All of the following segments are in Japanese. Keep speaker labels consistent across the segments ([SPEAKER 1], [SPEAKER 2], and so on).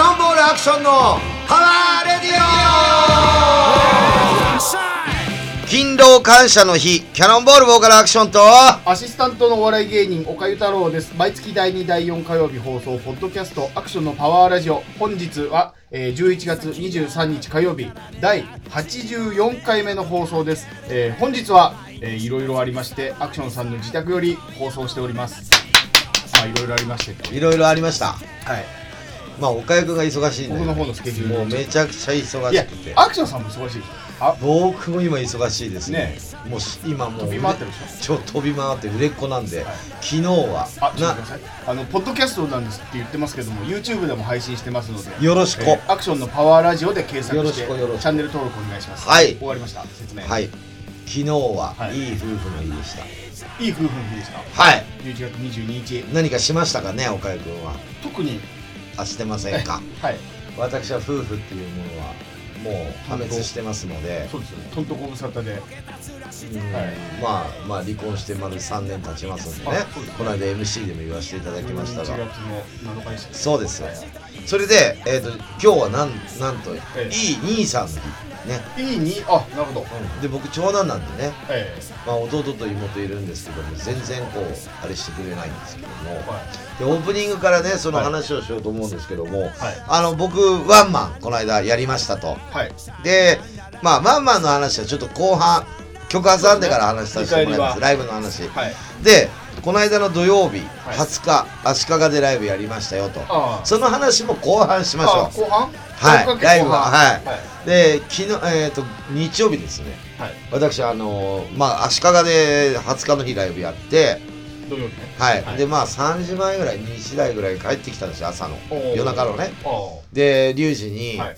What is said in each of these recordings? [SPEAKER 1] ションのパワーレディオ勤労感謝の日キャノンボールボーカルアクションと
[SPEAKER 2] アシスタントのお笑い芸人、岡ゆ太郎です。毎月第2、第4火曜日放送、ポッドキャスト、アクションのパワーラジオ。本日は、えー11月23日火曜日、第84回目の放送です。えー本日は、えーいろいろありまして、アクションさんの自宅より放送しております。まあ、いろいろありましてっていう
[SPEAKER 1] いろいろありました
[SPEAKER 2] はい。
[SPEAKER 1] まあ岡谷君が忙しいんで
[SPEAKER 2] 僕の方のスケジュール
[SPEAKER 1] もうめちゃくちゃ忙
[SPEAKER 2] いや
[SPEAKER 1] しくて、
[SPEAKER 2] アクションさんも忙しいでしょ。あ、
[SPEAKER 1] 僕も今忙しいですね
[SPEAKER 2] ね
[SPEAKER 1] もうし今もう
[SPEAKER 2] 飛び回ってるでし
[SPEAKER 1] ちょ飛び回って売れっ子なんで、昨日は
[SPEAKER 2] あ、ちょっとご
[SPEAKER 1] な
[SPEAKER 2] めんなさい。あの、ポッドキャストなんですって言ってますけども、YouTube でも配信してますので。
[SPEAKER 1] よろしく、
[SPEAKER 2] えーアクションのパワーラジオで検索して
[SPEAKER 1] よろしくよろしく
[SPEAKER 2] チャンネル登録お願いします
[SPEAKER 1] はい
[SPEAKER 2] 終わりました説明、
[SPEAKER 1] はい昨日は
[SPEAKER 2] は
[SPEAKER 1] い
[SPEAKER 2] い
[SPEAKER 1] い夫婦の日でした
[SPEAKER 2] いい夫婦の日でした
[SPEAKER 1] はい
[SPEAKER 2] 11月22日
[SPEAKER 1] 何かしましたかね岡谷君は
[SPEAKER 2] 特に
[SPEAKER 1] あしてませんか
[SPEAKER 2] はい
[SPEAKER 1] 私は夫婦っていうものはもう破滅してますので、
[SPEAKER 2] そうですよねとんとこぶさたで
[SPEAKER 1] うん
[SPEAKER 2] はい
[SPEAKER 1] まあまあ離婚して丸3年経ちますんでね
[SPEAKER 2] あそうですね
[SPEAKER 1] この間 MC でも言わせていただきました
[SPEAKER 2] 11
[SPEAKER 1] が
[SPEAKER 2] 月の7日でした
[SPEAKER 1] そうですよそれで、えー、と今日はなんなんといい
[SPEAKER 2] ええ
[SPEAKER 1] 兄さんの日ね
[SPEAKER 2] いいにあなるほど、
[SPEAKER 1] で僕長男なんでね、
[SPEAKER 2] え
[SPEAKER 1] まあ、弟と妹いるんですけども全然こうあれしてくれないんですけども、
[SPEAKER 2] えはい
[SPEAKER 1] でオープニングからねその
[SPEAKER 2] はい
[SPEAKER 1] 話をしようと思うんですけども、あの僕ワンマンこの間やりましたと
[SPEAKER 2] はい
[SPEAKER 1] でまあワンマンの話はちょっと後半曲挟んでから話させてもらいます
[SPEAKER 2] 振り返りは
[SPEAKER 1] ライブの話
[SPEAKER 2] はい
[SPEAKER 1] でこの間の土曜日
[SPEAKER 2] い
[SPEAKER 1] 20日足利でライブやりましたよと
[SPEAKER 2] ああ
[SPEAKER 1] その話も後半しましょ
[SPEAKER 2] あ後半
[SPEAKER 1] はい
[SPEAKER 2] 後半
[SPEAKER 1] ライブははい
[SPEAKER 2] はいう
[SPEAKER 1] で昨日えっ、と日曜日ですね
[SPEAKER 2] はい
[SPEAKER 1] 私あのーまあ足利で20日の日ライブやって
[SPEAKER 2] 土曜日ね
[SPEAKER 1] はい、
[SPEAKER 2] はい
[SPEAKER 1] でまあ3時前ぐらい2時台ぐらいに帰ってきたんですよ朝の
[SPEAKER 2] おー
[SPEAKER 1] 夜中のね
[SPEAKER 2] あ
[SPEAKER 1] でリュウジに、
[SPEAKER 2] あはい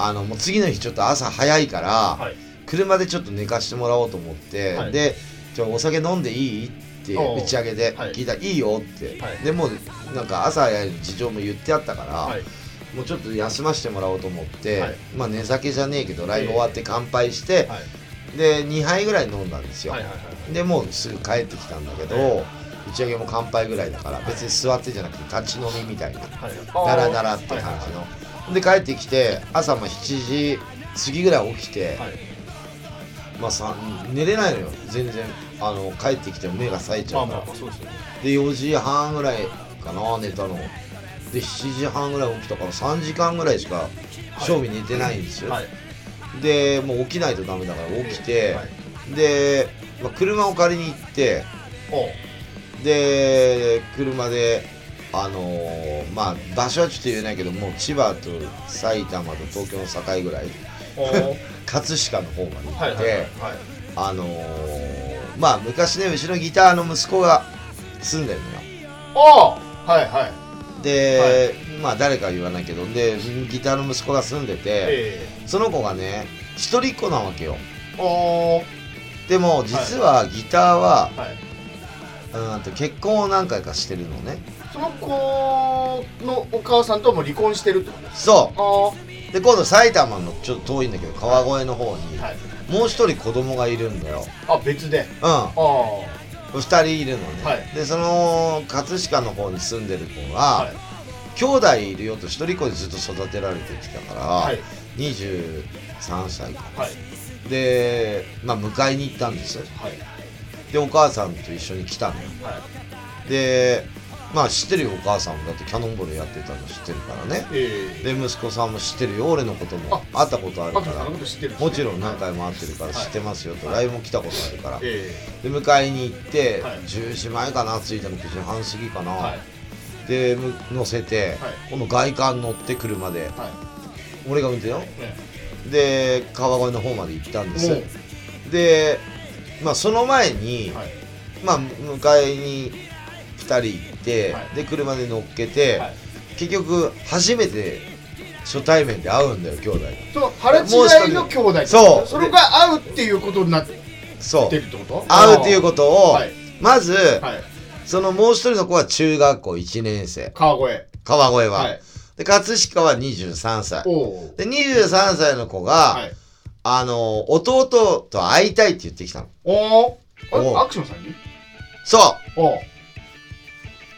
[SPEAKER 1] あのもう次の日ちょっと朝早いから、
[SPEAKER 2] はい
[SPEAKER 1] 車でちょっと寝かしてもらおうと思って、
[SPEAKER 2] はい
[SPEAKER 1] でじゃあお酒飲んでいいって
[SPEAKER 2] おう
[SPEAKER 1] 打ち上げで
[SPEAKER 2] はい
[SPEAKER 1] 聞いたら、い、いよって、
[SPEAKER 2] はい
[SPEAKER 1] でもうなんか朝早い事情も言ってあったから、
[SPEAKER 2] はい
[SPEAKER 1] もうちょっと休ませてもらおうと思って、
[SPEAKER 2] はい
[SPEAKER 1] まあ寝酒じゃねえけどライブ終わって乾杯して、
[SPEAKER 2] はい
[SPEAKER 1] で2杯ぐらい飲んだんですよ、
[SPEAKER 2] はいはいはい
[SPEAKER 1] でもうすぐ帰ってきたんだけど、打ち上げも乾杯ぐらいだから別に座ってじゃなくて立ち飲みみたいな
[SPEAKER 2] はい
[SPEAKER 1] ダラダラって感じの、で帰ってきて朝も7時過ぎぐらい起きて、
[SPEAKER 2] はい
[SPEAKER 1] まあさ寝れないのよ全然あの帰ってきても目が冴えち
[SPEAKER 2] ま
[SPEAKER 1] ゃ
[SPEAKER 2] あ
[SPEAKER 1] うか
[SPEAKER 2] ま
[SPEAKER 1] ら、
[SPEAKER 2] あそうですよね
[SPEAKER 1] で4時半ぐらいかな寝たので7時半ぐらい起きたから3時間ぐらいしか正味寝てないんですよ、
[SPEAKER 2] はい
[SPEAKER 1] でもう起きないとダメだから起きて、
[SPEAKER 2] はい
[SPEAKER 1] で、まあ車を借りに行って
[SPEAKER 2] おう
[SPEAKER 1] で車であのーまあ場所はちょっと言えないけどもう千葉と埼玉と東京の境ぐらい
[SPEAKER 2] おう
[SPEAKER 1] 葛飾の方まで行って、
[SPEAKER 2] はいはいはいはい
[SPEAKER 1] あのーまあ昔ねうちのギターの息子が住んでるのよ
[SPEAKER 2] おうはいはい
[SPEAKER 1] で、まあ誰かは言わないけどでギターの息子が住んでて、
[SPEAKER 2] え
[SPEAKER 1] その子がね一人っ子なわけよ
[SPEAKER 2] えおー
[SPEAKER 1] でも実はギターは、
[SPEAKER 2] はい、
[SPEAKER 1] うんと結婚を何回かしてるのね
[SPEAKER 2] その子のお母さんとはもう離婚してるってことです
[SPEAKER 1] そ
[SPEAKER 2] ああは
[SPEAKER 1] うで今度埼玉のちょっと遠いんだけど川越の方に、
[SPEAKER 2] い
[SPEAKER 1] もう一人子供がいるんだよ。
[SPEAKER 2] あ別で
[SPEAKER 1] う
[SPEAKER 2] ああ
[SPEAKER 1] ん。二人いるのね。
[SPEAKER 2] はい
[SPEAKER 1] で、その、葛飾の方に住んでる子が、
[SPEAKER 2] はい
[SPEAKER 1] 兄弟いるよと一人っ子でずっと育てられてきたから、
[SPEAKER 2] はい
[SPEAKER 1] 23歳か。
[SPEAKER 2] はい
[SPEAKER 1] で、まあ、迎えに行ったんですよ。
[SPEAKER 2] はい
[SPEAKER 1] で、お母さんと一緒に来たのよ。
[SPEAKER 2] はい
[SPEAKER 1] で、まあ、知ってるよ、お母さんも。だってキャノンボールやってたの知ってるからね。
[SPEAKER 2] ええ
[SPEAKER 1] で、息子さんも知ってるよ、俺のことも。会ったことあるか
[SPEAKER 2] あきさ
[SPEAKER 1] ら
[SPEAKER 2] んの。こと知ってるですね
[SPEAKER 1] もちろん何回も会ってるから知ってますよと、
[SPEAKER 2] はい
[SPEAKER 1] ライブも来たことあるから、
[SPEAKER 2] え
[SPEAKER 1] で迎えに行って、
[SPEAKER 2] はい
[SPEAKER 1] 10時前かな着いたの9時半過ぎかな、
[SPEAKER 2] えはい
[SPEAKER 1] でむ乗せて、
[SPEAKER 2] はい
[SPEAKER 1] この外観乗って車で
[SPEAKER 2] は
[SPEAKER 1] 俺が運転よ
[SPEAKER 2] いね
[SPEAKER 1] で川越の方まで行ったんです
[SPEAKER 2] おう
[SPEAKER 1] で、まあ、その前に、
[SPEAKER 2] はい
[SPEAKER 1] まあ、迎えに2人行って、
[SPEAKER 2] はい
[SPEAKER 1] で車で乗っけて、
[SPEAKER 2] はい
[SPEAKER 1] 結局初めて初対面で会うんだよ兄弟が
[SPEAKER 2] その腹違いの兄弟ってこと
[SPEAKER 1] そう
[SPEAKER 2] それが合うっていうことになって
[SPEAKER 1] そう
[SPEAKER 2] るってこと
[SPEAKER 1] 会うっていうことを、
[SPEAKER 2] はい
[SPEAKER 1] まず、
[SPEAKER 2] とはい
[SPEAKER 1] そのもう一人の子は中学校1年生
[SPEAKER 2] 川越
[SPEAKER 1] 川越は、
[SPEAKER 2] はい
[SPEAKER 1] で葛飾は23歳
[SPEAKER 2] おお
[SPEAKER 1] で、23歳の子が、
[SPEAKER 2] はい
[SPEAKER 1] あの、弟と会いたいって言ってきたの。
[SPEAKER 2] おお
[SPEAKER 1] おう
[SPEAKER 2] あアクションさんに
[SPEAKER 1] そ
[SPEAKER 2] おお
[SPEAKER 1] う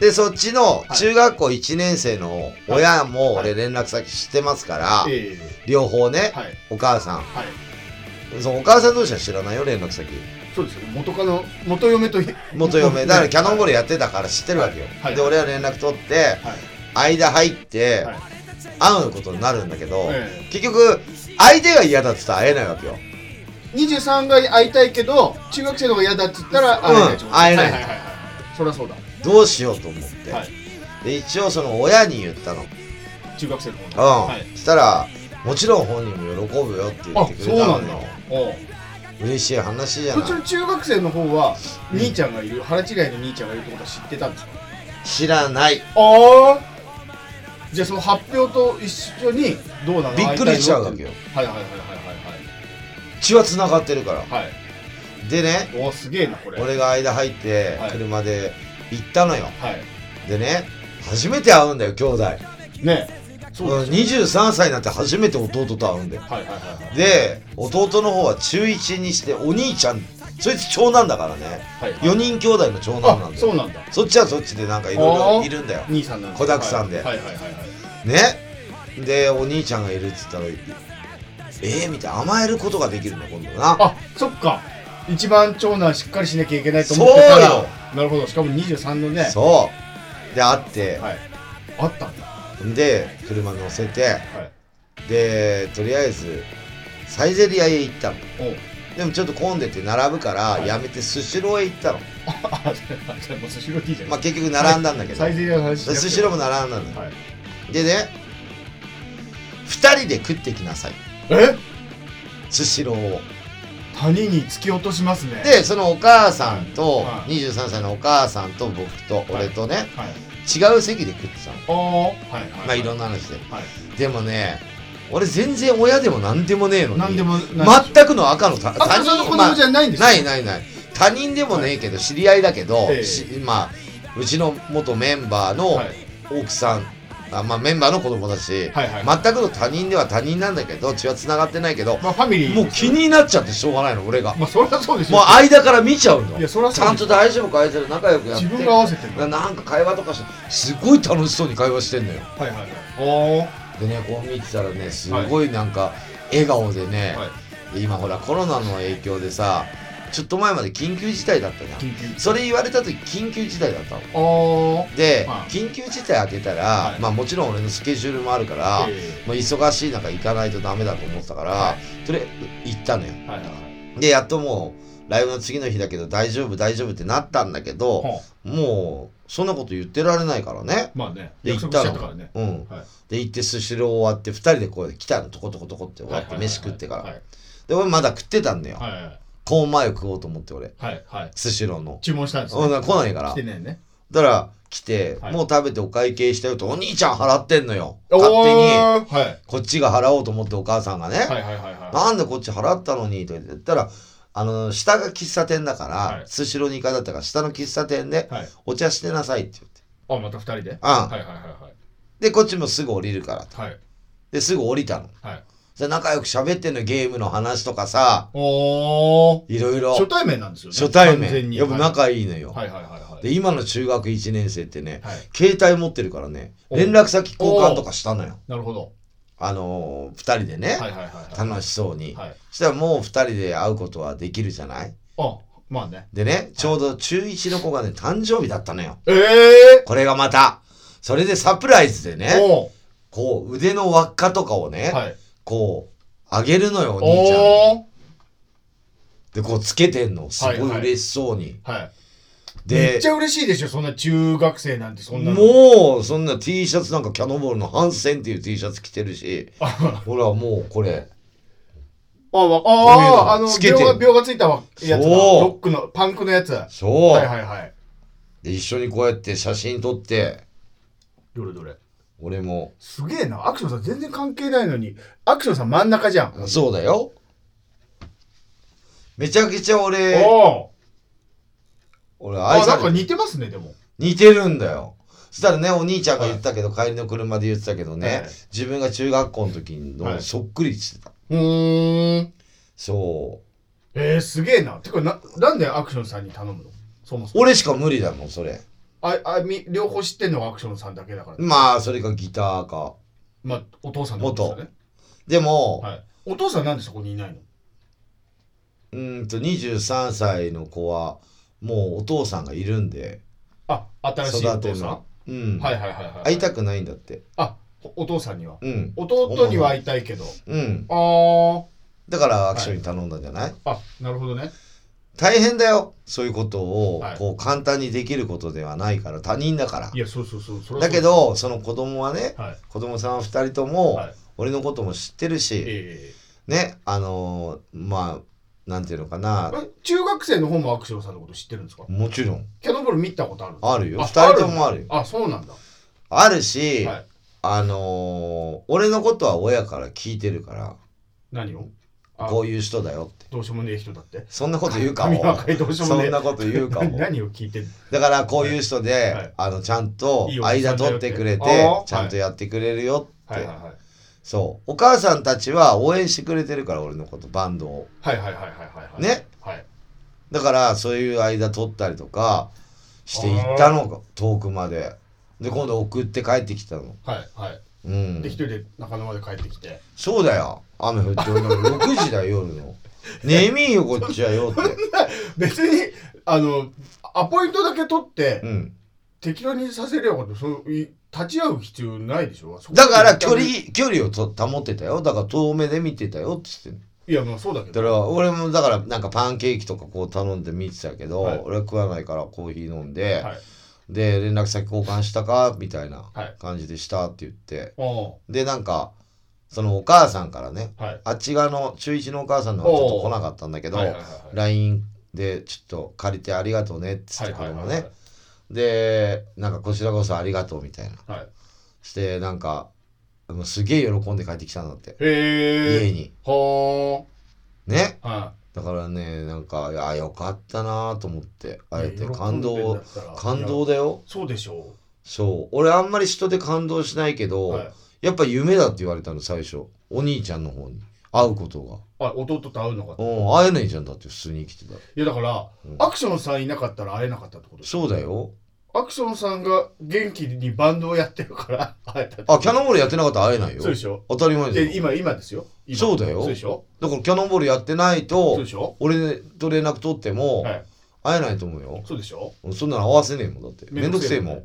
[SPEAKER 1] で、そっちの
[SPEAKER 2] い
[SPEAKER 1] 中学校1年生の親も俺連絡先知ってますから、
[SPEAKER 2] ええ
[SPEAKER 1] 両方ね、
[SPEAKER 2] はい
[SPEAKER 1] お母さん。
[SPEAKER 2] はい
[SPEAKER 1] そのお母さん同士は知らないよ、連絡先。
[SPEAKER 2] そうですよ元カノ元嫁と
[SPEAKER 1] 元 嫁。だからキャノンボー
[SPEAKER 2] ル
[SPEAKER 1] ルやってたから知ってるわけよ。
[SPEAKER 2] はい
[SPEAKER 1] で、俺は連絡取って、
[SPEAKER 2] はい
[SPEAKER 1] 間入って
[SPEAKER 2] はい、
[SPEAKER 1] 会うことになるんだけど、
[SPEAKER 2] え
[SPEAKER 1] 結局、相手が嫌だって言ったら会えないわけよ。
[SPEAKER 2] 23が会いたいけど中学生の方が嫌だっつったら
[SPEAKER 1] うん会えない
[SPEAKER 2] はいはいはいはいそりゃそうだ
[SPEAKER 1] どうしようと思って。
[SPEAKER 2] はい
[SPEAKER 1] で、一応その親に言ったの。
[SPEAKER 2] 中学生の方
[SPEAKER 1] うん。
[SPEAKER 2] がはい
[SPEAKER 1] そしたら、もちろん本人も喜ぶよって言っ
[SPEAKER 2] あ
[SPEAKER 1] てく
[SPEAKER 2] そう
[SPEAKER 1] れた
[SPEAKER 2] な
[SPEAKER 1] の
[SPEAKER 2] んだ
[SPEAKER 1] よ。
[SPEAKER 2] おう
[SPEAKER 1] 嬉しい話じゃ
[SPEAKER 2] そ
[SPEAKER 1] ない
[SPEAKER 2] っち。の中学生の方は兄ちゃんがいる腹違いの兄ちゃんがいるってことは知ってたんですか
[SPEAKER 1] 知らない。
[SPEAKER 2] ああじゃあその発表と一緒にどうなの
[SPEAKER 1] びっくりしちゃうわけよ。
[SPEAKER 2] はいはいはいはい
[SPEAKER 1] 血は繋がってるから。
[SPEAKER 2] はいはいはい
[SPEAKER 1] でね、
[SPEAKER 2] おーすげえなこれ
[SPEAKER 1] 俺が間入って
[SPEAKER 2] はい
[SPEAKER 1] 車で行ったのよ。
[SPEAKER 2] はい
[SPEAKER 1] でね、初めて会うんだよ、兄弟。
[SPEAKER 2] ねそう
[SPEAKER 1] うん
[SPEAKER 2] ですよ
[SPEAKER 1] 23歳になって初めて弟と会うんだよ。
[SPEAKER 2] はいはいはいはい
[SPEAKER 1] で、弟の方は中1にして、お兄ちゃん、そいつ長男だからね。
[SPEAKER 2] はいはい
[SPEAKER 1] 4人兄弟の長男なん
[SPEAKER 2] あ
[SPEAKER 1] だ
[SPEAKER 2] そ
[SPEAKER 1] よ。
[SPEAKER 2] うなんだ
[SPEAKER 1] そっちはそっちでなんかいろい
[SPEAKER 2] あ
[SPEAKER 1] ろ
[SPEAKER 2] ー
[SPEAKER 1] いるんだよ。
[SPEAKER 2] 兄さんなんだ
[SPEAKER 1] 子だくさんで
[SPEAKER 2] はいはいはいはいはい
[SPEAKER 1] ね。で、お兄ちゃんがいるって言ったら、ええみたいな甘えることができるんだ、今度な。
[SPEAKER 2] あそっか一番長男しっかりしなきゃいけないと思ってたら
[SPEAKER 1] そうよ
[SPEAKER 2] なるほどしかも23のね
[SPEAKER 1] そう。で、会って、
[SPEAKER 2] はいあったんだは
[SPEAKER 1] で、車乗せて、
[SPEAKER 2] い
[SPEAKER 1] で、とりあえず、サイゼリアへ行ったの。
[SPEAKER 2] おう
[SPEAKER 1] でもちょっと混んでて並ぶから、
[SPEAKER 2] はい
[SPEAKER 1] やめてスシローへ行ったの。
[SPEAKER 2] あじゃあじゃあもうスシローでいいじゃん
[SPEAKER 1] まあ結局並んだんだけど。
[SPEAKER 2] サイゼリアの話しなくて
[SPEAKER 1] スシローも並んだのよ。
[SPEAKER 2] はい
[SPEAKER 1] でね、二人で食ってきなさい。
[SPEAKER 2] え
[SPEAKER 1] スシローを。
[SPEAKER 2] 谷に突き落としますね
[SPEAKER 1] で、そのお母さんと、
[SPEAKER 2] はい
[SPEAKER 1] 23歳のお母さんと僕と、俺とね、
[SPEAKER 2] はい
[SPEAKER 1] 違う席で食ってたの。
[SPEAKER 2] ああはいはい
[SPEAKER 1] まあいろんな話で。
[SPEAKER 2] はい
[SPEAKER 1] でもね、俺全然親でも何でもねえのに。
[SPEAKER 2] 何でもない
[SPEAKER 1] 全くの赤の他
[SPEAKER 2] 赤さんの子供じ
[SPEAKER 1] ゃ
[SPEAKER 2] ゃないんです
[SPEAKER 1] ないないない他人でもねえけど知り合いだけど、
[SPEAKER 2] ええ
[SPEAKER 1] しまあうちの元メンバーの
[SPEAKER 2] はい
[SPEAKER 1] 奥さん、あまあメンバーの子供だし、
[SPEAKER 2] はいはい
[SPEAKER 1] 全くの他人では他人なんだけど血は繋がってないけど
[SPEAKER 2] まあファミリー
[SPEAKER 1] もう気になっちゃってしょうがないの俺がも
[SPEAKER 2] まあそりゃそうでしょ
[SPEAKER 1] う間から見ちゃうの
[SPEAKER 2] いやそりゃ
[SPEAKER 1] ち
[SPEAKER 2] そう
[SPEAKER 1] ゃんと大丈夫かあいつら仲良くやって
[SPEAKER 2] 自分が合わせてる
[SPEAKER 1] ななんか会話とかしてすごい楽しそうに会話してんのよ
[SPEAKER 2] はいはいはい
[SPEAKER 1] でねこう見てたらねすごいなんか笑顔でね、
[SPEAKER 2] おおはい
[SPEAKER 1] で今ほらコロナの影響でさちょっと前まで緊急事態だったじゃん
[SPEAKER 2] 緊急
[SPEAKER 1] それ言われた時緊急事態だったの
[SPEAKER 2] ああ
[SPEAKER 1] で、
[SPEAKER 2] はい
[SPEAKER 1] 緊急事態開けたら、
[SPEAKER 2] はい
[SPEAKER 1] まあもちろん俺のスケジュールもあるから、
[SPEAKER 2] え
[SPEAKER 1] もう忙しい中行かないとダメだと思ってたから、
[SPEAKER 2] は
[SPEAKER 1] とりあえず行ったのよ
[SPEAKER 2] えはいはいはい
[SPEAKER 1] でやっともうライブの次の日だけど大丈夫大丈夫ってなったんだけど、
[SPEAKER 2] ほ
[SPEAKER 1] もうそんなこと言ってられないからね
[SPEAKER 2] うまあね
[SPEAKER 1] で行
[SPEAKER 2] 約
[SPEAKER 1] った
[SPEAKER 2] 束しちゃっ
[SPEAKER 1] の
[SPEAKER 2] たからね
[SPEAKER 1] うん
[SPEAKER 2] はい
[SPEAKER 1] で行ってスシロー終わって2人でこう来たのトコトコトコって終わって飯食ってから、
[SPEAKER 2] はい
[SPEAKER 1] で俺まだ食ってたんだよ、
[SPEAKER 2] はいはい
[SPEAKER 1] コーンマヨ食おうと思って俺
[SPEAKER 2] はいはい
[SPEAKER 1] スシローの
[SPEAKER 2] 注文したんです
[SPEAKER 1] うんだから来ないから
[SPEAKER 2] 来てないね
[SPEAKER 1] だから来て、
[SPEAKER 2] はい
[SPEAKER 1] もう食べてお会計したよとお兄ちゃん払ってんのよ
[SPEAKER 2] おー
[SPEAKER 1] 勝手に
[SPEAKER 2] はいはい
[SPEAKER 1] こっちが払おうと思ってお母さんがね、
[SPEAKER 2] はいはいは
[SPEAKER 1] なんでこっち払ったのにとか言ったらあの下が喫茶店だから、
[SPEAKER 2] はい
[SPEAKER 1] スシローに行かだったから下の喫茶店で
[SPEAKER 2] いはい
[SPEAKER 1] お茶してなさいって言って
[SPEAKER 2] あまた二人で
[SPEAKER 1] あ
[SPEAKER 2] はいはいはい
[SPEAKER 1] でこっちもすぐ降りるからと
[SPEAKER 2] はいはい
[SPEAKER 1] ですぐ降りたの
[SPEAKER 2] はい
[SPEAKER 1] で仲良く喋ってんのゲームの話とかさ
[SPEAKER 2] おお
[SPEAKER 1] いろいろ
[SPEAKER 2] 初対面なんですよね
[SPEAKER 1] 初対
[SPEAKER 2] 完全
[SPEAKER 1] 面
[SPEAKER 2] に
[SPEAKER 1] やっぱ
[SPEAKER 2] はい
[SPEAKER 1] 仲いいのよ、
[SPEAKER 2] はいはいはいはい
[SPEAKER 1] で今の中学1年生ってね、
[SPEAKER 2] はい
[SPEAKER 1] 携帯持ってるからね
[SPEAKER 2] お
[SPEAKER 1] 連絡先交換とかしたのよ
[SPEAKER 2] なるほど
[SPEAKER 1] あのー、2人でね、
[SPEAKER 2] はいはいはいはい
[SPEAKER 1] 楽しそうに、
[SPEAKER 2] はい
[SPEAKER 1] そしたらもう2人で会うことはできるじゃない
[SPEAKER 2] あまあね
[SPEAKER 1] でねちょうど中1の子がね誕生日だったのよ
[SPEAKER 2] ええ
[SPEAKER 1] これがまたそれでサプライズでね
[SPEAKER 2] お
[SPEAKER 1] こう腕の輪っかとかをね、
[SPEAKER 2] ーはい
[SPEAKER 1] こうあげるのよお兄ちゃんに
[SPEAKER 2] おー
[SPEAKER 1] でこうつけてんのすごい嬉しそうに、
[SPEAKER 2] はいめっ
[SPEAKER 1] で
[SPEAKER 2] ちゃ嬉しいでしょそんな中学生なんてそんなの
[SPEAKER 1] もうそんな T シャツなんかキャノンボールのハンセンっていう T シャツ着てるし
[SPEAKER 2] あ
[SPEAKER 1] ほらもうこれ
[SPEAKER 2] あわあああの
[SPEAKER 1] つけてる
[SPEAKER 2] 秒が秒がついたわやつだ
[SPEAKER 1] そう
[SPEAKER 2] ロックのパンクのやつは
[SPEAKER 1] そう、
[SPEAKER 2] いはいはい
[SPEAKER 1] で一緒にこうやって写真撮って
[SPEAKER 2] どれどれ
[SPEAKER 1] 俺も
[SPEAKER 2] すげえなアクションさん全然関係ないのにアクションさん真ん中じゃん
[SPEAKER 1] そうだよめちゃくちゃ俺
[SPEAKER 2] お
[SPEAKER 1] 俺
[SPEAKER 2] あ
[SPEAKER 1] 愛
[SPEAKER 2] あ
[SPEAKER 1] さ
[SPEAKER 2] なんか
[SPEAKER 1] れて
[SPEAKER 2] 似てますねでも
[SPEAKER 1] 似てるんだよそしたらねお兄ちゃんが言ったけど、帰りの車で言ってたけどね、
[SPEAKER 2] はい
[SPEAKER 1] 自分が中学校の時
[SPEAKER 2] は
[SPEAKER 1] の
[SPEAKER 2] い
[SPEAKER 1] そっくりしてた、
[SPEAKER 2] うーん
[SPEAKER 1] そう
[SPEAKER 2] えー、すげえなてかななんでアクションさんに頼むのそもそも
[SPEAKER 1] 俺しか無理だもんそれ
[SPEAKER 2] ああみ両方知ってんのがアクションさんだけだから、
[SPEAKER 1] まあそれかギターか
[SPEAKER 2] まあお父さんのことですよね
[SPEAKER 1] でも、
[SPEAKER 2] はい、お父さんなんでそこにいないの
[SPEAKER 1] うーんと23歳の子はもうお父さんがいるんで
[SPEAKER 2] あ新しいお
[SPEAKER 1] 育て
[SPEAKER 2] 父
[SPEAKER 1] る
[SPEAKER 2] さん、
[SPEAKER 1] のうん、
[SPEAKER 2] はいはいはいはい
[SPEAKER 1] 会いたくないんだって
[SPEAKER 2] あおお父さんには
[SPEAKER 1] うん
[SPEAKER 2] 弟には会いたいけど
[SPEAKER 1] うん
[SPEAKER 2] あー
[SPEAKER 1] だからアクションに頼んだんじゃない、
[SPEAKER 2] あなるほどね
[SPEAKER 1] 大変だよそういうことを
[SPEAKER 2] はい
[SPEAKER 1] こう簡単にできることではないから他人だから
[SPEAKER 2] いやそうそうそうそれは
[SPEAKER 1] だけどその子供はね
[SPEAKER 2] はい
[SPEAKER 1] 子供さんは2人とも
[SPEAKER 2] はい
[SPEAKER 1] 俺のことも知ってるし、
[SPEAKER 2] え
[SPEAKER 1] ねあのーまあなんていうのか
[SPEAKER 2] え
[SPEAKER 1] な
[SPEAKER 2] え中学生の方もアクションさんのこと知ってるんですか
[SPEAKER 1] もちろん
[SPEAKER 2] キャノンボール見たことある
[SPEAKER 1] あるよ
[SPEAKER 2] あ
[SPEAKER 1] 2人ともあるよ
[SPEAKER 2] あそうなんだ
[SPEAKER 1] あるし、
[SPEAKER 2] はい
[SPEAKER 1] あのー俺のことは親から聞いてるから
[SPEAKER 2] 何をあ
[SPEAKER 1] こういう人だよって
[SPEAKER 2] どうしようもねえ人だって
[SPEAKER 1] そんなこと言うか
[SPEAKER 2] 髪
[SPEAKER 1] も
[SPEAKER 2] の赤いどうしようも
[SPEAKER 1] そ
[SPEAKER 2] ねえ
[SPEAKER 1] んなこと言うかも
[SPEAKER 2] 何を聞いてんの
[SPEAKER 1] だからこういう人で、
[SPEAKER 2] はい
[SPEAKER 1] あのちゃんと
[SPEAKER 2] いいおじさ
[SPEAKER 1] 間
[SPEAKER 2] んだ
[SPEAKER 1] 取
[SPEAKER 2] よ
[SPEAKER 1] っ
[SPEAKER 2] ってて
[SPEAKER 1] くれて
[SPEAKER 2] あー
[SPEAKER 1] ちゃんとやってくれるよって、
[SPEAKER 2] はいはいはい
[SPEAKER 1] そうお母さんたちは応援してくれてるから俺のことバンドを
[SPEAKER 2] はいはいはいはいはいはい
[SPEAKER 1] ね
[SPEAKER 2] はい
[SPEAKER 1] だからそういう間取ったりとかしていったのか遠くまでで今度送って帰ってきたの
[SPEAKER 2] はいはい、
[SPEAKER 1] う
[SPEAKER 2] で
[SPEAKER 1] ん
[SPEAKER 2] 一人で中野まで帰ってきて
[SPEAKER 1] そうだよ雨降って俺 の6時だよ夜の眠いよこっちはよって
[SPEAKER 2] 別にあのアポイントだけ取って、
[SPEAKER 1] うん
[SPEAKER 2] 適当にさせりゃよかったそうい立ち会う必要ないでしょ
[SPEAKER 1] だから距離距離をと保ってたよだから遠目で見てたよって言ってんの
[SPEAKER 2] いやまあそうだけ
[SPEAKER 1] だ
[SPEAKER 2] ど
[SPEAKER 1] から俺もだからなんかパンケーキとかこう頼んで見てたけど、
[SPEAKER 2] はい
[SPEAKER 1] 俺は食わないからコーヒー飲んで、
[SPEAKER 2] はい
[SPEAKER 1] で連絡先交換したかみたいな
[SPEAKER 2] はい
[SPEAKER 1] 感じでしたって言って
[SPEAKER 2] お
[SPEAKER 1] でなんかそのお母さんからね
[SPEAKER 2] うはい
[SPEAKER 1] あっち側の中1のお母さんの方はちょっと来なかったんだけど、
[SPEAKER 2] はいはいはいはい
[SPEAKER 1] LINE でちょっと借りてありがとうねっつっ
[SPEAKER 2] は
[SPEAKER 1] て
[SPEAKER 2] い
[SPEAKER 1] 子
[SPEAKER 2] はい
[SPEAKER 1] 供
[SPEAKER 2] は
[SPEAKER 1] ね、
[SPEAKER 2] いはい
[SPEAKER 1] でなんかこちらこそありがとうみたいな
[SPEAKER 2] はい
[SPEAKER 1] してなんかもうすげえ喜んで帰ってきたんだって
[SPEAKER 2] へ
[SPEAKER 1] 家
[SPEAKER 2] え
[SPEAKER 1] に
[SPEAKER 2] は
[SPEAKER 1] ね
[SPEAKER 2] あは
[SPEAKER 1] だからねなんかいやよかったなと思って
[SPEAKER 2] い
[SPEAKER 1] あえて
[SPEAKER 2] 喜んでんだったら
[SPEAKER 1] 感動感動
[SPEAKER 2] いや
[SPEAKER 1] だよ
[SPEAKER 2] そうでしょ
[SPEAKER 1] そう俺あんまり人で感動しないけ
[SPEAKER 2] う
[SPEAKER 1] ど、
[SPEAKER 2] はい
[SPEAKER 1] やっぱ夢だって言われたの最初お兄ちゃんの方に会うことが
[SPEAKER 2] あ弟と会うのか
[SPEAKER 1] うん会えないじゃんだって普通に生きてたら
[SPEAKER 2] いやだから、
[SPEAKER 1] うん
[SPEAKER 2] アクションさんいなかったら会えなかったってこと
[SPEAKER 1] そうだよ
[SPEAKER 2] アクションさんが元気にバンドをやってるから 会えたって
[SPEAKER 1] あキャノンボールやってなかったら会えないよ
[SPEAKER 2] そうでしょ
[SPEAKER 1] 当たり前
[SPEAKER 2] で
[SPEAKER 1] で
[SPEAKER 2] 今今ですよ今
[SPEAKER 1] そうだよ
[SPEAKER 2] そうでしょ
[SPEAKER 1] だからキャノンボールやってない
[SPEAKER 2] そう
[SPEAKER 1] と
[SPEAKER 2] でしょ
[SPEAKER 1] 俺と連絡取っても
[SPEAKER 2] はい
[SPEAKER 1] 会えないと思うよ、
[SPEAKER 2] そうでしょ
[SPEAKER 1] そんなの合わせねえもんだってめ
[SPEAKER 2] め
[SPEAKER 1] ん
[SPEAKER 2] ん
[SPEAKER 1] ど
[SPEAKER 2] ど
[SPEAKER 1] く
[SPEAKER 2] く
[SPEAKER 1] せ
[SPEAKER 2] せ
[SPEAKER 1] え
[SPEAKER 2] え
[SPEAKER 1] も
[SPEAKER 2] も
[SPEAKER 1] ん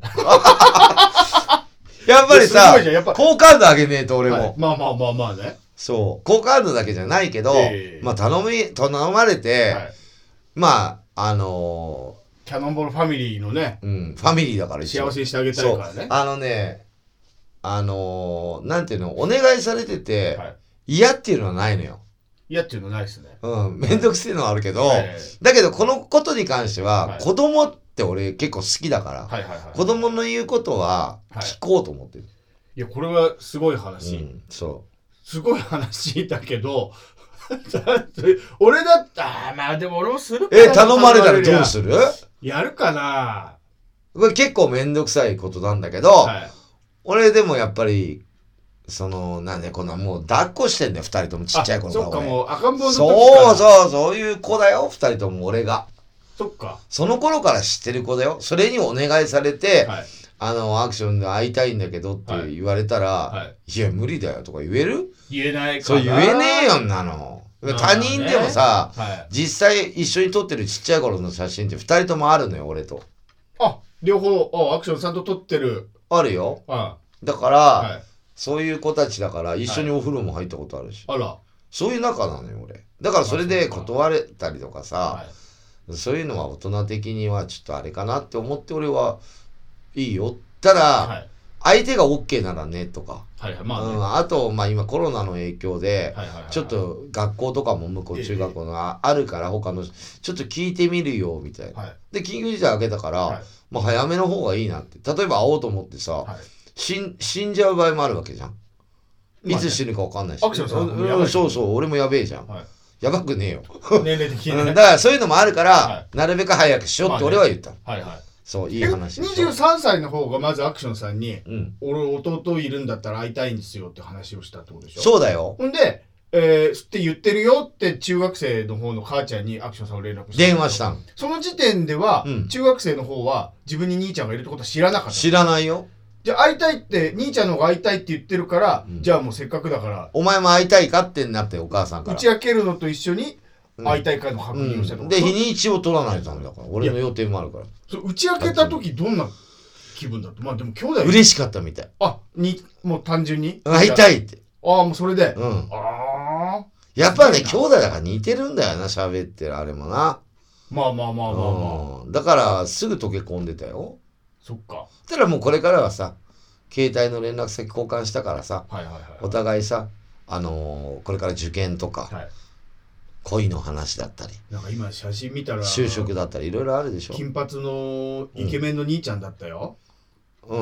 [SPEAKER 2] ん
[SPEAKER 1] やっぱり
[SPEAKER 2] いやす
[SPEAKER 1] さ
[SPEAKER 2] ごいじゃんやっぱ
[SPEAKER 1] 好感度上げねえと俺も、
[SPEAKER 2] はいまあまあまあまあね
[SPEAKER 1] そう好感度だけじゃないけど、
[SPEAKER 2] ええ
[SPEAKER 1] まあ頼み頼まれて、
[SPEAKER 2] はい
[SPEAKER 1] まああの
[SPEAKER 2] キャノンボールファミリーのね
[SPEAKER 1] ーうんファミリーだから一応
[SPEAKER 2] 幸せにしてあげた
[SPEAKER 1] そ
[SPEAKER 2] いうからね
[SPEAKER 1] あのねあのーなんていうのお願いされてて、
[SPEAKER 2] はい
[SPEAKER 1] 嫌っていうのはないのよ
[SPEAKER 2] 嫌っていうのないですね
[SPEAKER 1] うん面倒くせえのはあるけど、
[SPEAKER 2] え
[SPEAKER 1] だけどこのことに関しては、
[SPEAKER 2] はい
[SPEAKER 1] 子供って俺結構好きだから、
[SPEAKER 2] えはいはいはい
[SPEAKER 1] 子供の言うことは
[SPEAKER 2] はい
[SPEAKER 1] 聞こうと思ってる、
[SPEAKER 2] いやこれはすごいう話
[SPEAKER 1] ん、そ
[SPEAKER 2] すごい話だけど だって俺だったあまあでも俺もする
[SPEAKER 1] う
[SPEAKER 2] かな
[SPEAKER 1] え頼まれたらどうする
[SPEAKER 2] やるかな
[SPEAKER 1] これ結構面倒くさいことなんだけど、
[SPEAKER 2] はい
[SPEAKER 1] 俺でもやっぱりそのなんでこんなもう抱っこしてんだよ二人ともちっちゃい頃
[SPEAKER 2] あそっかもう赤ん坊
[SPEAKER 1] 俺
[SPEAKER 2] の時か
[SPEAKER 1] そ
[SPEAKER 2] ら
[SPEAKER 1] うそうそういう子だよ二人とも俺が
[SPEAKER 2] そっか
[SPEAKER 1] その頃から知ってる子だよそれにお願いされて、
[SPEAKER 2] はい
[SPEAKER 1] あのアクションで会いたいんだけどって言われたら、い
[SPEAKER 2] はい
[SPEAKER 1] や無理だよとか言える
[SPEAKER 2] 言えないか
[SPEAKER 1] そ
[SPEAKER 2] ら
[SPEAKER 1] う言えねえよんなの
[SPEAKER 2] うん
[SPEAKER 1] 他人でもさ、
[SPEAKER 2] はい
[SPEAKER 1] 実際一緒に撮ってるちっちゃい頃の写真って二人ともあるのよ俺と
[SPEAKER 2] あ両方あアクションさんと撮ってる
[SPEAKER 1] あるよ
[SPEAKER 2] あ
[SPEAKER 1] だから、
[SPEAKER 2] はい
[SPEAKER 1] そういう子たちだから一緒にお風呂も入ったことあるし、
[SPEAKER 2] あら
[SPEAKER 1] そういう仲なのよ俺だからそれで断れたりとかさ
[SPEAKER 2] はい
[SPEAKER 1] そういうのは大人的にはちょっとあれかなって思って俺はいいよただ
[SPEAKER 2] はい
[SPEAKER 1] 相手が OK ならねとか、
[SPEAKER 2] はいはいまあ
[SPEAKER 1] う
[SPEAKER 2] ね
[SPEAKER 1] ん、あとまあ今コロナの影響で
[SPEAKER 2] はいはいはい
[SPEAKER 1] ちょっと学校とかも向こう
[SPEAKER 2] ええ
[SPEAKER 1] 中学校のああるから他のちょっと聞いてみるよみたいな
[SPEAKER 2] はい
[SPEAKER 1] で緊急事態開けたから、
[SPEAKER 2] はい
[SPEAKER 1] まあ早めの方がいいなって例えば会おうと思ってさ
[SPEAKER 2] はい
[SPEAKER 1] 死ん死んじゃう場合もあるわけじゃんいつ死ぬか分かんないし、
[SPEAKER 2] アクションさん
[SPEAKER 1] う
[SPEAKER 2] やばい
[SPEAKER 1] そうそう俺もやべえじゃん、
[SPEAKER 2] はい
[SPEAKER 1] やばくねえよ
[SPEAKER 2] 年齢的
[SPEAKER 1] うんだ
[SPEAKER 2] にね
[SPEAKER 1] からそういうのもあるから、
[SPEAKER 2] は
[SPEAKER 1] なるべく早くしようって俺は言った、
[SPEAKER 2] はいはい
[SPEAKER 1] そうい
[SPEAKER 2] え
[SPEAKER 1] い話でしょ
[SPEAKER 2] 23歳の方がまずアクションさんに
[SPEAKER 1] うん、
[SPEAKER 2] 「俺弟いるんだったら会いたいんですよ」って話をしたってことでしょ
[SPEAKER 1] そうだよ
[SPEAKER 2] ほんでえー、って言ってるよって中学生の方の母ちゃんにアクションさんを連絡して
[SPEAKER 1] 電話したの
[SPEAKER 2] その時点では、
[SPEAKER 1] うん
[SPEAKER 2] 中学生の方は自分に兄ちゃんがいるってことは知らなかった
[SPEAKER 1] 知らないよ
[SPEAKER 2] じゃあ会いたいって兄ちゃんの方が会いたいって言ってるから、
[SPEAKER 1] うん
[SPEAKER 2] じゃあもうせっかくだから
[SPEAKER 1] お前も会いたいかってなってお母さんか
[SPEAKER 2] 打
[SPEAKER 1] ら
[SPEAKER 2] ち明けるのと一緒に
[SPEAKER 1] うん
[SPEAKER 2] 会いたいかの確認をしたと、
[SPEAKER 1] うんで日にちを取らないとダメだから俺の予定もあるから
[SPEAKER 2] そう打ち明けた時どんな気分だったまあでも兄弟
[SPEAKER 1] 嬉しかったみたい
[SPEAKER 2] あにもう単純に
[SPEAKER 1] 会いた
[SPEAKER 2] い
[SPEAKER 1] いって
[SPEAKER 2] ああもうそれで、
[SPEAKER 1] うん
[SPEAKER 2] ああ
[SPEAKER 1] やっぱね兄弟だから似てるんだよな喋ってるあれもな
[SPEAKER 2] まあまあまあまあまあ、
[SPEAKER 1] うんだからすぐ溶け込んでたよ
[SPEAKER 2] そっか
[SPEAKER 1] そしたらもうこれからはさ携帯の連絡先交換したからさ
[SPEAKER 2] はいはいはい
[SPEAKER 1] お互いさあのーこれから受験とか
[SPEAKER 2] はい
[SPEAKER 1] 恋の話だったり
[SPEAKER 2] なんか今写真見たら
[SPEAKER 1] 就職だったりいろいろあるでしょ
[SPEAKER 2] 金髪のイケメンの兄ちゃんだったよ、
[SPEAKER 1] うん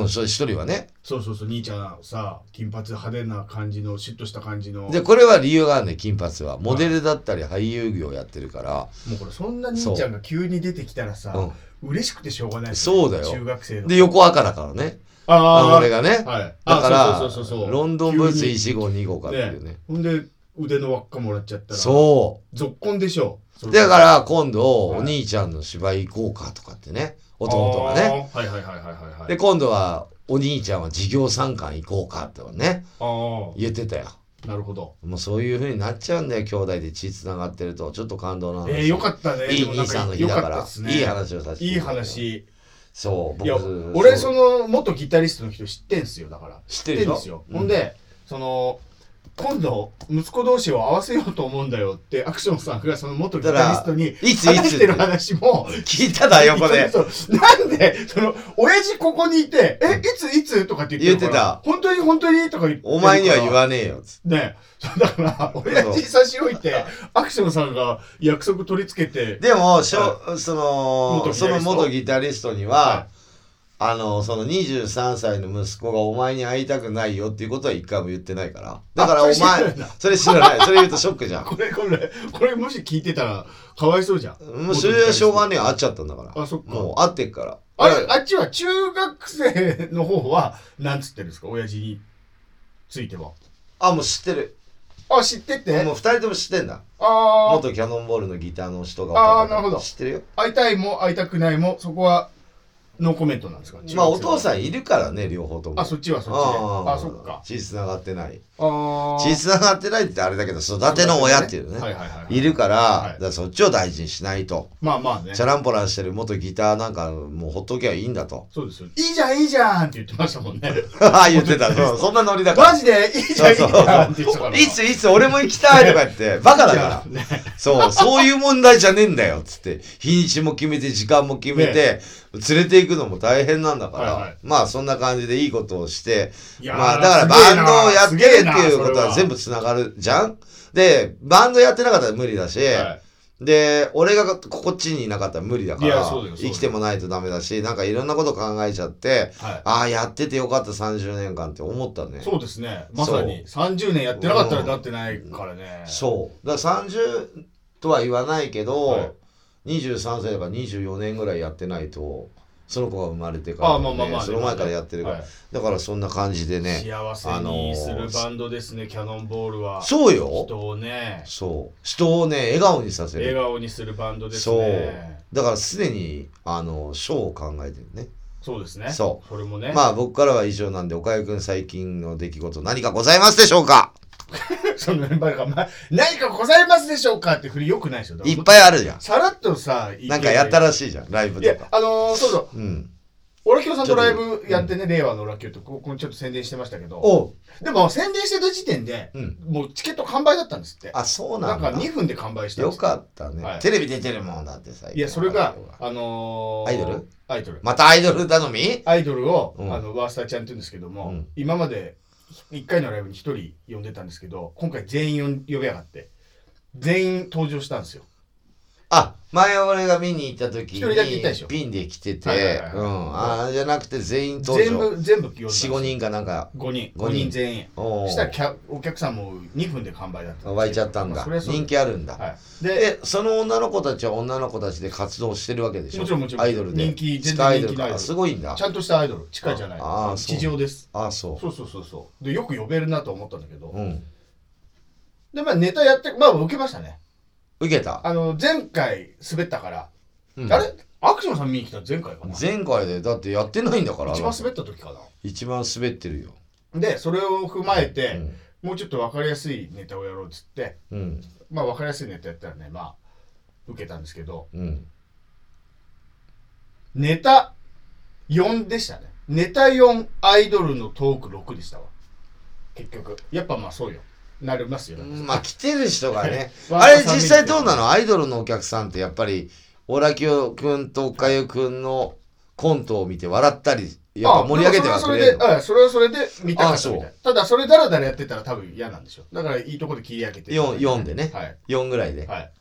[SPEAKER 1] それ一人はね
[SPEAKER 2] そうそうそう兄ちゃんさ金髪派手な感じのシュッとした感じの
[SPEAKER 1] でこれは理由があるね金髪はモデルだったり俳優業やってるか
[SPEAKER 2] もうこれそんな兄ちゃんが急に出てきたらさ、
[SPEAKER 1] ら、
[SPEAKER 2] 嬉しくてしょうが
[SPEAKER 1] う
[SPEAKER 2] ない
[SPEAKER 1] ん、そうだ
[SPEAKER 2] 中
[SPEAKER 1] よ
[SPEAKER 2] 学生の
[SPEAKER 1] で横赤だからねあの
[SPEAKER 2] あ
[SPEAKER 1] 俺がね
[SPEAKER 2] あはい
[SPEAKER 1] だから
[SPEAKER 2] あそうそうそうそう
[SPEAKER 1] ロンドンブーツ
[SPEAKER 2] 急に
[SPEAKER 1] 1号2号かっていうね
[SPEAKER 2] ほんで腕の輪っかもらっちゃったら
[SPEAKER 1] そ
[SPEAKER 2] ぞっこんでしょ
[SPEAKER 1] うだからら今度
[SPEAKER 2] はい
[SPEAKER 1] お兄ちゃんの芝居行こうかとかってね弟がね
[SPEAKER 2] はいはいはいはいはいはい
[SPEAKER 1] で今度はお兄ちゃんは授業参観行こうかとかね
[SPEAKER 2] ああ
[SPEAKER 1] 言ってたよ
[SPEAKER 2] なるほど
[SPEAKER 1] もうそういう風になっちゃうんだよ兄弟で血つながってるとちょっと感動の話
[SPEAKER 2] えー、よかったね
[SPEAKER 1] いい
[SPEAKER 2] でもなん
[SPEAKER 1] 兄さんの日
[SPEAKER 2] よ
[SPEAKER 1] だか
[SPEAKER 2] った
[SPEAKER 1] ら
[SPEAKER 2] っすね
[SPEAKER 1] いい話をさせて
[SPEAKER 2] いい
[SPEAKER 1] ただた
[SPEAKER 2] 話
[SPEAKER 1] そう
[SPEAKER 2] いや
[SPEAKER 1] 僕
[SPEAKER 2] 俺その元ギタリストの人知ってんすよだから
[SPEAKER 1] 知っ
[SPEAKER 2] 知
[SPEAKER 1] て
[SPEAKER 2] っ
[SPEAKER 1] る
[SPEAKER 2] て
[SPEAKER 1] で
[SPEAKER 2] ん
[SPEAKER 1] しょ
[SPEAKER 2] ですよ、
[SPEAKER 1] うん
[SPEAKER 2] ほんでその今度息子同士を合わせようと思うんだよってアクションさんがその元ギタリストに
[SPEAKER 1] いつい
[SPEAKER 2] 話
[SPEAKER 1] つ
[SPEAKER 2] してる話も
[SPEAKER 1] 聞いただ 横で
[SPEAKER 2] そうなんでその親父ここにいて「えいついつ?」とかって言ってるから本当に本当に?」とか言ってるから
[SPEAKER 1] お前には言わねえよつって
[SPEAKER 2] ね そうだから親父差し置いてアクションさんが約束取り付けて
[SPEAKER 1] でもしょ、その
[SPEAKER 2] 元ギタリス
[SPEAKER 1] そ
[SPEAKER 2] ト
[SPEAKER 1] の元ギタリストに
[SPEAKER 2] は
[SPEAKER 1] は、あのその23歳の息子がお前に会いたくないよっていうことは一回も言ってないからだからお
[SPEAKER 2] あ
[SPEAKER 1] 前
[SPEAKER 2] それ知らないん
[SPEAKER 1] それ知らない
[SPEAKER 2] だ
[SPEAKER 1] それ言うとショックじゃん
[SPEAKER 2] これこれこれもし聞いてたらかわいそうじゃん
[SPEAKER 1] もうそれはしょうがねえよ会っちゃったんだから
[SPEAKER 2] あそっか
[SPEAKER 1] もう会ってっから
[SPEAKER 2] あれ
[SPEAKER 1] だから
[SPEAKER 2] あっちは中学生の方はなんつってるんですか親父については
[SPEAKER 1] あもう知ってる
[SPEAKER 2] あ知ってて
[SPEAKER 1] もう二人とも知ってんだ
[SPEAKER 2] ああ
[SPEAKER 1] 元キャノンボールのギターの人が
[SPEAKER 2] あーなるほど
[SPEAKER 1] 知ってるよ
[SPEAKER 2] 会いたいも会いたくないもそこはノーコメントなんですか
[SPEAKER 1] まあお父
[SPEAKER 2] ん
[SPEAKER 1] さんいるからね両方とも
[SPEAKER 2] あそっちはそっちであそっか
[SPEAKER 1] 血繋がってない
[SPEAKER 2] ああ
[SPEAKER 1] 血繋がってないってあれだけど育ての親っていうね
[SPEAKER 2] はいはいはい
[SPEAKER 1] いるから,、
[SPEAKER 2] はい
[SPEAKER 1] だからそっちを大事にしないと、
[SPEAKER 2] まあまあね
[SPEAKER 1] チャランポランしてる元ギターなんかもうほっときゃいいんだ と
[SPEAKER 2] そうですよいいじゃんいいじゃんって言ってましたも んね
[SPEAKER 1] 言ってたそうそんなノリだから
[SPEAKER 2] マジでいいじゃんいいじ
[SPEAKER 1] そうそう
[SPEAKER 2] ゃんって言ってたから
[SPEAKER 1] いついつ俺も行きたいとか言ってバカだから
[SPEAKER 2] いいじゃんね
[SPEAKER 1] そうそういう問題じゃねえんだよっつって日にちも決めて時間も決めて、連れて行くのも大変なんだから、
[SPEAKER 2] はいはい
[SPEAKER 1] まあそんな感じでいいことをして
[SPEAKER 2] いやー
[SPEAKER 1] まあだから
[SPEAKER 2] すげえ
[SPEAKER 1] バ
[SPEAKER 2] な
[SPEAKER 1] ンドをやってる
[SPEAKER 2] すげえ
[SPEAKER 1] って
[SPEAKER 2] な
[SPEAKER 1] いうことは
[SPEAKER 2] それ
[SPEAKER 1] 全部つながるじゃんでバンドやってなかったら無理だし、
[SPEAKER 2] はい
[SPEAKER 1] で俺がこっちにいなかったら無理だか
[SPEAKER 2] い
[SPEAKER 1] ら
[SPEAKER 2] やそうだよそうだ
[SPEAKER 1] 生
[SPEAKER 2] よ
[SPEAKER 1] きてもないとダメだしなんかいろんなこと考えちゃって
[SPEAKER 2] はい
[SPEAKER 1] ああやっててよかった30年間って思ったね
[SPEAKER 2] そうですね。まさに30年やってなかったらなってないからね。
[SPEAKER 1] そうだから30とは言わないけど、
[SPEAKER 2] はい
[SPEAKER 1] 23歳だから24年ぐらいやってないとその子が生まれてから、ね
[SPEAKER 2] あまあまあまあ
[SPEAKER 1] その前からやってるから、
[SPEAKER 2] はい
[SPEAKER 1] だからそんな感じでね
[SPEAKER 2] 幸せにするバンドですね、キャノンボールは。
[SPEAKER 1] そうよ
[SPEAKER 2] 人をね、
[SPEAKER 1] そう人をね笑顔にさせ
[SPEAKER 2] 笑
[SPEAKER 1] る
[SPEAKER 2] 顔にするバンドです
[SPEAKER 1] そう
[SPEAKER 2] ね。
[SPEAKER 1] だからすでにあのショーを考えてるね
[SPEAKER 2] そうですね。。
[SPEAKER 1] そう
[SPEAKER 2] これもね。
[SPEAKER 1] まあ僕からは以上なんで、岡井くん最近の出来事何かございますでしょうか
[SPEAKER 2] そのメンバーが、まあ、何かございますでしょうかって振りよくないですよ。
[SPEAKER 1] いっぱいあるじゃん。
[SPEAKER 2] さらっとさ、言えば
[SPEAKER 1] なんかやったらしいじゃん、ライブ
[SPEAKER 2] い
[SPEAKER 1] と
[SPEAKER 2] や
[SPEAKER 1] か、。
[SPEAKER 2] あのーそうそう。
[SPEAKER 1] うん。
[SPEAKER 2] オラキオさんとライブやってね、令和のオラキオって、ここにちょっと宣伝してましたけど、
[SPEAKER 1] おう。
[SPEAKER 2] でも宣伝してた時点で、
[SPEAKER 1] うん。
[SPEAKER 2] もうチケット完売だったんですって。
[SPEAKER 1] あ、そうな
[SPEAKER 2] なんん
[SPEAKER 1] だ。
[SPEAKER 2] か2分で完売したん
[SPEAKER 1] よ
[SPEAKER 2] ですって
[SPEAKER 1] かったね、
[SPEAKER 2] はい
[SPEAKER 1] テレビ出てるもんだって最近。
[SPEAKER 2] いや、それが、あのー
[SPEAKER 1] アイドル
[SPEAKER 2] アイドル。
[SPEAKER 1] またアイドル頼み
[SPEAKER 2] アイドルを、
[SPEAKER 1] うん
[SPEAKER 2] あの、ワースターちゃんって言うんですけども、
[SPEAKER 1] うん
[SPEAKER 2] 今まで1回のライブに1人呼んでたんですけど、今回全員よん呼びやがって、全員登場したんですよ。
[SPEAKER 1] あ、前俺が見に行った時に、
[SPEAKER 2] 一人だけいたでしょ
[SPEAKER 1] ピンで来てて、
[SPEAKER 2] はいはいはいはい
[SPEAKER 1] うん。ああ、じゃなくて全員登
[SPEAKER 2] 全
[SPEAKER 1] 場。
[SPEAKER 2] 部、全部呼んだんです
[SPEAKER 1] 4、
[SPEAKER 2] よ。
[SPEAKER 1] 5人かなんか。
[SPEAKER 2] 5人。
[SPEAKER 1] 五人
[SPEAKER 2] 5人全員。
[SPEAKER 1] お
[SPEAKER 2] そ
[SPEAKER 1] ー
[SPEAKER 2] したらキャお客さんも2分で完売だったんですよ
[SPEAKER 1] 湧いちゃったん
[SPEAKER 2] ま
[SPEAKER 1] だ
[SPEAKER 2] あそれ。はそう
[SPEAKER 1] 人気あるんだ。
[SPEAKER 2] はい。で、
[SPEAKER 1] えその女の子たちは女の子たちで活動してるわけでしょ
[SPEAKER 2] もちろんもちろん
[SPEAKER 1] アイドルで
[SPEAKER 2] 人気
[SPEAKER 1] 地
[SPEAKER 2] 全然人
[SPEAKER 1] 下
[SPEAKER 2] 気の
[SPEAKER 1] ア
[SPEAKER 2] ア
[SPEAKER 1] イ
[SPEAKER 2] イ
[SPEAKER 1] ド
[SPEAKER 2] ド
[SPEAKER 1] ル
[SPEAKER 2] ル
[SPEAKER 1] かあすごいんだ
[SPEAKER 2] ちゃんとしたアイドル、地下じゃない。
[SPEAKER 1] あーそう
[SPEAKER 2] 地上です。
[SPEAKER 1] ああそ
[SPEAKER 2] そうそうそうそう。で、よく呼べるなと思ったんだけど、
[SPEAKER 1] ううん
[SPEAKER 2] で、まあネタやって、まあ受けましたね。
[SPEAKER 1] 受けた、
[SPEAKER 2] あの、前回滑ったから、
[SPEAKER 1] うん
[SPEAKER 2] あれアクションさん見に来たの前回かな一
[SPEAKER 1] 前回でだってやってないんだから
[SPEAKER 2] 番滑った時か
[SPEAKER 1] 一番滑ってるよ、
[SPEAKER 2] な。で、それを踏まえて、
[SPEAKER 1] うん
[SPEAKER 2] もうちょっと分かりやすいネタをやろうっつって、
[SPEAKER 1] うん
[SPEAKER 2] まあ分かりやすいネタやったらね、まあ、受けたんですけど、
[SPEAKER 1] うん
[SPEAKER 2] ネタ4でしたね。ネタ4、アイドルのトーク6でしたわ。結局。やっぱまあそうよ。なりますよ。
[SPEAKER 1] まあ来てる人がね
[SPEAKER 2] わ
[SPEAKER 1] あれ実際どうなのアイドルのお客さんってやっぱりオラキオくんとおかゆくんのコントを見て笑ったりやっぱ盛り上げては
[SPEAKER 2] あそ
[SPEAKER 1] く
[SPEAKER 2] れ
[SPEAKER 1] れるの
[SPEAKER 2] はそれで、あそれはそれで見たかったみた
[SPEAKER 1] あ
[SPEAKER 2] い。ただ、それだらだらやってたら多分嫌なんでしょ。だから、いいとこで切り上げて。
[SPEAKER 1] よんよんでね
[SPEAKER 2] はい。
[SPEAKER 1] 4ぐらいで、
[SPEAKER 2] はい。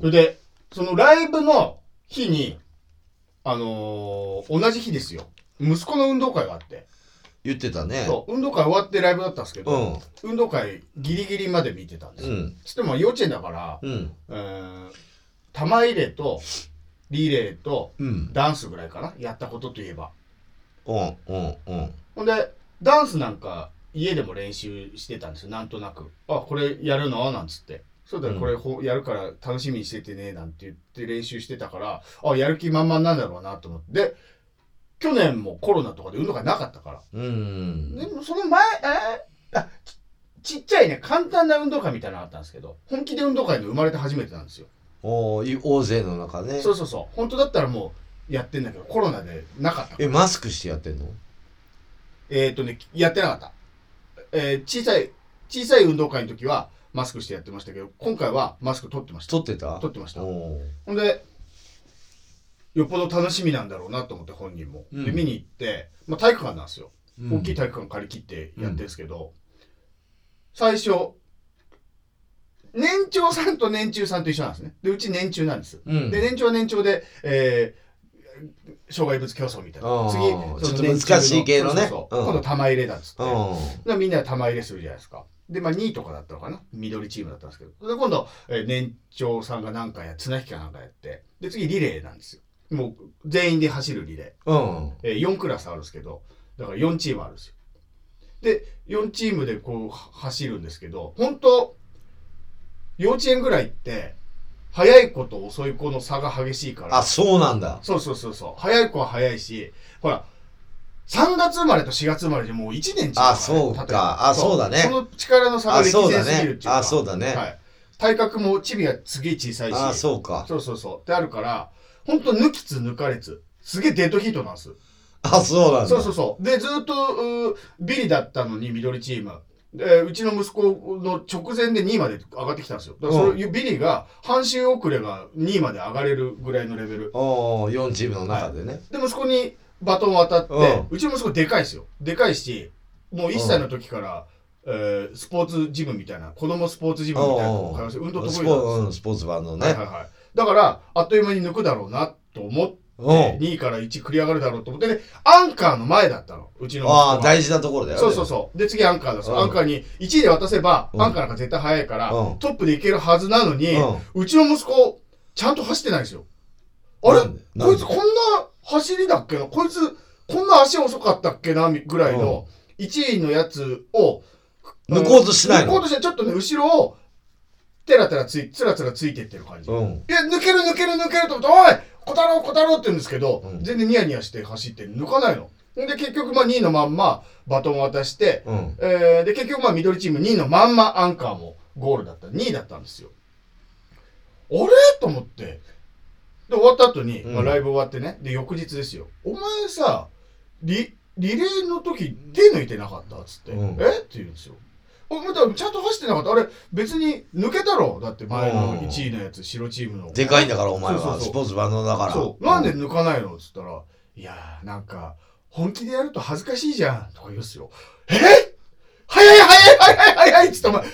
[SPEAKER 2] それで、そのライブの日に、あのー同じ日ですよ。息子の運動会があって、
[SPEAKER 1] 言ってたね
[SPEAKER 2] そう、運動会終わってライブだったんですけど、
[SPEAKER 1] う
[SPEAKER 2] 運動会ギリギリまで見てたんです
[SPEAKER 1] んう
[SPEAKER 2] よ。
[SPEAKER 1] ん
[SPEAKER 2] つっても幼稚園だから、
[SPEAKER 1] うん
[SPEAKER 2] うーん、玉入れと、リレーと、
[SPEAKER 1] うん
[SPEAKER 2] ダンスぐらいかな。やったことといえば。
[SPEAKER 1] うんうんうん
[SPEAKER 2] ほんで、ダンスなんか家でも練習してたんですよ、なんとなく。あ、これやるのなんつって。そうだよ、
[SPEAKER 1] うん
[SPEAKER 2] これほやるから楽しみにしててね、なんて言って練習してたから、あ、やる気満々なんだろうなと思って。で、去年もコロナとかで運動会なかったから。
[SPEAKER 1] うん
[SPEAKER 2] でもその前、えーあちちっちゃいね、簡単な運動会みたいなのあったんですけど、本気で運動会で生まれて初めてなんですよ。
[SPEAKER 1] おーい大勢の中ね
[SPEAKER 2] そうそうそう。本当だったらもうやってんだけど、コロナでなかったから
[SPEAKER 1] えマスクしてやってんの
[SPEAKER 2] えっ、とね、やってなかった。えー小さい、小さい運動会の時はマスクしてやってましたけど、今回はマスク取ってました。
[SPEAKER 1] 撮ってた
[SPEAKER 2] 取ってました。ほ
[SPEAKER 1] おー
[SPEAKER 2] んで、よっぽど楽しみなんだろうなと思って本人も。
[SPEAKER 1] うん
[SPEAKER 2] で、見に行って、まあ体育館なんですよ。
[SPEAKER 1] うん
[SPEAKER 2] 大きい体育館借り切ってやってるんですけど、最初、年長さんと年中さんと一緒なんですね。で、うち年中なんです。
[SPEAKER 1] うん
[SPEAKER 2] で、年長は年長で、えー障害物競争みたい
[SPEAKER 1] あ
[SPEAKER 2] な。
[SPEAKER 1] ー
[SPEAKER 2] 次、
[SPEAKER 1] ちょっと
[SPEAKER 2] その年中の
[SPEAKER 1] 難しい系のね
[SPEAKER 2] そうそうそう
[SPEAKER 1] うん
[SPEAKER 2] 今度玉入れだっつって。
[SPEAKER 1] う
[SPEAKER 2] でみんなで玉入れするじゃないですか。で、まあ2位とかだったのかな。緑チームだったんですけど。で、今度、えー年長さんが何かや、綱引きかなんかやって。で、次リレーなんですよ。もう全員で走るリレー。
[SPEAKER 1] んうん
[SPEAKER 2] えー4クラスあるんですけど、だから4チームあるんですよ。で、4チームでこうは走るんですけど、本当幼稚園ぐらいって、早い子と遅い子の差が激しいから
[SPEAKER 1] あ、そうなんだ
[SPEAKER 2] そうそうそうそう、早い子は早いし、ほら、3月生まれと4月生まれでもう1年違うからね、
[SPEAKER 1] あそうか
[SPEAKER 2] 例えば
[SPEAKER 1] あそうだね
[SPEAKER 2] その力の差が
[SPEAKER 1] あ
[SPEAKER 2] 歴
[SPEAKER 1] そう
[SPEAKER 2] 然
[SPEAKER 1] だ
[SPEAKER 2] すぎるっ
[SPEAKER 1] ね
[SPEAKER 2] ていうか。
[SPEAKER 1] あそうだね、
[SPEAKER 2] はい。体格もチビがすげえ小さいし。
[SPEAKER 1] あそうか
[SPEAKER 2] そうそうそう。ってあるから、ほんと抜きつ抜かれつ。すげえデッドヒートなんです。
[SPEAKER 1] あそうなんだ
[SPEAKER 2] そうそうそう。で、ずっと、うービリだったのに、緑チーム。で、うちの息子の直前で2位まで上がってきたんですよ。だからそれ、ビリが、半周遅れが2位まで上がれるぐらいのレベル。
[SPEAKER 1] おお4チームの中でね、
[SPEAKER 2] で、息子にバトンを渡って、
[SPEAKER 1] うん
[SPEAKER 2] うちの息子でかいですよ。でかいし、もう1歳の時から、えースポーツジムみたいな、子供スポーツジムみたいなのを通わせて運動得意なんです
[SPEAKER 1] ス
[SPEAKER 2] よ。
[SPEAKER 1] ポうんスポーツバーのね、
[SPEAKER 2] はいはいはい。だから、あっという間に抜くだろうなと思って、
[SPEAKER 1] うん
[SPEAKER 2] 2位から1繰り上がるだろうと思って、で、アンカーの前だったの、うちの息子
[SPEAKER 1] あ
[SPEAKER 2] は。
[SPEAKER 1] あ大事なところだよね
[SPEAKER 2] そうそうそう。で、次アンカーだそう
[SPEAKER 1] うん
[SPEAKER 2] アンカーに1位で渡せば、
[SPEAKER 1] うん
[SPEAKER 2] アンカーなんか絶対早いから、
[SPEAKER 1] うん
[SPEAKER 2] トップでいけるはずなのに、
[SPEAKER 1] うん
[SPEAKER 2] うちの息子、ちゃんと走ってないんですよ。あれ
[SPEAKER 1] なんでなん
[SPEAKER 2] こい
[SPEAKER 1] で
[SPEAKER 2] つこんな走りだっけなこいつ、こんな足遅かったっけなみぐらいの、1位のやつを、
[SPEAKER 1] 抜こうとしないの
[SPEAKER 2] 抜こうとして、ちょっとね、後ろを、てらてらつい、つらつらついてってる感じ。
[SPEAKER 1] うん
[SPEAKER 2] いや、抜ける抜ける抜けると思って、おい小太郎小太郎って言うんですけど、
[SPEAKER 1] うん
[SPEAKER 2] 全然ニヤニヤして走って抜かないの。で、結局、まあ2位のまんまバトン渡して、
[SPEAKER 1] うん
[SPEAKER 2] えーで、結局、まあ緑チーム2位のまんまアンカーもゴールだった。2位だったんですよ。あれと思って。で、終わった後に、
[SPEAKER 1] うん
[SPEAKER 2] まあ、ライブ終わってね。で、翌日ですよ。お前さ、リ、リレーの時手抜いてなかったっつって。
[SPEAKER 1] うん
[SPEAKER 2] えって言うんですよ。お前だからちゃんと走ってなかった。あれ、別に抜けたろ。だって前の1位のやつ、白チームの。
[SPEAKER 1] でかいんだからお前は
[SPEAKER 2] そうそうそう
[SPEAKER 1] スポーツ万能だから
[SPEAKER 2] そう。なんで抜かないのっつったら、いやー、なんか、本気でやると恥ずかしいじゃん。とか言うんすよ。えー早い早い早い早いっつってお前、5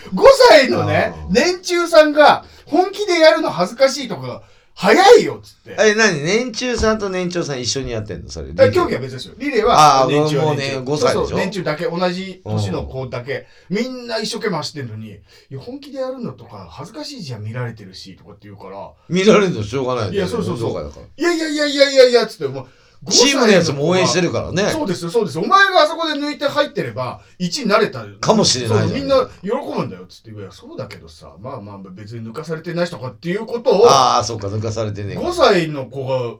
[SPEAKER 2] 歳のね
[SPEAKER 1] あ、ー
[SPEAKER 2] 年中さんが、本気でやるの恥ずかしいとか、早いよっつって。
[SPEAKER 1] え何年中さんと年長さん一緒にやってんのそれ
[SPEAKER 2] え競技は別ですよ。リレーは
[SPEAKER 1] あー
[SPEAKER 2] 年中
[SPEAKER 1] も
[SPEAKER 2] は
[SPEAKER 1] うね
[SPEAKER 2] 年中。
[SPEAKER 1] 5歳でしょ
[SPEAKER 2] そうそう年中だけ、同じ年の子だけ、みんな一生懸命走ってんのに、いや、本気でやるのとか、恥ずかしいじゃん、見られてるし、とかって言うから、
[SPEAKER 1] 見られるとしょうがないんだよ
[SPEAKER 2] いやそうそうそう
[SPEAKER 1] 運動会だから
[SPEAKER 2] いやいやいやいやいやいやっつって、もう、
[SPEAKER 1] チームのやつも応援してるからね。
[SPEAKER 2] そうですよ、そうですよ。お前があそこで抜いて入ってれば、1になれたよ
[SPEAKER 1] かもしれない
[SPEAKER 2] そう
[SPEAKER 1] じゃん
[SPEAKER 2] みんな喜ぶんだよ、つって。いや、そうだけどさ、まあまあ、別に抜かされてない人かっていうことを、
[SPEAKER 1] ああ、そうか、抜かされてねえ
[SPEAKER 2] 5歳の子が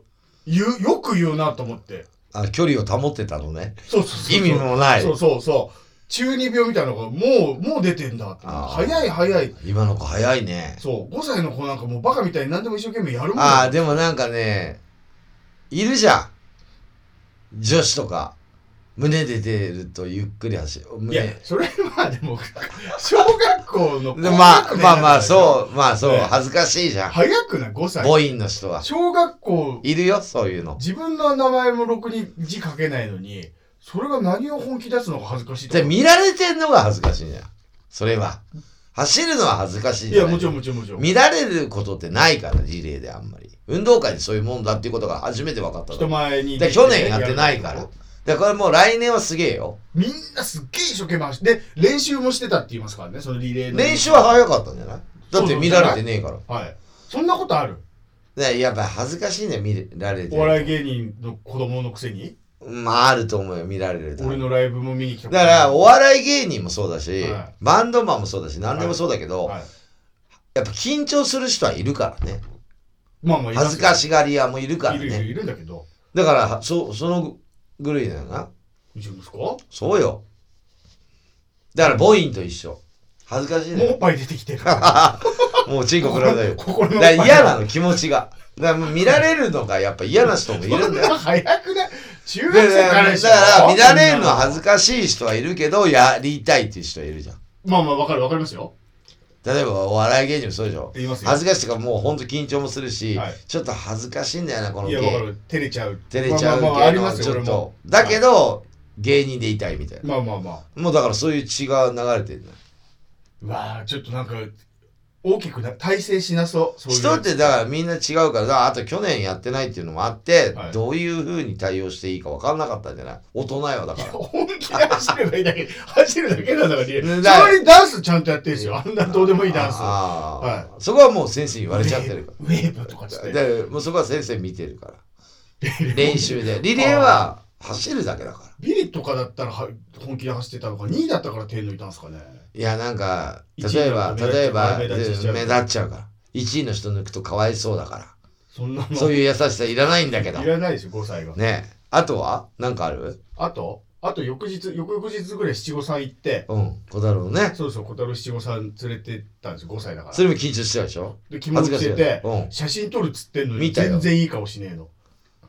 [SPEAKER 2] 言う、よく言うなと思って。
[SPEAKER 1] あ、距離を保ってたのね。
[SPEAKER 2] そうそうそうそう。
[SPEAKER 1] 意味もない
[SPEAKER 2] そ。うそうそう。中二病みたいなのが、もう、もう出てんだって。
[SPEAKER 1] あー
[SPEAKER 2] 早い早い。
[SPEAKER 1] 今の子早いね。
[SPEAKER 2] そう、5歳の子なんかもうバカみたいに何でも一生懸命やるもんだよ
[SPEAKER 1] ああ、でもなんかね、いるじゃん。女子とか。胸出てるとゆっくり走る。
[SPEAKER 2] い
[SPEAKER 1] 胸
[SPEAKER 2] や、それはでも、小学校の
[SPEAKER 1] でまあまあまあ、
[SPEAKER 2] う。
[SPEAKER 1] そう、まあそう、
[SPEAKER 2] ね
[SPEAKER 1] 恥ずかしいじゃん。
[SPEAKER 2] 早くない ?5 歳。
[SPEAKER 1] ボインの人は。
[SPEAKER 2] 小学校、
[SPEAKER 1] いるよ、そういうの。
[SPEAKER 2] 自分の名前もろくに字書けないのに、それが何を本気出すのが恥ずかしいと
[SPEAKER 1] で、見られてんのが恥ずかしいじゃん。それは。走るのは恥ずかしい
[SPEAKER 2] い
[SPEAKER 1] じゃ
[SPEAKER 2] や、
[SPEAKER 1] ん。
[SPEAKER 2] もちろんもちろんもちろん。
[SPEAKER 1] 見られることってないから、リレーであんまり。運動会でそういうもんだっていうことが初めて分かった
[SPEAKER 2] 人
[SPEAKER 1] の。
[SPEAKER 2] 前に出
[SPEAKER 1] で、
[SPEAKER 2] てね。
[SPEAKER 1] 去年やってないから
[SPEAKER 2] る。
[SPEAKER 1] で、これもう来年はすげえよ。
[SPEAKER 2] みんなすっげえ一生懸命走って、で、練習もしてたって言いますからね、そのリレーの。
[SPEAKER 1] 練習は早かったんじゃないだって見られてねえから。
[SPEAKER 2] はい。そんなことある
[SPEAKER 1] でやっぱ恥ずかしいね、見られ
[SPEAKER 2] お笑い
[SPEAKER 1] て。
[SPEAKER 2] 芸人の子供のくせに、
[SPEAKER 1] まあ、あると思うよ、見られると。
[SPEAKER 2] 俺のライブも見に来たこと
[SPEAKER 1] だ
[SPEAKER 2] あ
[SPEAKER 1] か
[SPEAKER 2] る
[SPEAKER 1] ら、お笑い芸人もそうだし、
[SPEAKER 2] はい
[SPEAKER 1] バンドマンもそうだし、何でもそうだけど、
[SPEAKER 2] はい
[SPEAKER 1] やっぱ緊張する人はいるからね。
[SPEAKER 2] まあまあ、
[SPEAKER 1] 恥ずか
[SPEAKER 2] し
[SPEAKER 1] しがり屋もいるから
[SPEAKER 2] いるいる
[SPEAKER 1] ね。
[SPEAKER 2] いるんだけど、
[SPEAKER 1] だから、そ、そのぐらいだよな。
[SPEAKER 2] うちの息子も
[SPEAKER 1] そうよ。だから、ボインと一緒。恥ずかしいう
[SPEAKER 2] お
[SPEAKER 1] ね。
[SPEAKER 2] っぱい出てきてる。
[SPEAKER 1] もう、チンコくらないよ。
[SPEAKER 2] 心
[SPEAKER 1] だ
[SPEAKER 2] の
[SPEAKER 1] から
[SPEAKER 2] 声
[SPEAKER 1] 嫌 なの、気持ちが。だからもう見られるのがやっぱ嫌な人もいるんだよ。
[SPEAKER 2] 早くね中
[SPEAKER 1] だ
[SPEAKER 2] 学生
[SPEAKER 1] か
[SPEAKER 2] から
[SPEAKER 1] ら、だ
[SPEAKER 2] でしょ
[SPEAKER 1] から見られるのは恥
[SPEAKER 2] ず
[SPEAKER 1] ずかしい人はいるけど、やりたいっていう人はいるじゃん。
[SPEAKER 2] まあまあわかるわかりますよ
[SPEAKER 1] 例えば、お笑い芸人もそうでしょ。
[SPEAKER 2] 言いますよ
[SPEAKER 1] 恥ずかしいとか、もうほんと緊張もするし
[SPEAKER 2] はい、
[SPEAKER 1] ちょっと恥ずかしいんだよな、この
[SPEAKER 2] い
[SPEAKER 1] 芸
[SPEAKER 2] やわかる照れちゃう
[SPEAKER 1] 照れちゃう
[SPEAKER 2] まあまあまあありますよ
[SPEAKER 1] ちょっ
[SPEAKER 2] 俺も
[SPEAKER 1] と。だけど、芸人でいたいみたいな。
[SPEAKER 2] まあまあまあ
[SPEAKER 1] もうだからそういう血が流れてるの
[SPEAKER 2] うわあちょっとなんか大きくな体制しなそうそういう
[SPEAKER 1] 人ってだからみんな違うから、だからあと去年やってないっていうのもあって、
[SPEAKER 2] はい
[SPEAKER 1] どういう風に対応していいか分かんなかったんじゃない大人よ、だか
[SPEAKER 2] いや
[SPEAKER 1] ら。
[SPEAKER 2] 本気で走ればいいだけ走るだけ なんだか
[SPEAKER 1] ね
[SPEAKER 2] らそれにダンスちゃんとやってるんですよあんなどうでもいいダンス
[SPEAKER 1] ああ、
[SPEAKER 2] は
[SPEAKER 1] そこはもう先生に言われちゃってるか
[SPEAKER 2] ウェーブウェーブとかっつっ
[SPEAKER 1] ら。
[SPEAKER 2] て
[SPEAKER 1] で、もうそこは先生見てるから。練習で。リレーは走るだけだから。
[SPEAKER 2] ビリとかだったらは本気で走ってたのか2位だったから手抜いたんですかね
[SPEAKER 1] いや、なんか、
[SPEAKER 2] 一
[SPEAKER 1] 例えば、
[SPEAKER 2] 位の
[SPEAKER 1] 例えば、
[SPEAKER 2] 目
[SPEAKER 1] 目
[SPEAKER 2] 立
[SPEAKER 1] 立
[SPEAKER 2] ちしちゃ
[SPEAKER 1] っ
[SPEAKER 2] う
[SPEAKER 1] ちゃうから。1位の人抜くとかわいそうだか
[SPEAKER 2] そんな
[SPEAKER 1] ら。
[SPEAKER 2] の
[SPEAKER 1] そういう優しさいらないんだけど
[SPEAKER 2] い。らないですよ5歳が
[SPEAKER 1] ねえ。あとはなんかある
[SPEAKER 2] あと、あと翌日、翌々日ぐらい七五三行って、
[SPEAKER 1] うん。小太郎ね。
[SPEAKER 2] そうそう、小太郎七五三連れてったんですよ、5歳だか
[SPEAKER 1] そ
[SPEAKER 2] ら。
[SPEAKER 1] れも緊張してたでしょ
[SPEAKER 2] で、着物着てて、
[SPEAKER 1] うん。
[SPEAKER 2] 写真撮るっつってんのに、
[SPEAKER 1] 見たよ
[SPEAKER 2] 全然いい顔しねえの。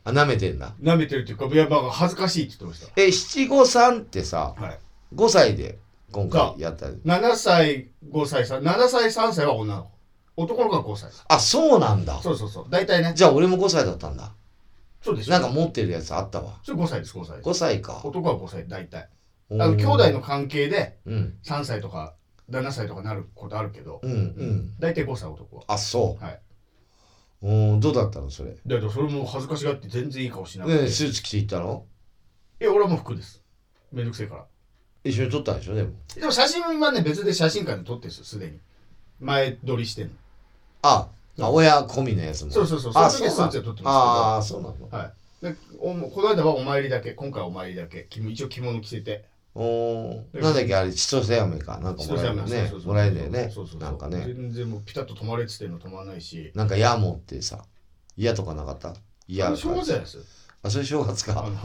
[SPEAKER 1] あ、舐めてんだ。
[SPEAKER 2] 舐めてるっていうか、いや、まあ、恥ずかしいって言ってまし
[SPEAKER 1] え、七五三ってさ、
[SPEAKER 2] た。はい。
[SPEAKER 1] 5歳で今回やった。
[SPEAKER 2] 7歳、5歳、さ7歳、3歳は女の子。男の子は5歳。
[SPEAKER 1] あ、そうなんだ。
[SPEAKER 2] そうそうそう。大体ね。
[SPEAKER 1] じゃあ俺も5歳だったんだ。
[SPEAKER 2] そうでしょ。
[SPEAKER 1] なんか持ってるやつあったわ。
[SPEAKER 2] それ5歳です、5歳です。
[SPEAKER 1] 5歳か。
[SPEAKER 2] 男は5歳、大体。
[SPEAKER 1] あ
[SPEAKER 2] あの、兄弟の。関係で、
[SPEAKER 1] うん。
[SPEAKER 2] 3歳とか、7歳とかなることあるけど、
[SPEAKER 1] うん。うん。
[SPEAKER 2] 大体5歳男は。
[SPEAKER 1] あ、そう。
[SPEAKER 2] はい。
[SPEAKER 1] うん、どうだったのそれ。ね
[SPEAKER 2] だけど、それも恥ずかしがって全然いい顔しなくて。
[SPEAKER 1] えスーツ着て行ったの
[SPEAKER 2] いや、俺はもう服です。めんどくせえから。
[SPEAKER 1] 一緒に撮ったんでしょでも。
[SPEAKER 2] でも写真はね、別で写真館で撮ってるんですよ、すでに。前撮りしてんの。
[SPEAKER 1] あ、あ親込みのやつも。
[SPEAKER 2] そうそうそう。
[SPEAKER 1] あ、
[SPEAKER 2] そ
[SPEAKER 1] そ
[SPEAKER 2] の
[SPEAKER 1] うな
[SPEAKER 2] 時はスー
[SPEAKER 1] ん
[SPEAKER 2] ツ
[SPEAKER 1] だ
[SPEAKER 2] で撮って。ま
[SPEAKER 1] ああ、そうなの
[SPEAKER 2] すけど。はい。でおこの間はお参りだけ、今回はお参りだけ、君一応着物着せて。
[SPEAKER 1] おーなんだっけあれ、千歳飴か。なんかもらえるよね
[SPEAKER 2] そうそう。そう
[SPEAKER 1] もらえるよね
[SPEAKER 2] そうそうそう。
[SPEAKER 1] なんかね。
[SPEAKER 2] 全然もうピタッと止まれっつってんの止まらないし。
[SPEAKER 1] なんか矢持ってさ。矢とかなかった
[SPEAKER 2] い
[SPEAKER 1] 矢。
[SPEAKER 2] 正月じゃないです。
[SPEAKER 1] あ、それ正月
[SPEAKER 2] あ
[SPEAKER 1] か。
[SPEAKER 2] の、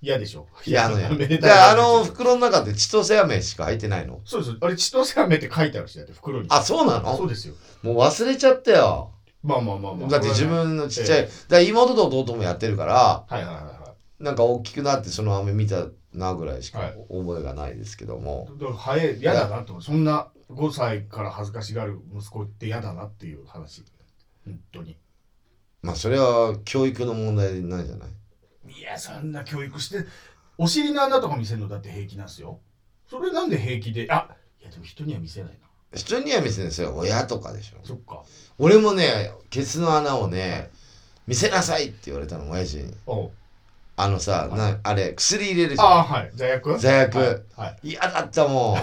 [SPEAKER 2] 嫌でしょ。
[SPEAKER 1] 矢の
[SPEAKER 2] め
[SPEAKER 1] や。
[SPEAKER 2] で
[SPEAKER 1] で
[SPEAKER 2] たい
[SPEAKER 1] あ の袋の中で千歳飴しか入ってないの
[SPEAKER 2] そうです。あれ、千歳飴って書いてあるし、だって袋に。
[SPEAKER 1] あ、そうな
[SPEAKER 2] そ
[SPEAKER 1] の
[SPEAKER 2] うですよ。
[SPEAKER 1] もう忘れちゃったよ。
[SPEAKER 2] まあまあまあまあ。
[SPEAKER 1] だって自分のちっちゃい、
[SPEAKER 2] ええ
[SPEAKER 1] だから妹と弟もやってるから、
[SPEAKER 2] はいはいはいはい。
[SPEAKER 1] なんか大きくなってその飴見たなぐらいしか
[SPEAKER 2] はい
[SPEAKER 1] 覚えがないですけども。
[SPEAKER 2] だから早い嫌だなと思うそんな5歳から恥ずかしがる息子って嫌だなっていう話本当に
[SPEAKER 1] まあそれは教育の問題なんじゃない
[SPEAKER 2] いやそんな教育してお尻の穴とか見せるのだって平気なんですよそれなんで平気であいやでも人には見せないな
[SPEAKER 1] 人には見せないですよ。親とかでしょ。
[SPEAKER 2] そっか
[SPEAKER 1] 俺もね、ケツの穴をね、
[SPEAKER 2] はい
[SPEAKER 1] 見せなさいって言われたの、親父に。
[SPEAKER 2] おう
[SPEAKER 1] あのさ、
[SPEAKER 2] はい
[SPEAKER 1] なあれ、薬入れるじゃ
[SPEAKER 2] ああはい罪悪
[SPEAKER 1] ん。座薬。
[SPEAKER 2] はい、はい
[SPEAKER 1] 嫌だったもん。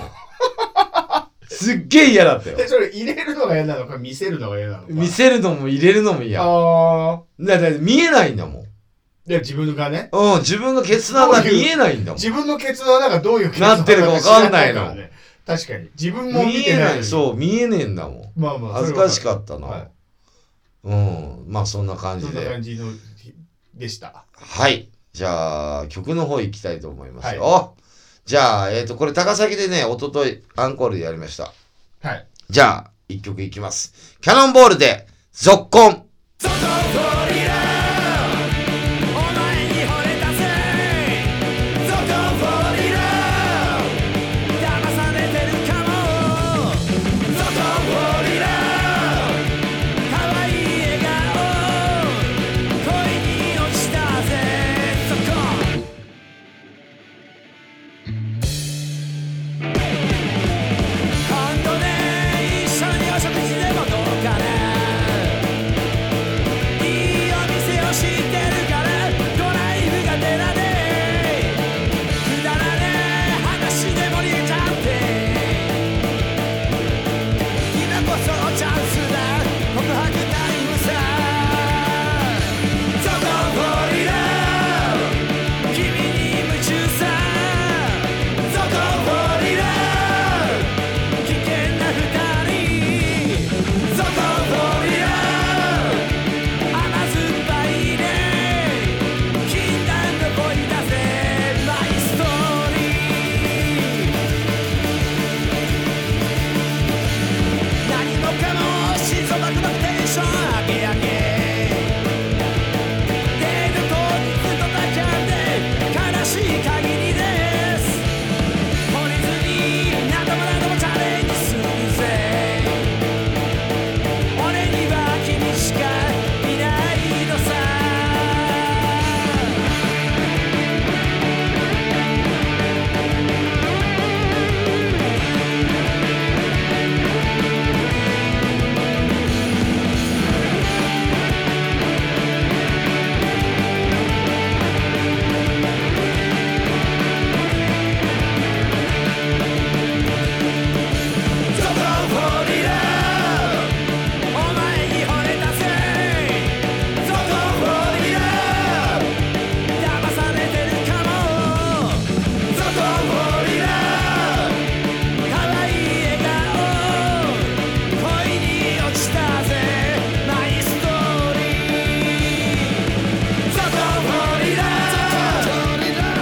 [SPEAKER 1] すっげえ嫌だったよ
[SPEAKER 2] え。それ入れるのが嫌なのか見せるのが嫌なのか
[SPEAKER 1] 見せるのも入れるのも嫌。
[SPEAKER 2] ああ
[SPEAKER 1] だだって見えないんだもん。
[SPEAKER 2] で自分がね
[SPEAKER 1] うん、自分のケツ穴が見えないんだもん。
[SPEAKER 2] 自分のケツはなんかどういうケツ
[SPEAKER 1] なってるかわかんないの
[SPEAKER 2] 知らからね確かに自分も見
[SPEAKER 1] 見
[SPEAKER 2] て
[SPEAKER 1] え
[SPEAKER 2] ない
[SPEAKER 1] ない、そう、見えねえんだもん。
[SPEAKER 2] うまあまあ
[SPEAKER 1] 恥ずかしかったな。
[SPEAKER 2] はい
[SPEAKER 1] うん、まあそんな感
[SPEAKER 2] そ
[SPEAKER 1] じ
[SPEAKER 2] んな
[SPEAKER 1] で。
[SPEAKER 2] 感じの日でした
[SPEAKER 1] はい。じゃあ、曲の方行きたいと思いますよ。
[SPEAKER 2] は
[SPEAKER 1] じゃあ、えっ、と、これ高崎でね、一昨日アンコールでやりました。
[SPEAKER 2] はい
[SPEAKER 1] じゃあ、一曲いきます。キャノンボールで、続婚。
[SPEAKER 3] 外ゴリラお前に惚れたぜ外ゴリラ騙されてるかも外ゴリラ可愛い笑顔恋に落ちたぜそこ今度ね一緒にお食事でもどうかねいいお店を知ってるからドライブが出らねくだらねえ話で盛り上がって今こそチャンスだ告白タイムさゾコゴリラ君に夢中さゾコゴリラ危険な二人ゾコゴリラ甘酸っぱいね禁断の恋だぜマイストーリー何もかも心臓バクバクテンション上げ上げデート当日とだけで悲しい限りです懲りずに何度も何度もチャレンジするぜ俺には君しかいないのさ「ゾロゴリラ」お前に惚れたぜゾコゴリラ騙されてるかもゾコゴリラ可愛い笑顔恋に落ちたぜマイストーリーゾコゴリラ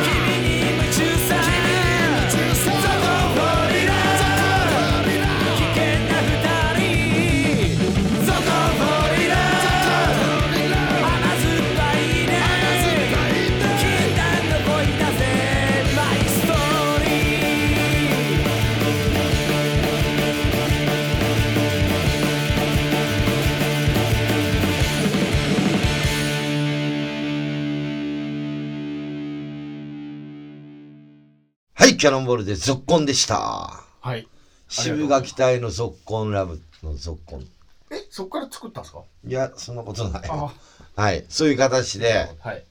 [SPEAKER 3] 君に夢中さゾコゴリラ危険な二人ゾコゴリラ甘酸っぱいね禁断の恋だぜマイストーリー
[SPEAKER 1] はい、キャノンボールで続婚でした。
[SPEAKER 2] はい
[SPEAKER 1] 渋垣隊の続婚ラブの続婚。
[SPEAKER 2] えそこから作ったんですか
[SPEAKER 1] いや、そんなことない。
[SPEAKER 2] あ
[SPEAKER 1] はい、そういう形で、
[SPEAKER 2] はい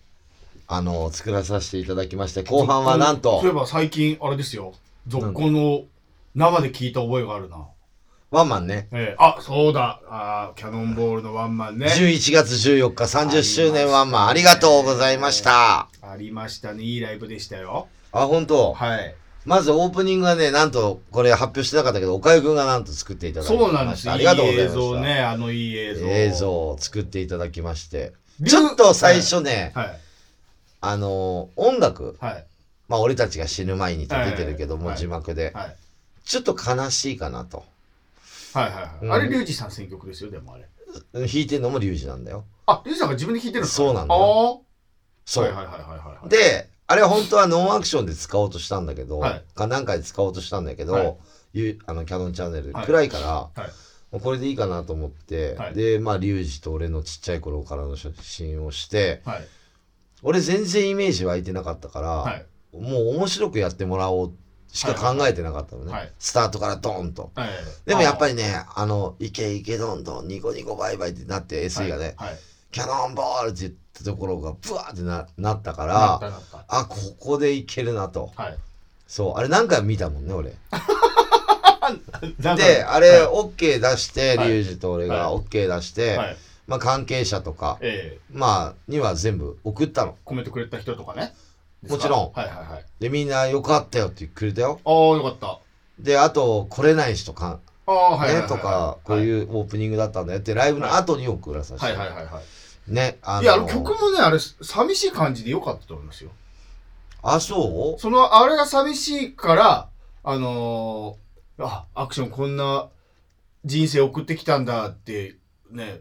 [SPEAKER 1] あの、作らさせていただきまして、後半はなんと
[SPEAKER 2] そうい、えば最近あれですよ続行の生で聞いた覚えがあるな
[SPEAKER 1] ワンマンね、
[SPEAKER 2] ええあそうだあーキャノンボールのワンマンね
[SPEAKER 1] 11月14日30周年ワンマンありがとうございました。
[SPEAKER 2] ありましたねいいライブでしたよ
[SPEAKER 1] あ、本当。
[SPEAKER 2] はい
[SPEAKER 1] まずオープニングはね、なんと、これ発表してなかったけど、岡井くんがなんと作っていただきました。
[SPEAKER 2] そうなんです
[SPEAKER 1] ありがとうござい
[SPEAKER 2] 映
[SPEAKER 1] ま
[SPEAKER 2] 像
[SPEAKER 1] し
[SPEAKER 2] ねあのいい映
[SPEAKER 1] た。
[SPEAKER 2] 像
[SPEAKER 1] 映像を作っていただきまして。
[SPEAKER 2] リ
[SPEAKER 1] ち
[SPEAKER 2] ュウ
[SPEAKER 1] ょっと最初ね、
[SPEAKER 2] はい
[SPEAKER 1] あの、音楽、
[SPEAKER 2] はい
[SPEAKER 1] まあ俺たちが死ぬ前にって出てるけども、
[SPEAKER 2] はい
[SPEAKER 1] 字幕で、
[SPEAKER 2] はい
[SPEAKER 1] ちょっと悲しいかなと。
[SPEAKER 2] はいはい、はい
[SPEAKER 1] うん
[SPEAKER 2] あれリュウジさん選曲ですよでもあれ
[SPEAKER 1] 弾いてるのもリュウジなんだよ。
[SPEAKER 2] あリュウジさんが自分で弾いてるんですか
[SPEAKER 1] そうなんだ
[SPEAKER 2] あー
[SPEAKER 1] そう。
[SPEAKER 2] はいはいはいはいはいはい
[SPEAKER 1] で、あれ本当はノンアクションで使おうとしたんだけど、
[SPEAKER 2] はい
[SPEAKER 1] か何回使おうとしたんだけど、
[SPEAKER 2] はい
[SPEAKER 1] ゆあのキャノンチャンネル
[SPEAKER 2] はい
[SPEAKER 1] 暗いから、
[SPEAKER 2] い
[SPEAKER 1] もうこれでいいかなと思って、
[SPEAKER 2] はい
[SPEAKER 1] で、まあ、リュウジと俺のちっちゃい頃からの写真をして、
[SPEAKER 2] はい
[SPEAKER 1] 俺全然イメージ湧いてなかったから、
[SPEAKER 2] はい
[SPEAKER 1] もう面白くやってもらおうしか考えてなかったのね、
[SPEAKER 2] はい
[SPEAKER 1] スタートからドーンと。
[SPEAKER 2] はい
[SPEAKER 1] でもやっぱりね、あの、いけいけどんどん、ニコニコバイバイってなって、SE がね、
[SPEAKER 2] はい
[SPEAKER 1] キャノンボールって言ったところが、ブワーってななったか
[SPEAKER 2] な
[SPEAKER 1] ら
[SPEAKER 2] っ、たなった
[SPEAKER 1] あ、ここでいけるなと。
[SPEAKER 2] はい
[SPEAKER 1] そう、あれ何回も見たもんね、俺。
[SPEAKER 2] なんか
[SPEAKER 1] で、あれ、
[SPEAKER 2] は
[SPEAKER 1] OK 出して、
[SPEAKER 2] はい
[SPEAKER 1] リュウジと俺が
[SPEAKER 2] はい
[SPEAKER 1] OK 出して、
[SPEAKER 2] いはい
[SPEAKER 1] まあ、関係者とか、
[SPEAKER 2] ええ
[SPEAKER 1] まあ、には全部送ったの。
[SPEAKER 2] コメントくれた人とかね。
[SPEAKER 1] もちろん
[SPEAKER 2] はいはいはい。
[SPEAKER 1] で、みんなよかったよって言ってくれたよ。
[SPEAKER 2] ああ、よかった。
[SPEAKER 1] で、あと、来れない人か、
[SPEAKER 2] ああ、はいはいはい、
[SPEAKER 1] ね、とか、こう
[SPEAKER 2] う。
[SPEAKER 1] いうオープニングだったんだよって、ライブの後に送らさせ
[SPEAKER 2] は
[SPEAKER 1] て。
[SPEAKER 2] いはいはいはい。
[SPEAKER 1] ね、あの
[SPEAKER 2] いや、あの曲もね、あれ、寂しい感じでよかったと思いますよ。
[SPEAKER 1] あ、そう
[SPEAKER 2] その、あれが寂しいから、あのーあ、アクションこんな人生送ってきたんだって、ね、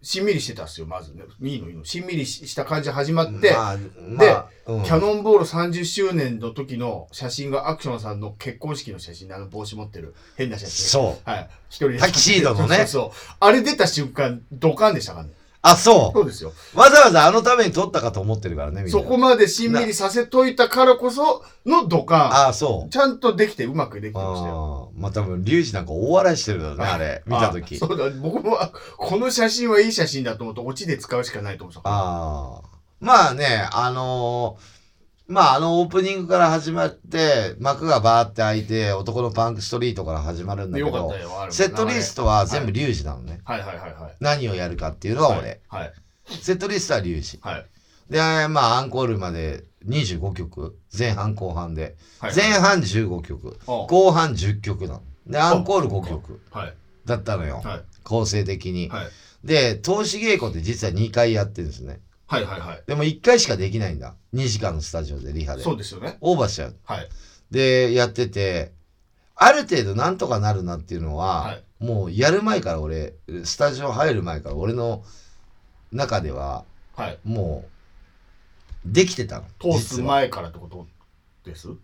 [SPEAKER 2] しんみりしてたっすよ、まずね。いいのいいの。しんみりしした感じ始まって、
[SPEAKER 1] まあ、まあ、うん
[SPEAKER 2] キャノンボール30周年の時の写真がアクションさんの結婚式の写真であの帽子持ってる変な写真。
[SPEAKER 1] そう。
[SPEAKER 2] はい。一人で。
[SPEAKER 1] タキシードのね
[SPEAKER 2] そうそうそう。あれ出た瞬間、ドカンでしたからね。
[SPEAKER 1] あ、そ
[SPEAKER 2] そうですよ。
[SPEAKER 1] う。わざわざあのために撮ったかと思ってるからね、みんな。
[SPEAKER 2] そこまでしんみりさせといたからこそのドカ
[SPEAKER 1] あ、そう
[SPEAKER 2] ン。。ちゃんとできて、うまくできてましたよ。
[SPEAKER 1] あーまあ多分リュウジなんか大笑いしてるだろうねあれ見た時
[SPEAKER 2] あそうだ、僕も、あこの写真はいい写真だと思って、オチで使うしかないと思ってた。
[SPEAKER 1] ああまあねあのーまああのオープニングから始まって幕がバーって開いて男のパンクストリートから始まるんだけ
[SPEAKER 2] よかっ
[SPEAKER 1] ど
[SPEAKER 2] たよ、あれ
[SPEAKER 1] セットリストは全部リュウジなのね、
[SPEAKER 2] はいはいはいはい。
[SPEAKER 1] 何をやるかっていうのは俺、
[SPEAKER 2] はい。
[SPEAKER 1] セットリストはリュウジ
[SPEAKER 2] はい。
[SPEAKER 1] でまあアンコールまで25曲前半後半で、
[SPEAKER 2] はい。
[SPEAKER 1] 前半15曲
[SPEAKER 2] 後
[SPEAKER 1] 後半10曲なのでアンコール5曲
[SPEAKER 2] はい。
[SPEAKER 1] だったのよ、
[SPEAKER 2] はい。
[SPEAKER 1] 構成的に、
[SPEAKER 2] はい。
[SPEAKER 1] で、投資稽古って実は2回やってるんですね。
[SPEAKER 2] はいはいはい。
[SPEAKER 1] でも1回しかできないんだ。2時間のスタジオでリハで。
[SPEAKER 2] そうですよね。
[SPEAKER 1] オーバーしちゃう。
[SPEAKER 2] はい。
[SPEAKER 1] で、やってて、ある程度なんとかなるなっていうのは、
[SPEAKER 2] はい
[SPEAKER 1] もうやる前から俺、スタジオ入る前から俺の中では、
[SPEAKER 2] はい。
[SPEAKER 1] もう、できてたの。
[SPEAKER 2] 通す
[SPEAKER 1] 実は。
[SPEAKER 2] 前からってことです
[SPEAKER 1] う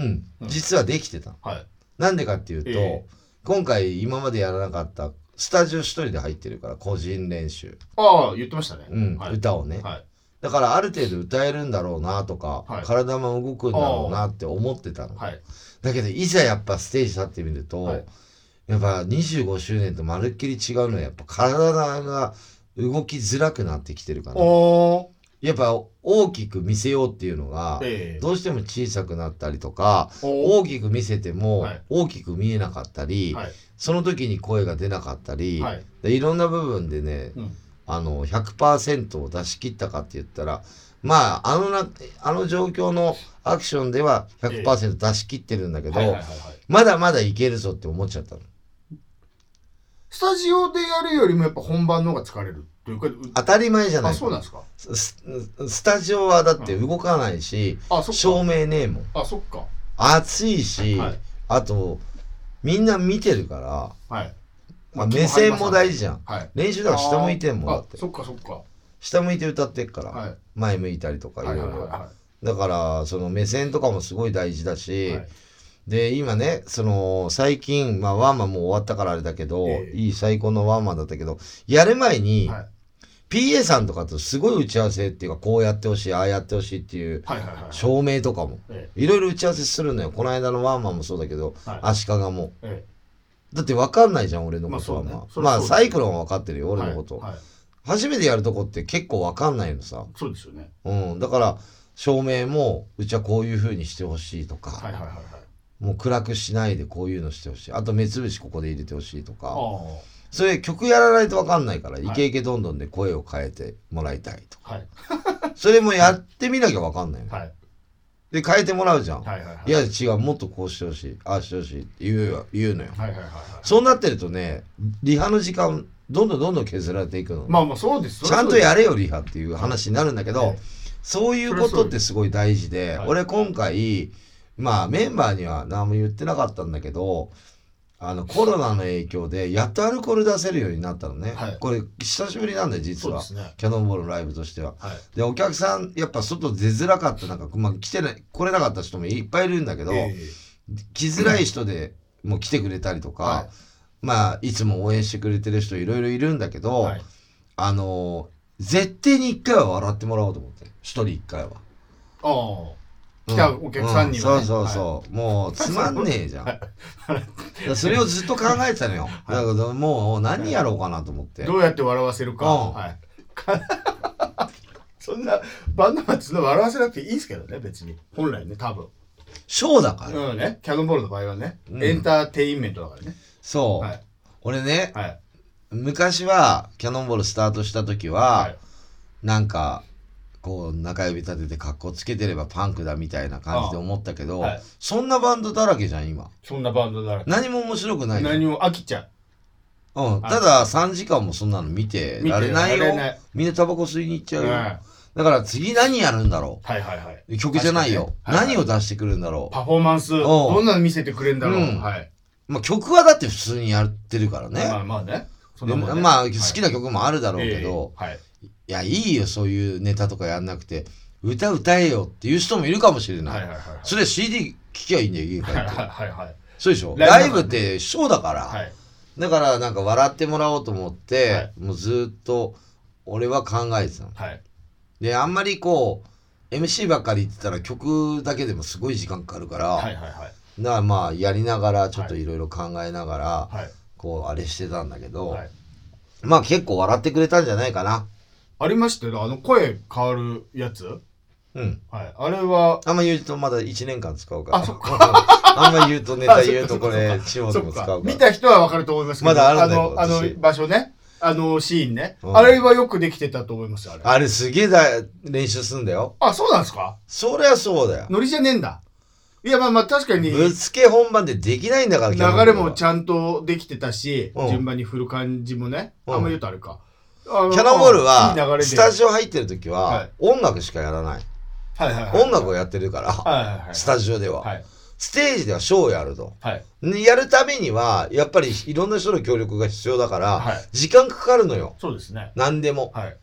[SPEAKER 1] ん。
[SPEAKER 2] うん
[SPEAKER 1] 実はできてたの。
[SPEAKER 2] はい。
[SPEAKER 1] なんでかっていうと、
[SPEAKER 2] ええ
[SPEAKER 1] 今回今までやらなかった、スタジオ一人で入ってるから、個人練習。
[SPEAKER 2] ああ、言ってましたね。
[SPEAKER 1] うん。
[SPEAKER 2] はい。
[SPEAKER 1] 歌をね。
[SPEAKER 2] はい。
[SPEAKER 1] だからある程度歌えるんだろうなとか、
[SPEAKER 2] はい
[SPEAKER 1] 体も動くんだろうなって思ってたの、
[SPEAKER 2] はい。
[SPEAKER 1] だけどいざやっぱステージ立ってみると、
[SPEAKER 2] はい
[SPEAKER 1] やっぱ25周年とまるっきり違うのはやっぱ体が動きづらくなってきてるか
[SPEAKER 2] お
[SPEAKER 1] ら
[SPEAKER 2] お。
[SPEAKER 1] やっぱ大きく見せようっていうのが、
[SPEAKER 2] ええ。
[SPEAKER 1] どうしても小さくなったりとか
[SPEAKER 2] おお。
[SPEAKER 1] 大きく見せても
[SPEAKER 2] はい
[SPEAKER 1] 大きく見えなかったり、
[SPEAKER 2] はい。
[SPEAKER 1] その時に声が出なかったり、
[SPEAKER 2] はい。
[SPEAKER 1] でいろんな部分でね
[SPEAKER 2] うん。
[SPEAKER 1] あの100%を出し切ったかって言ったらまああのなあの状況のアクションでは100%出し切ってるんだけど、
[SPEAKER 2] はいはいはいはい。
[SPEAKER 1] まだまだいけるぞって思っちゃったの
[SPEAKER 2] スタジオでやるよりもやっぱ本番の方が疲れるというか、う
[SPEAKER 1] 当たり前じゃない
[SPEAKER 2] あ、そうなんですか。
[SPEAKER 1] ススタジオはだって動かないし、
[SPEAKER 2] あ、そっか。
[SPEAKER 1] 照明ねえもん
[SPEAKER 2] あ、そっか。
[SPEAKER 1] 暑いし、
[SPEAKER 2] はい
[SPEAKER 1] あとみんな見てるから、
[SPEAKER 2] はい。
[SPEAKER 1] まあ、目線も大事じゃん
[SPEAKER 2] はい。
[SPEAKER 1] 練習だから下向いてんもんだ
[SPEAKER 2] あ
[SPEAKER 1] っ、て
[SPEAKER 2] そっかそっか。
[SPEAKER 1] 下向いて歌ってっから、
[SPEAKER 2] はい。
[SPEAKER 1] 前向いたりとかいろ
[SPEAKER 2] はいい
[SPEAKER 1] ろ、
[SPEAKER 2] はいは
[SPEAKER 1] だからその目線とかもすごい大事だ
[SPEAKER 2] い
[SPEAKER 1] し、
[SPEAKER 2] はい。
[SPEAKER 1] で今ねその最近、まあ、ワンマンもう終わったからあれだけど、
[SPEAKER 2] ええ
[SPEAKER 1] いい最高のワンマンだったけどやる前に、
[SPEAKER 2] はい
[SPEAKER 1] PA さんとかとすごい打ち合わせっていうかこうやってほしいああやってほしいっていう
[SPEAKER 2] はいはいはい。
[SPEAKER 1] 照明とかも
[SPEAKER 2] え
[SPEAKER 1] いろいろ打ち合わせするのよこの間のワンマンもそうだけど、
[SPEAKER 2] えはい
[SPEAKER 1] 足利も
[SPEAKER 2] え
[SPEAKER 1] だって分かんないじゃん俺のことは
[SPEAKER 2] まあ
[SPEAKER 1] まあ、
[SPEAKER 2] そうねそり
[SPEAKER 1] ま
[SPEAKER 2] ゃ
[SPEAKER 1] あ
[SPEAKER 2] そうだ
[SPEAKER 1] サイクロンは分かってるよ
[SPEAKER 2] え
[SPEAKER 1] 俺のこと、
[SPEAKER 2] はいはい
[SPEAKER 1] 初めてやるとこって結構分かんないのさ、
[SPEAKER 2] そうですよね。
[SPEAKER 1] うん、だから照明もうちはこういう風にしてほしいとか、
[SPEAKER 2] はいはいはいはい。
[SPEAKER 1] もう暗くしないでこういうのしてほしいあと目つぶしここで入れてほしいと
[SPEAKER 2] あ
[SPEAKER 1] か
[SPEAKER 2] あ。
[SPEAKER 1] それ曲やらないと分かんないから、
[SPEAKER 2] い
[SPEAKER 1] イケイケどんどんで声を変えてもらいたいとか
[SPEAKER 2] はい
[SPEAKER 1] それもやってみなきゃ分かんないの、
[SPEAKER 2] はい
[SPEAKER 1] で変えてもらうじゃん、、
[SPEAKER 2] はいはいはいい。
[SPEAKER 1] や違うもっとこうしてほしいああしてほしいって言うよ言うのよ
[SPEAKER 2] はいはいはいはい。
[SPEAKER 1] そうなってるとねリハの時間どんどんどんどん削られていくの、
[SPEAKER 2] まあまあそうです。
[SPEAKER 1] ちゃんと
[SPEAKER 2] る
[SPEAKER 1] やれよリハっていう話になるんだけど、
[SPEAKER 2] はい
[SPEAKER 1] そういうことってすごい大事で、
[SPEAKER 2] はい
[SPEAKER 1] 俺今回まあメンバーには何も言ってなかったんだけどあのコロナの影響でやっとアルコール出せるようになったのね、
[SPEAKER 2] はい
[SPEAKER 1] これ久しぶりなんだよ実
[SPEAKER 2] そうで
[SPEAKER 1] は、
[SPEAKER 2] すね。
[SPEAKER 1] キャノンボールのライブとしては。
[SPEAKER 2] はい。
[SPEAKER 1] でお客さんやっぱ外出づらかったなんか、まあ、来てない来れなかった人もいっぱいいるんだけど、
[SPEAKER 2] え
[SPEAKER 1] 来づらい人でもう来てくれたりとか、
[SPEAKER 2] はい
[SPEAKER 1] まあいつも応援してくれてる人いろいろいるんだけ
[SPEAKER 2] え
[SPEAKER 1] ど、
[SPEAKER 2] はい。
[SPEAKER 1] あのー絶対に一回は笑ってもらおうと思って一人一回は
[SPEAKER 2] ああ。来たお客さんに
[SPEAKER 1] う
[SPEAKER 2] はね
[SPEAKER 1] そうそうそう、もうつまんねえじゃん、だ からそれをずっと考えてたのよ、だけどもう何やろうかなと思って、
[SPEAKER 2] どうやって笑わせるか。
[SPEAKER 1] うん
[SPEAKER 2] はい。 そんなバンドマンってそんな笑わせなくていいんですけどね別に本来ね多分
[SPEAKER 1] ショーだから、
[SPEAKER 2] うんねキャノンボールの場合はね
[SPEAKER 1] うん
[SPEAKER 2] エンターテインメントだからね
[SPEAKER 1] そう、
[SPEAKER 2] はい
[SPEAKER 1] 俺ね
[SPEAKER 2] はい
[SPEAKER 1] 昔はキャノンボールスタートした時は、
[SPEAKER 2] はい
[SPEAKER 1] なんかこう中指立てて格好つけてればパンクだみたいな感じで思ったけど、
[SPEAKER 2] はい
[SPEAKER 1] そんなバンドだらけじゃん今
[SPEAKER 2] そんなバンドだらけ
[SPEAKER 1] 何も面白くないよ
[SPEAKER 2] 何も飽きちゃ
[SPEAKER 1] うん、ただ3時間もそんなの見てられない
[SPEAKER 2] 見てら
[SPEAKER 1] よ
[SPEAKER 2] れない
[SPEAKER 1] みんなタバコ吸いに行っち
[SPEAKER 2] う、
[SPEAKER 1] ゃ
[SPEAKER 2] う
[SPEAKER 1] うんよ、
[SPEAKER 2] はい
[SPEAKER 1] だから次何やるんだろ
[SPEAKER 2] はいはいう
[SPEAKER 1] 曲じゃないよ、
[SPEAKER 2] 確かにねはい
[SPEAKER 1] 何を出してくるんだろう
[SPEAKER 2] パフォーマンス
[SPEAKER 1] おう
[SPEAKER 2] どんなの見せてくれんだろう、
[SPEAKER 1] うん
[SPEAKER 2] はい、
[SPEAKER 1] まあ、曲はだって普通にやってるからね,、
[SPEAKER 2] まあまあねそん
[SPEAKER 1] で
[SPEAKER 2] なもんね
[SPEAKER 1] もまあ
[SPEAKER 2] はい
[SPEAKER 1] 好きな曲もあるだろうけど、
[SPEAKER 2] ええはい
[SPEAKER 1] いやいいよそういうネタとかやんなくて歌歌えよっていう人もいるかもしれない、
[SPEAKER 2] はいはいはいはい
[SPEAKER 1] それ CD 聴きゃいいんだよ家帰
[SPEAKER 2] はい
[SPEAKER 1] って
[SPEAKER 2] はいはい
[SPEAKER 1] そうでしょ
[SPEAKER 2] ラ
[SPEAKER 1] ラ
[SPEAKER 2] イ
[SPEAKER 1] イ
[SPEAKER 2] ブ
[SPEAKER 1] ブ
[SPEAKER 2] だ
[SPEAKER 1] っ
[SPEAKER 2] ね
[SPEAKER 1] てショーだから、
[SPEAKER 2] はい
[SPEAKER 1] だからなんか笑ってもらおうと思って、
[SPEAKER 2] はい
[SPEAKER 1] もうずーっと俺は考えてたの
[SPEAKER 2] はい
[SPEAKER 1] であんまりこう MC ばっかり言ってたら曲だけでもすごい時間かかるから、
[SPEAKER 2] はいはいはい
[SPEAKER 1] だからまあやりながらちょっといろいろ考えながら、
[SPEAKER 2] はい
[SPEAKER 1] こうあれしてたんだけど、
[SPEAKER 2] はい
[SPEAKER 1] まあ結構笑ってくれたんじゃないかな
[SPEAKER 2] ありましたよねあの声変わるやつはい
[SPEAKER 1] うん
[SPEAKER 2] あれは
[SPEAKER 1] あんま言うとまだ1年間使うから
[SPEAKER 2] あそっ
[SPEAKER 1] あんま言うとネ タ言うとこれ地方で
[SPEAKER 2] そ
[SPEAKER 1] も
[SPEAKER 2] っ
[SPEAKER 1] 使
[SPEAKER 2] か
[SPEAKER 1] うか
[SPEAKER 2] 見
[SPEAKER 1] ら
[SPEAKER 2] た人は分かると思いますけ
[SPEAKER 1] ま
[SPEAKER 2] ど
[SPEAKER 1] だあるんだよ
[SPEAKER 2] のあの
[SPEAKER 1] 私
[SPEAKER 2] 場所ねあのシーンね、
[SPEAKER 1] うん
[SPEAKER 2] あれはよくできてたと思いますよあれあ
[SPEAKER 1] あれすげえだ練習すんだよ
[SPEAKER 2] そうなんですか
[SPEAKER 1] そりゃそうだよ
[SPEAKER 2] ノリじゃねえんだいやまあまあ確かに
[SPEAKER 1] ぶっ
[SPEAKER 2] 流
[SPEAKER 1] つけ本番でできないんだから
[SPEAKER 2] れもち
[SPEAKER 1] ゃ
[SPEAKER 2] ゃんとできてたし、
[SPEAKER 1] うん
[SPEAKER 2] 順番に振る感じもね、
[SPEAKER 1] うん
[SPEAKER 2] あんま言うとあれかあの
[SPEAKER 1] キャノンボール
[SPEAKER 2] いい流れ
[SPEAKER 1] は
[SPEAKER 2] で
[SPEAKER 1] スタジオ入ってる時
[SPEAKER 2] は
[SPEAKER 1] はい音楽しかやらない
[SPEAKER 2] はいはいはい
[SPEAKER 1] 音楽をやってるから
[SPEAKER 2] はいはいはい
[SPEAKER 1] スタジオで
[SPEAKER 2] は
[SPEAKER 1] はいステージではショーをやると
[SPEAKER 2] はい
[SPEAKER 1] でやるためにはやっぱりいろんな人の協力が必要だか
[SPEAKER 2] は
[SPEAKER 1] ら
[SPEAKER 2] い
[SPEAKER 1] 時間かかるのよ
[SPEAKER 2] そうですね
[SPEAKER 1] 何でも
[SPEAKER 2] はい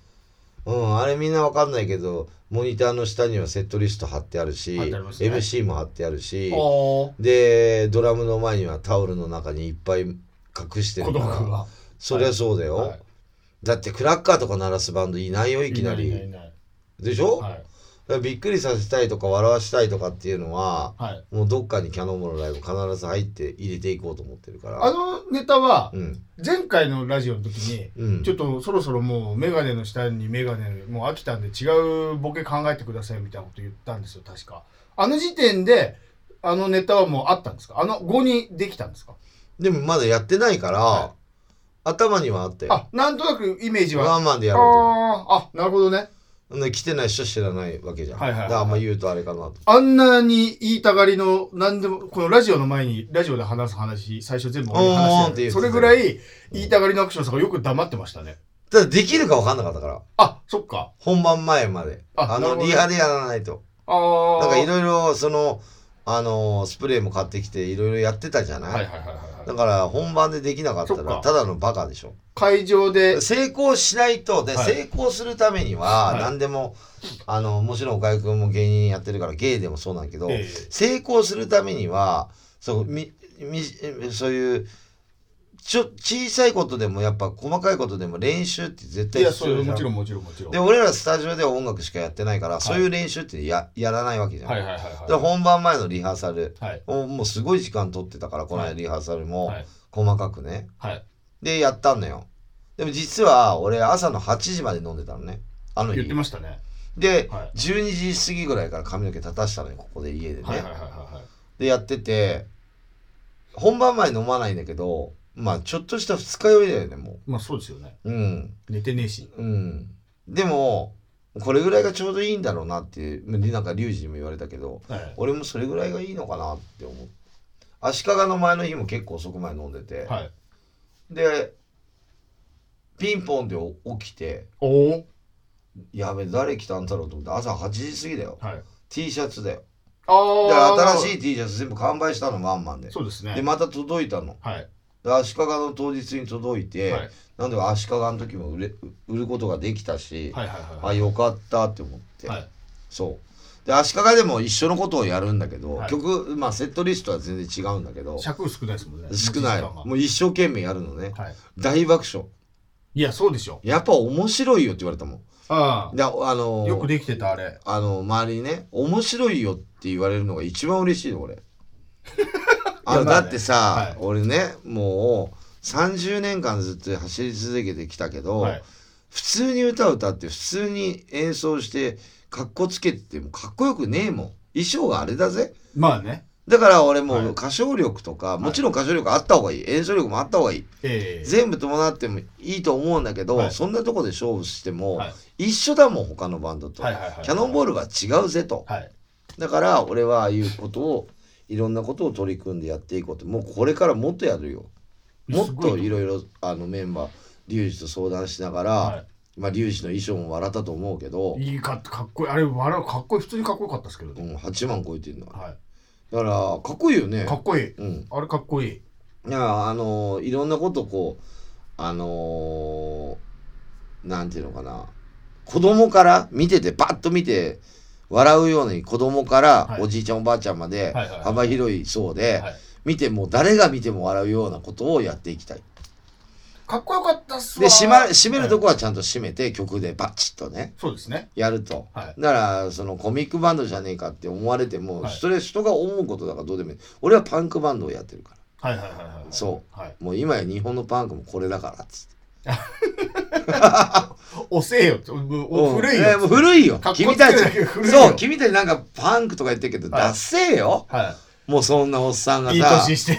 [SPEAKER 1] うん、あれみんなわかんないけど、モニターの下にはセットリスト貼ってあるし、
[SPEAKER 2] 貼ってありますね
[SPEAKER 1] MC も貼ってあるし、
[SPEAKER 2] おー
[SPEAKER 1] で、ドラムの前にはタオルの中にいっぱい隠して
[SPEAKER 2] 小
[SPEAKER 1] る
[SPEAKER 2] 道具
[SPEAKER 1] から、
[SPEAKER 2] は
[SPEAKER 1] そりゃそうだよ、
[SPEAKER 2] はい
[SPEAKER 1] だってクラッカーとか鳴らすバンドいないよ、いきなり。
[SPEAKER 2] いないいない
[SPEAKER 1] でしょ、だか
[SPEAKER 2] はい
[SPEAKER 1] らびっくりさせたいとか笑わしたいとかっていうのは、
[SPEAKER 2] はい
[SPEAKER 1] もうどっかにキャノンボールのライブ必ず入って入れていこうと思ってるか
[SPEAKER 2] あ
[SPEAKER 1] ら。
[SPEAKER 2] のネタは
[SPEAKER 1] うん。
[SPEAKER 2] 前回のラジオの時に
[SPEAKER 1] うん
[SPEAKER 2] ちょっとそろそろもうメガネの下にメガネもう飽きたんで違うボケ考えてくださいみたいなこと言ったんですよ確かあの時点であのネタはもうあったんですかあの後にできたんですか
[SPEAKER 1] でもまだやってないから、
[SPEAKER 2] は
[SPEAKER 1] 頭にはあったよ。
[SPEAKER 2] あなんとなくイメージ
[SPEAKER 1] ワ
[SPEAKER 2] は
[SPEAKER 1] ンマンでや
[SPEAKER 2] あ
[SPEAKER 1] ろうと思って。
[SPEAKER 2] あーあなるほどね
[SPEAKER 1] ね、来てない人知らないわけじゃん。
[SPEAKER 2] はいはいは
[SPEAKER 1] だ
[SPEAKER 2] い
[SPEAKER 1] からあんま言うとあれかなと。
[SPEAKER 2] あんなに言いたがりの何でもこのラジオの前にラジオで話す話最初全部俺に話
[SPEAKER 1] おーって
[SPEAKER 2] して
[SPEAKER 1] 言っ
[SPEAKER 2] る
[SPEAKER 1] て
[SPEAKER 2] それぐらい言いたがりのアクションさんがよく黙ってましたね
[SPEAKER 1] ただできるか分かんなかったから、
[SPEAKER 2] あそっか
[SPEAKER 1] 本番前まで。
[SPEAKER 2] あ
[SPEAKER 1] あ
[SPEAKER 2] なるほ
[SPEAKER 1] の、
[SPEAKER 2] どね
[SPEAKER 1] リハでやらないと。
[SPEAKER 2] ああ
[SPEAKER 1] なんかいろいろ、その、あのー、スプレーも買ってきて、いろいろやってたじゃない、
[SPEAKER 2] はいはいはいはいは
[SPEAKER 1] だ
[SPEAKER 2] い
[SPEAKER 1] から本番でできなかった、
[SPEAKER 2] そっから
[SPEAKER 1] ただのバカでしょ。
[SPEAKER 2] 会場で
[SPEAKER 1] 成功しないと、で、
[SPEAKER 2] はい
[SPEAKER 1] 成功するためには
[SPEAKER 2] は、い
[SPEAKER 1] 何でも、あの、もちろん岡井くんも芸人やってるから、芸でもそうなんだけど、
[SPEAKER 2] ええ
[SPEAKER 1] 成功するためにはそうみみそういうちょ小さいことでもやっぱ細かいことでも練習って絶
[SPEAKER 2] い
[SPEAKER 1] 対
[SPEAKER 2] やそ
[SPEAKER 1] 必
[SPEAKER 2] れ
[SPEAKER 1] 要じ
[SPEAKER 2] は
[SPEAKER 1] ゃ
[SPEAKER 2] もちろ
[SPEAKER 1] ん
[SPEAKER 2] んもちろんもちろん
[SPEAKER 1] で俺らスタジオでは音楽しかやってないから、そういう練習ってややらないわけじゃん、
[SPEAKER 2] はいはいはい
[SPEAKER 1] で
[SPEAKER 2] は
[SPEAKER 1] 本番前のリハーサル
[SPEAKER 2] いはい
[SPEAKER 1] をもうすごい時間取ってたからこの間リハーサルも
[SPEAKER 2] はい
[SPEAKER 1] 細かくね
[SPEAKER 2] はい
[SPEAKER 1] でやったのよでも実は俺朝の8時まで飲んでたのねあの
[SPEAKER 2] 言
[SPEAKER 1] 日
[SPEAKER 2] ってましたね
[SPEAKER 1] で、
[SPEAKER 2] はい
[SPEAKER 1] 12時過ぎぐらいから髪の毛立たしたのよここで家でね、
[SPEAKER 2] はいはいはいはいはい
[SPEAKER 1] でやってて本番前飲まないんだけどまあちょっとした二日酔いだよねも
[SPEAKER 2] まあそうですよね
[SPEAKER 1] ううん
[SPEAKER 2] 寝てねえし
[SPEAKER 1] うんでもこれぐらいがちょうどいいんだろうなっていうなんかリュウジにも言われたけど
[SPEAKER 2] はい
[SPEAKER 1] 俺もそれぐらいがいいのかなって思う足利の前の日も結構遅くまで飲んでて、
[SPEAKER 2] はい
[SPEAKER 1] でピンポンで起きて
[SPEAKER 2] おお
[SPEAKER 1] やべ誰来たんだろうと思って朝8時過ぎだよ
[SPEAKER 2] はい
[SPEAKER 1] T シャツだよだ
[SPEAKER 2] あ
[SPEAKER 1] から
[SPEAKER 2] あ
[SPEAKER 1] 新しい T シャツ全部完売したのワンマンで
[SPEAKER 2] そうですね
[SPEAKER 1] でまた届いたの
[SPEAKER 2] はい
[SPEAKER 1] で足利の当日に届いて、
[SPEAKER 2] はい
[SPEAKER 1] なんで足利の時も売れ売ることができたし、
[SPEAKER 2] はいはい
[SPEAKER 1] あ
[SPEAKER 2] は
[SPEAKER 1] よかったって思って、
[SPEAKER 2] いはい
[SPEAKER 1] そうで足利でも一緒のことをやるんだけど、
[SPEAKER 2] はい
[SPEAKER 1] 曲、まあ、セットリストは全然違うんだけど
[SPEAKER 2] 尺少ないですもんね
[SPEAKER 1] 少ない
[SPEAKER 2] 持ち時間が
[SPEAKER 1] もう一生懸命やるのね、
[SPEAKER 2] はい
[SPEAKER 1] 大爆笑
[SPEAKER 2] いやそうでしょ
[SPEAKER 1] やっぱ面白いよって言われたもん
[SPEAKER 2] あ
[SPEAKER 1] でああの
[SPEAKER 2] あよくできてたあれ
[SPEAKER 1] あの周りにね面白いよって言われるのが一番嬉しいの 俺あの
[SPEAKER 2] いやまあね
[SPEAKER 1] だってさ、
[SPEAKER 2] はい
[SPEAKER 1] 俺ねもう30年間ずっと走り続けてきたけど、
[SPEAKER 2] はい
[SPEAKER 1] 普通に歌を歌って普通に演奏してかっこつけててもかっこよくねえもん衣装があれだぜ
[SPEAKER 2] まあね
[SPEAKER 1] だから俺も
[SPEAKER 2] は
[SPEAKER 1] う
[SPEAKER 2] い
[SPEAKER 1] 歌唱力とか、もちろん歌唱力あった方がいい演奏力もあった方がいい
[SPEAKER 2] ええ
[SPEAKER 1] 全部伴ってもいいと思うんだけど、
[SPEAKER 2] はい
[SPEAKER 1] そんなとこで勝負しても、
[SPEAKER 2] はい
[SPEAKER 1] 一緒だもん他のバンドと、
[SPEAKER 2] はいはいはい
[SPEAKER 1] キャノンボールが違うぜと、
[SPEAKER 2] はい
[SPEAKER 1] だから俺はああいうことをいろんなことを取り組んでやっていこうともうこれからもっとやるよもっといろいろあのメンバーリュウジと相談しながら、
[SPEAKER 2] は
[SPEAKER 1] まあリュウジの衣装も笑ったと思うけど、
[SPEAKER 2] いいかかっこいいあれ笑うかっこいい普通にかっこよかったですけど
[SPEAKER 1] う
[SPEAKER 2] ね、
[SPEAKER 1] ん、8万超えてるのだか
[SPEAKER 2] は
[SPEAKER 1] らかっこいいよね
[SPEAKER 2] い、かっこいい
[SPEAKER 1] うん
[SPEAKER 2] あれかっこいい
[SPEAKER 1] いやあのいろんなことこうあのーなんていうのかな子供から見ててバッと見て笑うように子供から
[SPEAKER 2] はい
[SPEAKER 1] おじいちゃんおばあちゃんまで
[SPEAKER 2] はいはいはい
[SPEAKER 1] 幅広い層で
[SPEAKER 2] はい
[SPEAKER 1] 見ても誰が見ても笑うようなことをやっていきたい。
[SPEAKER 2] かっこよかったっす
[SPEAKER 1] で
[SPEAKER 2] わ
[SPEAKER 1] 締ま締めると
[SPEAKER 2] は
[SPEAKER 1] こはちゃんと締めて曲でバチッとね
[SPEAKER 2] いそうですね
[SPEAKER 1] やると。
[SPEAKER 2] はい
[SPEAKER 1] だからそのコミックバンドじゃねえかって思われても
[SPEAKER 2] はい
[SPEAKER 1] それ人が思うことだからどうでもいい。俺はパンクバンドをやってるから。
[SPEAKER 2] はいはいはいはい
[SPEAKER 1] そう
[SPEAKER 2] はい
[SPEAKER 1] もう今や日本のパンクもこれだからっつって。
[SPEAKER 2] 遅えよっておお
[SPEAKER 1] うん
[SPEAKER 2] 古いよ
[SPEAKER 1] やもう古いよ
[SPEAKER 2] かっこつけ
[SPEAKER 1] 君たち
[SPEAKER 2] るだけで古いよ
[SPEAKER 1] そう君たちなんかパンクとか言ってるけど、
[SPEAKER 2] はい
[SPEAKER 1] ダッセーよ
[SPEAKER 2] は
[SPEAKER 1] もうそんなおっさんがさ
[SPEAKER 2] いいい年して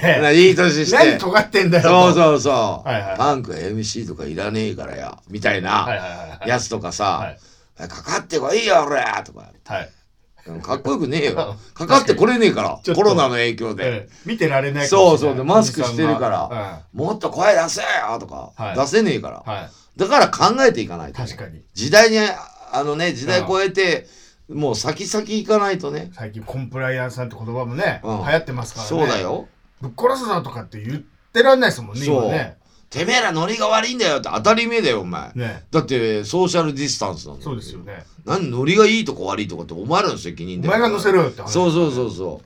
[SPEAKER 1] いい年して
[SPEAKER 2] 何尖ってんだよ
[SPEAKER 1] そう
[SPEAKER 2] う
[SPEAKER 1] そうそう、
[SPEAKER 2] はいはい
[SPEAKER 1] パンクは MC とかいらねえからやみたい
[SPEAKER 2] はい
[SPEAKER 1] な
[SPEAKER 2] はいはいはい
[SPEAKER 1] やつとか
[SPEAKER 2] は
[SPEAKER 1] さ
[SPEAKER 2] い、
[SPEAKER 1] かかってこいよ俺とか
[SPEAKER 2] はい
[SPEAKER 1] かっこよくねえ よ
[SPEAKER 2] 確か
[SPEAKER 1] か
[SPEAKER 2] に
[SPEAKER 1] かってこれねえから
[SPEAKER 2] ちょっと
[SPEAKER 1] コロナの影響で、
[SPEAKER 2] ええ見てられないかもしれな
[SPEAKER 1] そ
[SPEAKER 2] い
[SPEAKER 1] うそうでマスクしてるか
[SPEAKER 2] おじさんが
[SPEAKER 1] ら、もっと声出せよとか、
[SPEAKER 2] はい
[SPEAKER 1] 出せねえから、
[SPEAKER 2] うんはい
[SPEAKER 1] だから考えていかないとね、
[SPEAKER 2] 確かに
[SPEAKER 1] 時代にあのね時代超えてもう先々行かないとね
[SPEAKER 2] 最近コンプライアンスなんて言葉もね、
[SPEAKER 1] うん
[SPEAKER 2] 流行ってますからね
[SPEAKER 1] そうだよ
[SPEAKER 2] ぶっ殺すぞとかって言ってらんないですもんね
[SPEAKER 1] そう
[SPEAKER 2] 今ね
[SPEAKER 1] てめえらノリが悪いんだよって当たり前だよお前
[SPEAKER 2] ね
[SPEAKER 1] だってソーシャルディスタンスなんだ
[SPEAKER 2] そうですよね
[SPEAKER 1] 何ノリがいいとこ悪いとこってお前らの責任
[SPEAKER 2] お
[SPEAKER 1] だよ
[SPEAKER 2] 前が乗せろよって話
[SPEAKER 1] そうそうそうそ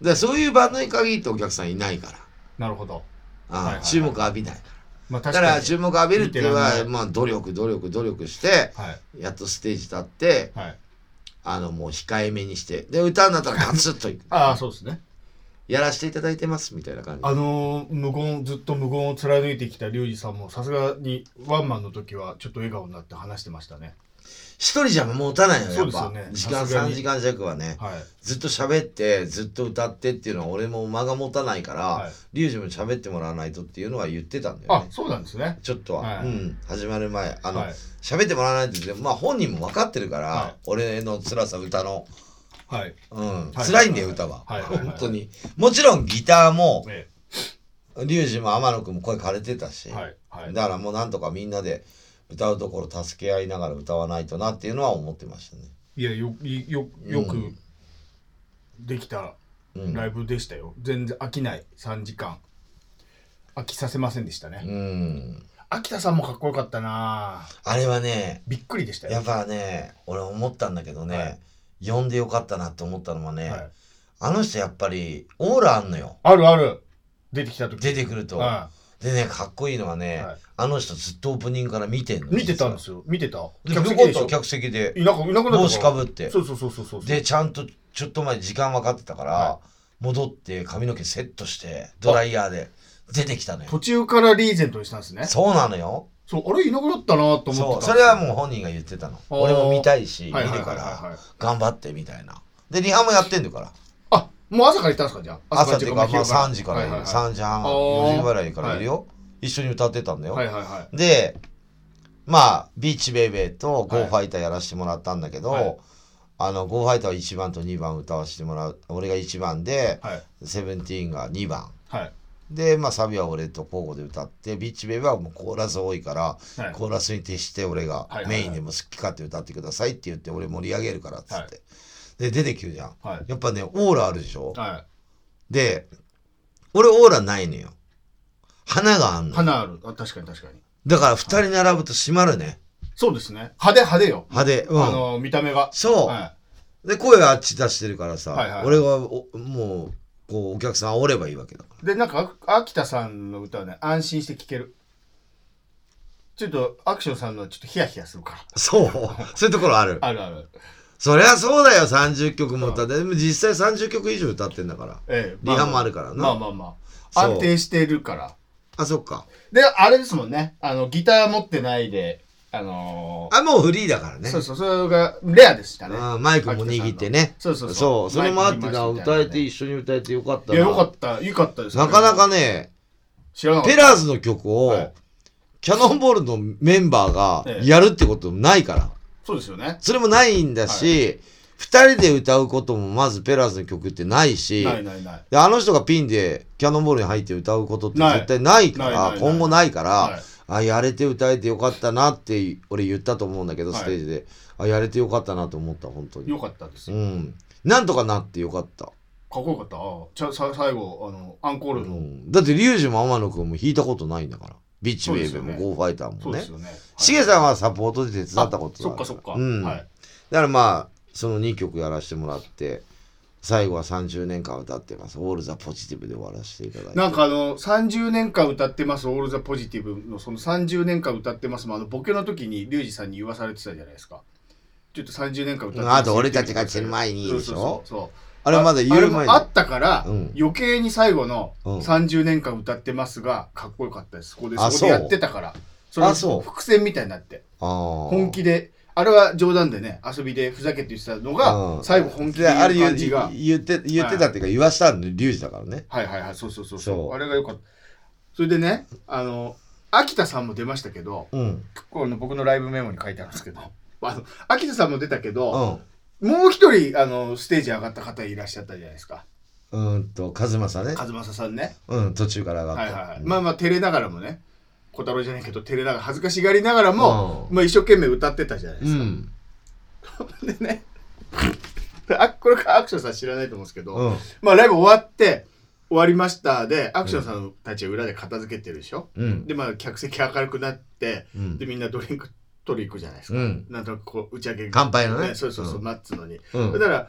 [SPEAKER 1] うだからそういうバンドに限ってお客さんいないから
[SPEAKER 2] なるほど
[SPEAKER 1] ああ、
[SPEAKER 2] はいはいはい
[SPEAKER 1] 注目浴びない
[SPEAKER 2] まあ
[SPEAKER 1] だ
[SPEAKER 2] 確
[SPEAKER 1] か
[SPEAKER 2] からに
[SPEAKER 1] 注目浴びるっていうの
[SPEAKER 2] 見てら
[SPEAKER 1] は、
[SPEAKER 2] んない
[SPEAKER 1] まあ、努力努力努力して
[SPEAKER 2] はい
[SPEAKER 1] やっとステージ立って
[SPEAKER 2] はい
[SPEAKER 1] あのもう控えめにしてで歌になったらガツッといく
[SPEAKER 2] ああそうですね
[SPEAKER 1] やらせていただいてますみたいな感じ
[SPEAKER 2] あのー無言ずっと無言を貫いてきたリュウジさんもさすがにワンマンの時はちょっと笑顔になって話してましたね
[SPEAKER 1] 一人じゃ持たないの
[SPEAKER 2] そ
[SPEAKER 1] よ
[SPEAKER 2] う
[SPEAKER 1] やっ
[SPEAKER 2] ですよ
[SPEAKER 1] ぱ、時間
[SPEAKER 2] ねさすが
[SPEAKER 1] 3
[SPEAKER 2] に
[SPEAKER 1] 時間弱はね
[SPEAKER 2] はい
[SPEAKER 1] ずっと喋ってずっと歌ってっていうのは俺も間が持たないから、
[SPEAKER 2] はい
[SPEAKER 1] リュウジも喋ってもらわないとっていうのは言ってたんだよ
[SPEAKER 2] あ
[SPEAKER 1] ね
[SPEAKER 2] そうなんですね
[SPEAKER 1] ちょっとは、
[SPEAKER 2] はい
[SPEAKER 1] うん始まる前あの、
[SPEAKER 2] はい
[SPEAKER 1] 喋ってもらわないとってまあ本人も分かってるから、
[SPEAKER 2] はい
[SPEAKER 1] 俺の辛さ歌の
[SPEAKER 2] はい
[SPEAKER 1] うん
[SPEAKER 2] はい
[SPEAKER 1] 辛いんだよ歌は、
[SPEAKER 2] はいはいはい
[SPEAKER 1] 本当にもちろんギターも
[SPEAKER 2] え
[SPEAKER 1] リュウジも天野くんも声枯れてたし、
[SPEAKER 2] えはいはい
[SPEAKER 1] だからもうなんとかみんなで歌うところ助け合いながら歌わないとなっていうのは思ってましたね
[SPEAKER 2] いやよいよよ
[SPEAKER 1] う
[SPEAKER 2] く
[SPEAKER 1] ん
[SPEAKER 2] できた
[SPEAKER 1] うん
[SPEAKER 2] ライブでしたよ、全然飽きない3時間飽きさせませんでしたね、
[SPEAKER 1] うん
[SPEAKER 2] 秋田さんもかっこよかったな
[SPEAKER 1] あれはね
[SPEAKER 2] びっくりでしたよ
[SPEAKER 1] やっぱね俺思ったんだけどね、
[SPEAKER 2] はい
[SPEAKER 1] 呼んでよかったなって思ったのはね、
[SPEAKER 2] はい
[SPEAKER 1] あの人やっぱりオーラあんのよ
[SPEAKER 2] あるある出てきた時
[SPEAKER 1] 出てくると、
[SPEAKER 2] は
[SPEAKER 1] でねかっこいいのはね、
[SPEAKER 2] はい
[SPEAKER 1] あの人ずっとオープニングから見てんの
[SPEAKER 2] い見てたんで
[SPEAKER 1] よ
[SPEAKER 2] すよ見てた
[SPEAKER 1] で
[SPEAKER 2] 客
[SPEAKER 1] 客
[SPEAKER 2] 席でし
[SPEAKER 1] 席
[SPEAKER 2] ょ
[SPEAKER 1] 客席で
[SPEAKER 2] いなくいなくなったから
[SPEAKER 1] 帽子かぶって
[SPEAKER 2] そうそうそうそうそう
[SPEAKER 1] でちゃんとちょっと前時間分かってたから、
[SPEAKER 2] は
[SPEAKER 1] 戻って髪の毛セットしてドライヤーで出てきたのよ
[SPEAKER 2] 途中からリーゼントにしたんですね
[SPEAKER 1] そうなのよ
[SPEAKER 2] そうあれいなくなったなと思ってた
[SPEAKER 1] そうそれは
[SPEAKER 2] う
[SPEAKER 1] もう本人が言ってたの
[SPEAKER 2] ー
[SPEAKER 1] 俺も見たいし見
[SPEAKER 2] はいはいはい
[SPEAKER 1] る
[SPEAKER 2] は
[SPEAKER 1] か
[SPEAKER 2] いはい
[SPEAKER 1] ら頑張ってみたいなでリハもやってんだから
[SPEAKER 2] あもう朝から行ったんですかじゃあ
[SPEAKER 1] 朝っていうかまあ
[SPEAKER 2] 昼ら
[SPEAKER 1] 3時からいる、
[SPEAKER 2] はいはいはい
[SPEAKER 1] 3時半
[SPEAKER 2] あー
[SPEAKER 1] 4時ぐらいからいるよ、一緒に歌ってたんだよ、
[SPEAKER 2] はいはいはい
[SPEAKER 1] でまあビーチベイベーとゴ
[SPEAKER 2] は
[SPEAKER 1] ー
[SPEAKER 2] い
[SPEAKER 1] ファイターやらせてもらったんだけど、
[SPEAKER 2] はい
[SPEAKER 1] あのゴーファイターは1番と2番歌わせてもらう俺が1番で、
[SPEAKER 2] はい
[SPEAKER 1] セブンティーンが2番
[SPEAKER 2] はい
[SPEAKER 1] でまあサビは俺と交互で歌ってビーチベイベーはもうコーラス多いから、
[SPEAKER 2] はい
[SPEAKER 1] コーラスに徹して俺が
[SPEAKER 2] はいはいは
[SPEAKER 1] メ
[SPEAKER 2] い
[SPEAKER 1] インでも好き勝手歌ってくださいって言って俺盛り上げるからっつって、
[SPEAKER 2] はい
[SPEAKER 1] で出てきるじゃん、
[SPEAKER 2] はい
[SPEAKER 1] やっぱねオーラあるでしょ、
[SPEAKER 2] は
[SPEAKER 1] で俺オーラないのよ花があん
[SPEAKER 2] い
[SPEAKER 1] の
[SPEAKER 2] 花あるあ確かに確かに
[SPEAKER 1] だから2人並ぶと締まるね
[SPEAKER 2] そうですね派手派手よ
[SPEAKER 1] 派手うん
[SPEAKER 2] あの見た目が
[SPEAKER 1] そう、
[SPEAKER 2] は
[SPEAKER 1] で声はあっち出してるからさ、
[SPEAKER 2] はいはいはい
[SPEAKER 1] 俺はおもうこうお客さん煽ればいいわけだから
[SPEAKER 2] いでなんかあ秋田さんの歌はね安心して聴けるちょっとアクションさんのはちょっとヒヤヒヤするか
[SPEAKER 1] そう そういうところある
[SPEAKER 2] らあるある
[SPEAKER 1] そりゃそうだよ30曲も歌って、でも実際30曲以上歌ってんだから
[SPEAKER 2] ええ
[SPEAKER 1] リハもあるからな
[SPEAKER 2] まあまあまあ
[SPEAKER 1] そう
[SPEAKER 2] 安定してるから
[SPEAKER 1] あそっか
[SPEAKER 2] であれですもんねあのギター持ってないであの
[SPEAKER 1] あ、もうフリーだから
[SPEAKER 2] ー
[SPEAKER 1] ね。
[SPEAKER 2] そうそう、それがレアでしたね。
[SPEAKER 1] あーマイクも握ってね。
[SPEAKER 2] そうそ
[SPEAKER 1] そうう
[SPEAKER 2] そう。
[SPEAKER 1] それもあってな、
[SPEAKER 2] マイク
[SPEAKER 1] 歌えて、
[SPEAKER 2] いい
[SPEAKER 1] 一緒に歌えてよかった
[SPEAKER 2] い
[SPEAKER 1] な。
[SPEAKER 2] や、よかった。よかったです。
[SPEAKER 1] なかなかね、
[SPEAKER 2] 知らなかった。
[SPEAKER 1] ペラーズの曲を、
[SPEAKER 2] はい
[SPEAKER 1] キャノンボールのメンバー
[SPEAKER 2] え
[SPEAKER 1] が
[SPEAKER 2] え
[SPEAKER 1] やるってこともないから。
[SPEAKER 2] そうですよね。
[SPEAKER 1] それもないんだし、二、人で歌うこともまずペラーズの曲ってないし、
[SPEAKER 2] ないないない。
[SPEAKER 1] であの人がピンでキャノンボールに入って歌うことって絶対ないか
[SPEAKER 2] ないない
[SPEAKER 1] ら、
[SPEAKER 2] ない
[SPEAKER 1] 今後ないから、
[SPEAKER 2] はい
[SPEAKER 1] あ、やれて歌えてよかったなって俺言ったと思うんだけど、
[SPEAKER 2] はい
[SPEAKER 1] ステージで。あ、やれてよかったなと思った、本当に。
[SPEAKER 2] よかったです
[SPEAKER 1] う
[SPEAKER 2] よ。
[SPEAKER 1] ん。なんとかなってよかった。
[SPEAKER 2] かっこよかった。あーちゃさ最後、あの、アンコー
[SPEAKER 1] う
[SPEAKER 2] ルの。
[SPEAKER 1] ん、だって、リュウジも天野くんも弾いたことないんだから。ビッチウェーブも
[SPEAKER 2] そうですよ
[SPEAKER 1] ゴ
[SPEAKER 2] ね
[SPEAKER 1] ーファイターも
[SPEAKER 2] そう
[SPEAKER 1] ね
[SPEAKER 2] です。よね。
[SPEAKER 1] しげさん
[SPEAKER 2] は
[SPEAKER 1] はサポートで手伝ったこと
[SPEAKER 2] そ
[SPEAKER 1] がある
[SPEAKER 2] っかそっか。
[SPEAKER 1] うん
[SPEAKER 2] はい。
[SPEAKER 1] だからまあその2曲やらせてもらって最後は30年間歌ってます「オールザポジティブで終わらせていただいて
[SPEAKER 2] なんかあの30年間歌ってます「オール・ザ・ポジティブ」のその30年間歌ってますもあのボケの時にリュウジさんに言わされてたじゃないですかちょっと30年間歌ってます
[SPEAKER 1] あと俺たちが散る前にでしょ
[SPEAKER 2] そうそうそうそう
[SPEAKER 1] あれまだ言う前
[SPEAKER 2] ああれもあ
[SPEAKER 1] に
[SPEAKER 2] ったから、
[SPEAKER 1] うん
[SPEAKER 2] 余計に最後の
[SPEAKER 1] うん
[SPEAKER 2] 30年間歌ってますがかっこよかったですそこで
[SPEAKER 1] あ
[SPEAKER 2] そこでやってたからそれ
[SPEAKER 1] あそう
[SPEAKER 2] 伏線みたいになって本
[SPEAKER 1] 本
[SPEAKER 2] 気であれは冗談でね遊びでふざけて言ってたのが最後本気で
[SPEAKER 1] であれ
[SPEAKER 2] 言
[SPEAKER 1] 言う
[SPEAKER 2] う感じが
[SPEAKER 1] 言って言ってたっていうか言わしたのリュウジだからね
[SPEAKER 2] はいはいはいそうそうそうそう
[SPEAKER 1] そう
[SPEAKER 2] あれがよかったそれでねあの秋田さんも出ましたけど
[SPEAKER 1] うん
[SPEAKER 2] この僕のライブメモに書いてあるんですけど あの秋田さんも出たけ
[SPEAKER 1] うん
[SPEAKER 2] ど、もう一人あのステージ上がった方いらっしゃったじゃないですか
[SPEAKER 1] うーんと和正ね
[SPEAKER 2] 和正さんね
[SPEAKER 1] うん途中から上がっ
[SPEAKER 2] はいはい
[SPEAKER 1] た、
[SPEAKER 2] はい、
[SPEAKER 1] うん
[SPEAKER 2] まあまあ照れながらもね小太郎じゃないけど照れながら恥ずかしがりながらも、
[SPEAKER 1] うん
[SPEAKER 2] まあ、一生懸命歌ってたじゃないで
[SPEAKER 1] う
[SPEAKER 2] すか、
[SPEAKER 1] ん
[SPEAKER 2] でねあこれからアクションさん知らないと思うんですけど、
[SPEAKER 1] うん
[SPEAKER 2] まあライブ終わって終わりましたでアクションさんたちは裏で片付けてるでしょ、
[SPEAKER 1] うん
[SPEAKER 2] でまあ客席明るくなって
[SPEAKER 1] うん
[SPEAKER 2] でみんなドリンク取り行くじゃないです
[SPEAKER 1] う
[SPEAKER 2] か、
[SPEAKER 1] ん
[SPEAKER 2] なんとなくこう打ち上げ
[SPEAKER 1] 乾杯のね
[SPEAKER 2] そうそうそう、
[SPEAKER 1] うん
[SPEAKER 2] 待つのに、
[SPEAKER 1] うん
[SPEAKER 2] だから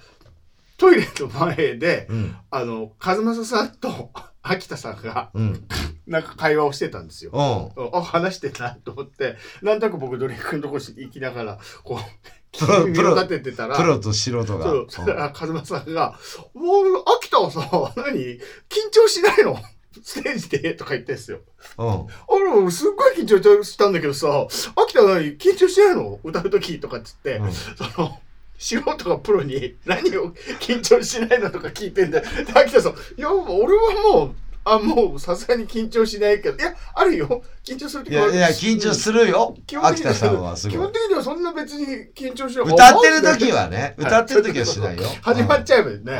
[SPEAKER 2] トイレの前で
[SPEAKER 1] うん
[SPEAKER 2] あの和正さんと秋田さんが
[SPEAKER 1] うん
[SPEAKER 2] なんか会話をしてたんですよ、
[SPEAKER 1] うん
[SPEAKER 2] あ話してんなと思ってなんとなく僕ドリンクのとこ行きながらこ
[SPEAKER 1] プ
[SPEAKER 2] う
[SPEAKER 1] ロ
[SPEAKER 2] 耳を立ててたら
[SPEAKER 1] プロと素人が
[SPEAKER 2] そうそしたら風間さんが「もう秋田はさ 何緊張しないのステージで」とか言ってんすよ。
[SPEAKER 1] うんうん
[SPEAKER 2] あら、俺すっごい緊張したんだけどさ、秋田何緊張してないの歌うときとかっつって、
[SPEAKER 1] うん
[SPEAKER 2] その、素人がプロに何を緊張しないのとか聞いてんだよ。で、秋田さん、いや、俺はもう、あ、もうさすがに緊張しないけど、いや、あるよ。緊張すると
[SPEAKER 1] いやいや緊張するよ
[SPEAKER 2] 基本的
[SPEAKER 1] 秋田
[SPEAKER 2] に
[SPEAKER 1] さんはす
[SPEAKER 2] 基
[SPEAKER 1] ごい
[SPEAKER 2] 本的にはそんな別に緊張しない。
[SPEAKER 1] 歌ってる時はね
[SPEAKER 2] はい
[SPEAKER 1] 歌ってる時はしないよ
[SPEAKER 2] 始まっちゃえばね。
[SPEAKER 1] うん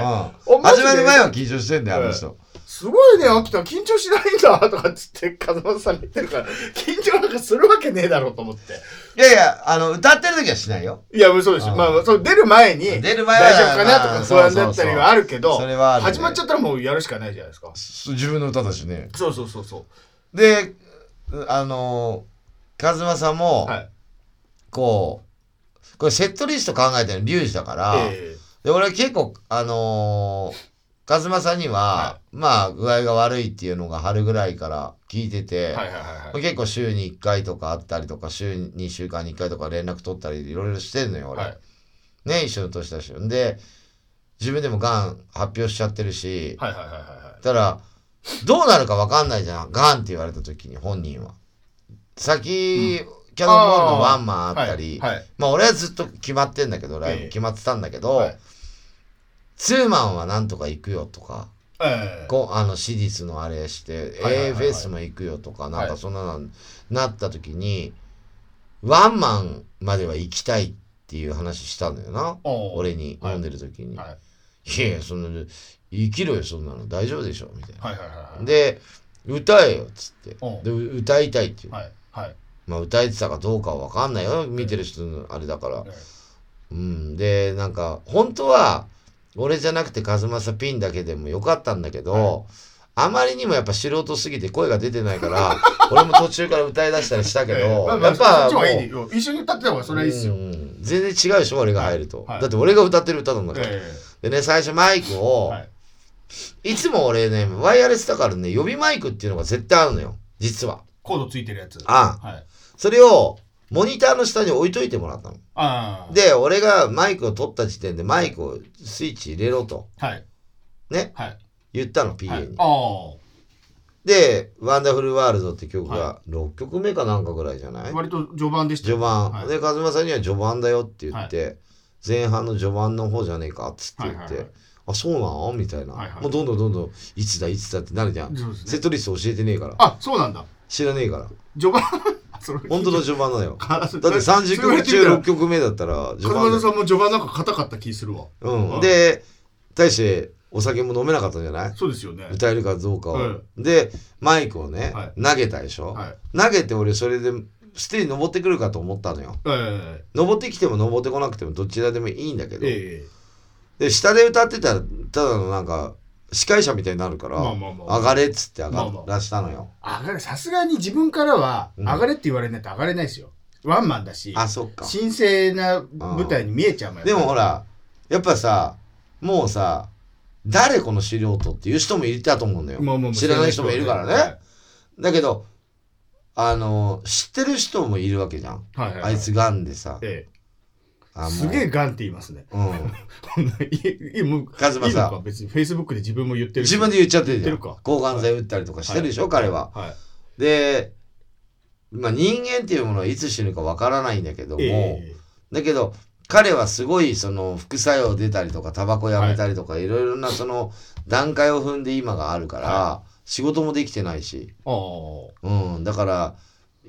[SPEAKER 2] おマ
[SPEAKER 1] 始
[SPEAKER 2] ジで
[SPEAKER 1] まる前は緊張してんだよ、あの人。
[SPEAKER 2] すごいね、秋田、緊張しないんだとかっつって、風間さんが言ってるから、緊張なんかするわけねえだろうと思って。
[SPEAKER 1] いやいや、あの、歌ってる時はしないよ。
[SPEAKER 2] いや、そうでしょ。
[SPEAKER 1] うん
[SPEAKER 2] まあ、そう出る前に、
[SPEAKER 1] 出る前は
[SPEAKER 2] 大丈夫かなと
[SPEAKER 1] ま
[SPEAKER 2] か
[SPEAKER 1] あ
[SPEAKER 2] 不安だったりはあるけど、
[SPEAKER 1] そうそうそうそれはあるね
[SPEAKER 2] 始まっちゃったらもうやるしかないじゃないですか。
[SPEAKER 1] す自分の歌だしね。
[SPEAKER 2] そうそうそうそ
[SPEAKER 1] で、あの、カズマさんも、
[SPEAKER 2] はい。
[SPEAKER 1] こう、これセットリスト考えてるのリュウジだから、
[SPEAKER 2] え
[SPEAKER 1] で、俺結構、あのー、カズマさんには、
[SPEAKER 2] は
[SPEAKER 1] まあ、具合が悪いっていうのが春ぐらいから聞いてて、
[SPEAKER 2] えはいはいはいはい。
[SPEAKER 1] 結構週に1回とかあったりとか、週に2週間に1回とか連絡取ったり、いろいろしてんのよ、俺。
[SPEAKER 2] はい
[SPEAKER 1] ね、一緒の年だし。んで、自分でもがん発表しちゃってるし、
[SPEAKER 2] はいはいはいはいはい。
[SPEAKER 1] たら、どうなるかわかんないじゃん。がんって言われた時に、本人は。先、キャノンボールのワンマンあったり、
[SPEAKER 2] はい。はい
[SPEAKER 1] まあ俺はずっと決まってんだけど、ライ
[SPEAKER 2] え
[SPEAKER 1] ブ
[SPEAKER 2] え
[SPEAKER 1] 決まってたんだけど、
[SPEAKER 2] はい
[SPEAKER 1] ツーマンはなんとか行くよとか、
[SPEAKER 2] ええ
[SPEAKER 1] こうあの史実のあれして、
[SPEAKER 2] はいはいはいはい
[SPEAKER 1] AFS も行くよとか、なん
[SPEAKER 2] は
[SPEAKER 1] か
[SPEAKER 2] い
[SPEAKER 1] そんなのなった時に、ワンマンまでは行きたいっていう話したんだよな。
[SPEAKER 2] おう
[SPEAKER 1] 俺に
[SPEAKER 2] はい
[SPEAKER 1] 飲んでる時に「
[SPEAKER 2] はい
[SPEAKER 1] い、やいやそんな生きろよそんなの大丈夫でしょ」みたいな、
[SPEAKER 2] はいはいはいはい。、
[SPEAKER 1] で歌えよっつって
[SPEAKER 2] うん
[SPEAKER 1] でう歌いたいっていう、
[SPEAKER 2] はいはい。
[SPEAKER 1] まあ歌えてたかどうかは分かんないよ見てる人のあれだから、うんでなんか本当は俺じゃなくてカズマサピンだけでもよかったんだけど、
[SPEAKER 2] は
[SPEAKER 1] あまりにもやっぱ素人すぎて声が出てないから 俺も途中から歌いだしたりしたけど、
[SPEAKER 2] ええまあまあ
[SPEAKER 1] やっぱ
[SPEAKER 2] そっち
[SPEAKER 1] もう
[SPEAKER 2] はいいよ一緒に歌ってた方がそれはいいっすよ。
[SPEAKER 1] うんうん全然違うでしょ俺が入ると、
[SPEAKER 2] はいはい
[SPEAKER 1] だって俺が歌ってる歌なんだから、
[SPEAKER 2] え
[SPEAKER 1] でね、最初マイク
[SPEAKER 2] え
[SPEAKER 1] を、
[SPEAKER 2] はい。
[SPEAKER 1] い、つも俺ね、ワイヤレスだからね、予備マイクっていうのが絶対あるのよ。実は。
[SPEAKER 2] コードついてるやつ。
[SPEAKER 1] あ
[SPEAKER 2] はい。
[SPEAKER 1] それを、モニターの下に置いといてもらったの。
[SPEAKER 2] ああ。、
[SPEAKER 1] で、俺がマイクを取った時点でマイクをスイッチ入れろと
[SPEAKER 2] はい。
[SPEAKER 1] ね
[SPEAKER 2] はい。
[SPEAKER 1] 言ったの、
[SPEAKER 2] は
[SPEAKER 1] PA
[SPEAKER 2] い
[SPEAKER 1] に。
[SPEAKER 2] ああ。
[SPEAKER 1] で、ワンダフルワールドって曲
[SPEAKER 2] は
[SPEAKER 1] が6曲目かなんかぐらいじゃない
[SPEAKER 2] 割と序盤でした
[SPEAKER 1] 序盤。
[SPEAKER 2] はい
[SPEAKER 1] で、カズマさんには序盤だよって言って、前半の序盤の方じゃねえかっつって言って、
[SPEAKER 2] はいはいはい
[SPEAKER 1] あ、そうなのみたいな、
[SPEAKER 2] はいはい
[SPEAKER 1] もうどんどんどんどん、いつだいつだってなるじゃん。
[SPEAKER 2] そうですね
[SPEAKER 1] セットリスト教えてねえから。
[SPEAKER 2] あそうなんだ
[SPEAKER 1] 知らねえから。
[SPEAKER 2] 序盤 それ
[SPEAKER 1] 本当の序盤なの よ。
[SPEAKER 2] だって
[SPEAKER 1] だって30曲中6曲目だったら序
[SPEAKER 2] 風
[SPEAKER 1] 盤
[SPEAKER 2] 間
[SPEAKER 1] だ
[SPEAKER 2] さんも序盤なんか硬かった気するわ
[SPEAKER 1] う
[SPEAKER 2] うん
[SPEAKER 1] ん。で、対してお酒も飲めなかったんじゃない
[SPEAKER 2] そうですよね
[SPEAKER 1] 歌えるかどうかを。
[SPEAKER 2] うん
[SPEAKER 1] で、マイクをね、
[SPEAKER 2] は
[SPEAKER 1] 投げたでしょ、
[SPEAKER 2] はい
[SPEAKER 1] 投げて俺それでステージ登ってくるかと思ったのよ。
[SPEAKER 2] え
[SPEAKER 1] 登ってきても登ってこなくてもどちらでもいいんだけ
[SPEAKER 2] え
[SPEAKER 1] ど、
[SPEAKER 2] ええ
[SPEAKER 1] で下で歌ってたらただのなんか司会者みたいになるから、
[SPEAKER 2] まあまあまあ
[SPEAKER 1] 上がれっつって上
[SPEAKER 2] まあま
[SPEAKER 1] が
[SPEAKER 2] あ
[SPEAKER 1] らしたのよ、
[SPEAKER 2] 上がれさすがに自分からは
[SPEAKER 1] うん
[SPEAKER 2] 上がれって言われないと上がれないですよワンマンだし
[SPEAKER 1] あそっか
[SPEAKER 2] 神聖な舞台に見えちゃうもん
[SPEAKER 1] でも
[SPEAKER 2] やっ
[SPEAKER 1] ほらやっぱさもうさ誰この素人っていう人もいたと思うんだ
[SPEAKER 2] ぱ
[SPEAKER 1] よ、
[SPEAKER 2] りまあまあまあ
[SPEAKER 1] 知らない人もいるからね、だけどあの知ってる人もいるわけじゃん、
[SPEAKER 2] はいはいはい
[SPEAKER 1] あいつがんでさ、
[SPEAKER 2] え
[SPEAKER 1] あ
[SPEAKER 2] え
[SPEAKER 1] もう
[SPEAKER 2] すげえガンって言いますね
[SPEAKER 1] うん
[SPEAKER 2] こんないいいもう
[SPEAKER 1] カズマ
[SPEAKER 2] いいの
[SPEAKER 1] さ
[SPEAKER 2] か
[SPEAKER 1] ん
[SPEAKER 2] 別にフェイスブックで自分も言ってる
[SPEAKER 1] 自分で言っちゃってるじゃ
[SPEAKER 2] 言
[SPEAKER 1] ん
[SPEAKER 2] ってるか
[SPEAKER 1] 抗がん剤打ったりとかしてるでしょ、彼は
[SPEAKER 2] はい
[SPEAKER 1] で、まあ、人間っていうものはいつ死ぬかわからないんだけども、
[SPEAKER 2] ええ
[SPEAKER 1] だけど彼はすごいその副作用出たりとかタバコやめたりとか、い、ろいろなその段階を踏んで今があるから、
[SPEAKER 2] は
[SPEAKER 1] 仕事もできてないし、
[SPEAKER 2] ああ
[SPEAKER 1] うん、だから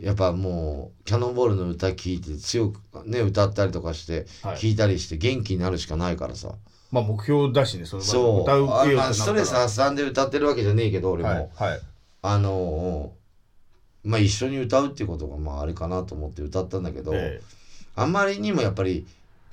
[SPEAKER 1] やっぱもうキャノンボールの歌聴いて強くね歌ったりとかして
[SPEAKER 2] はい
[SPEAKER 1] 聴いたりして元気になるしかないからさ、
[SPEAKER 2] まあ目標だしねその
[SPEAKER 1] そう
[SPEAKER 2] 歌う
[SPEAKER 1] あ
[SPEAKER 2] ようになった
[SPEAKER 1] まあ
[SPEAKER 2] ら
[SPEAKER 1] ストレス発散で歌ってるわけじゃねえけど俺も、
[SPEAKER 2] はいはい
[SPEAKER 1] あのまあ一緒に歌うっていうことがまああれかなと思って歌ったんだけど、
[SPEAKER 2] え
[SPEAKER 1] あんまりにもやっぱり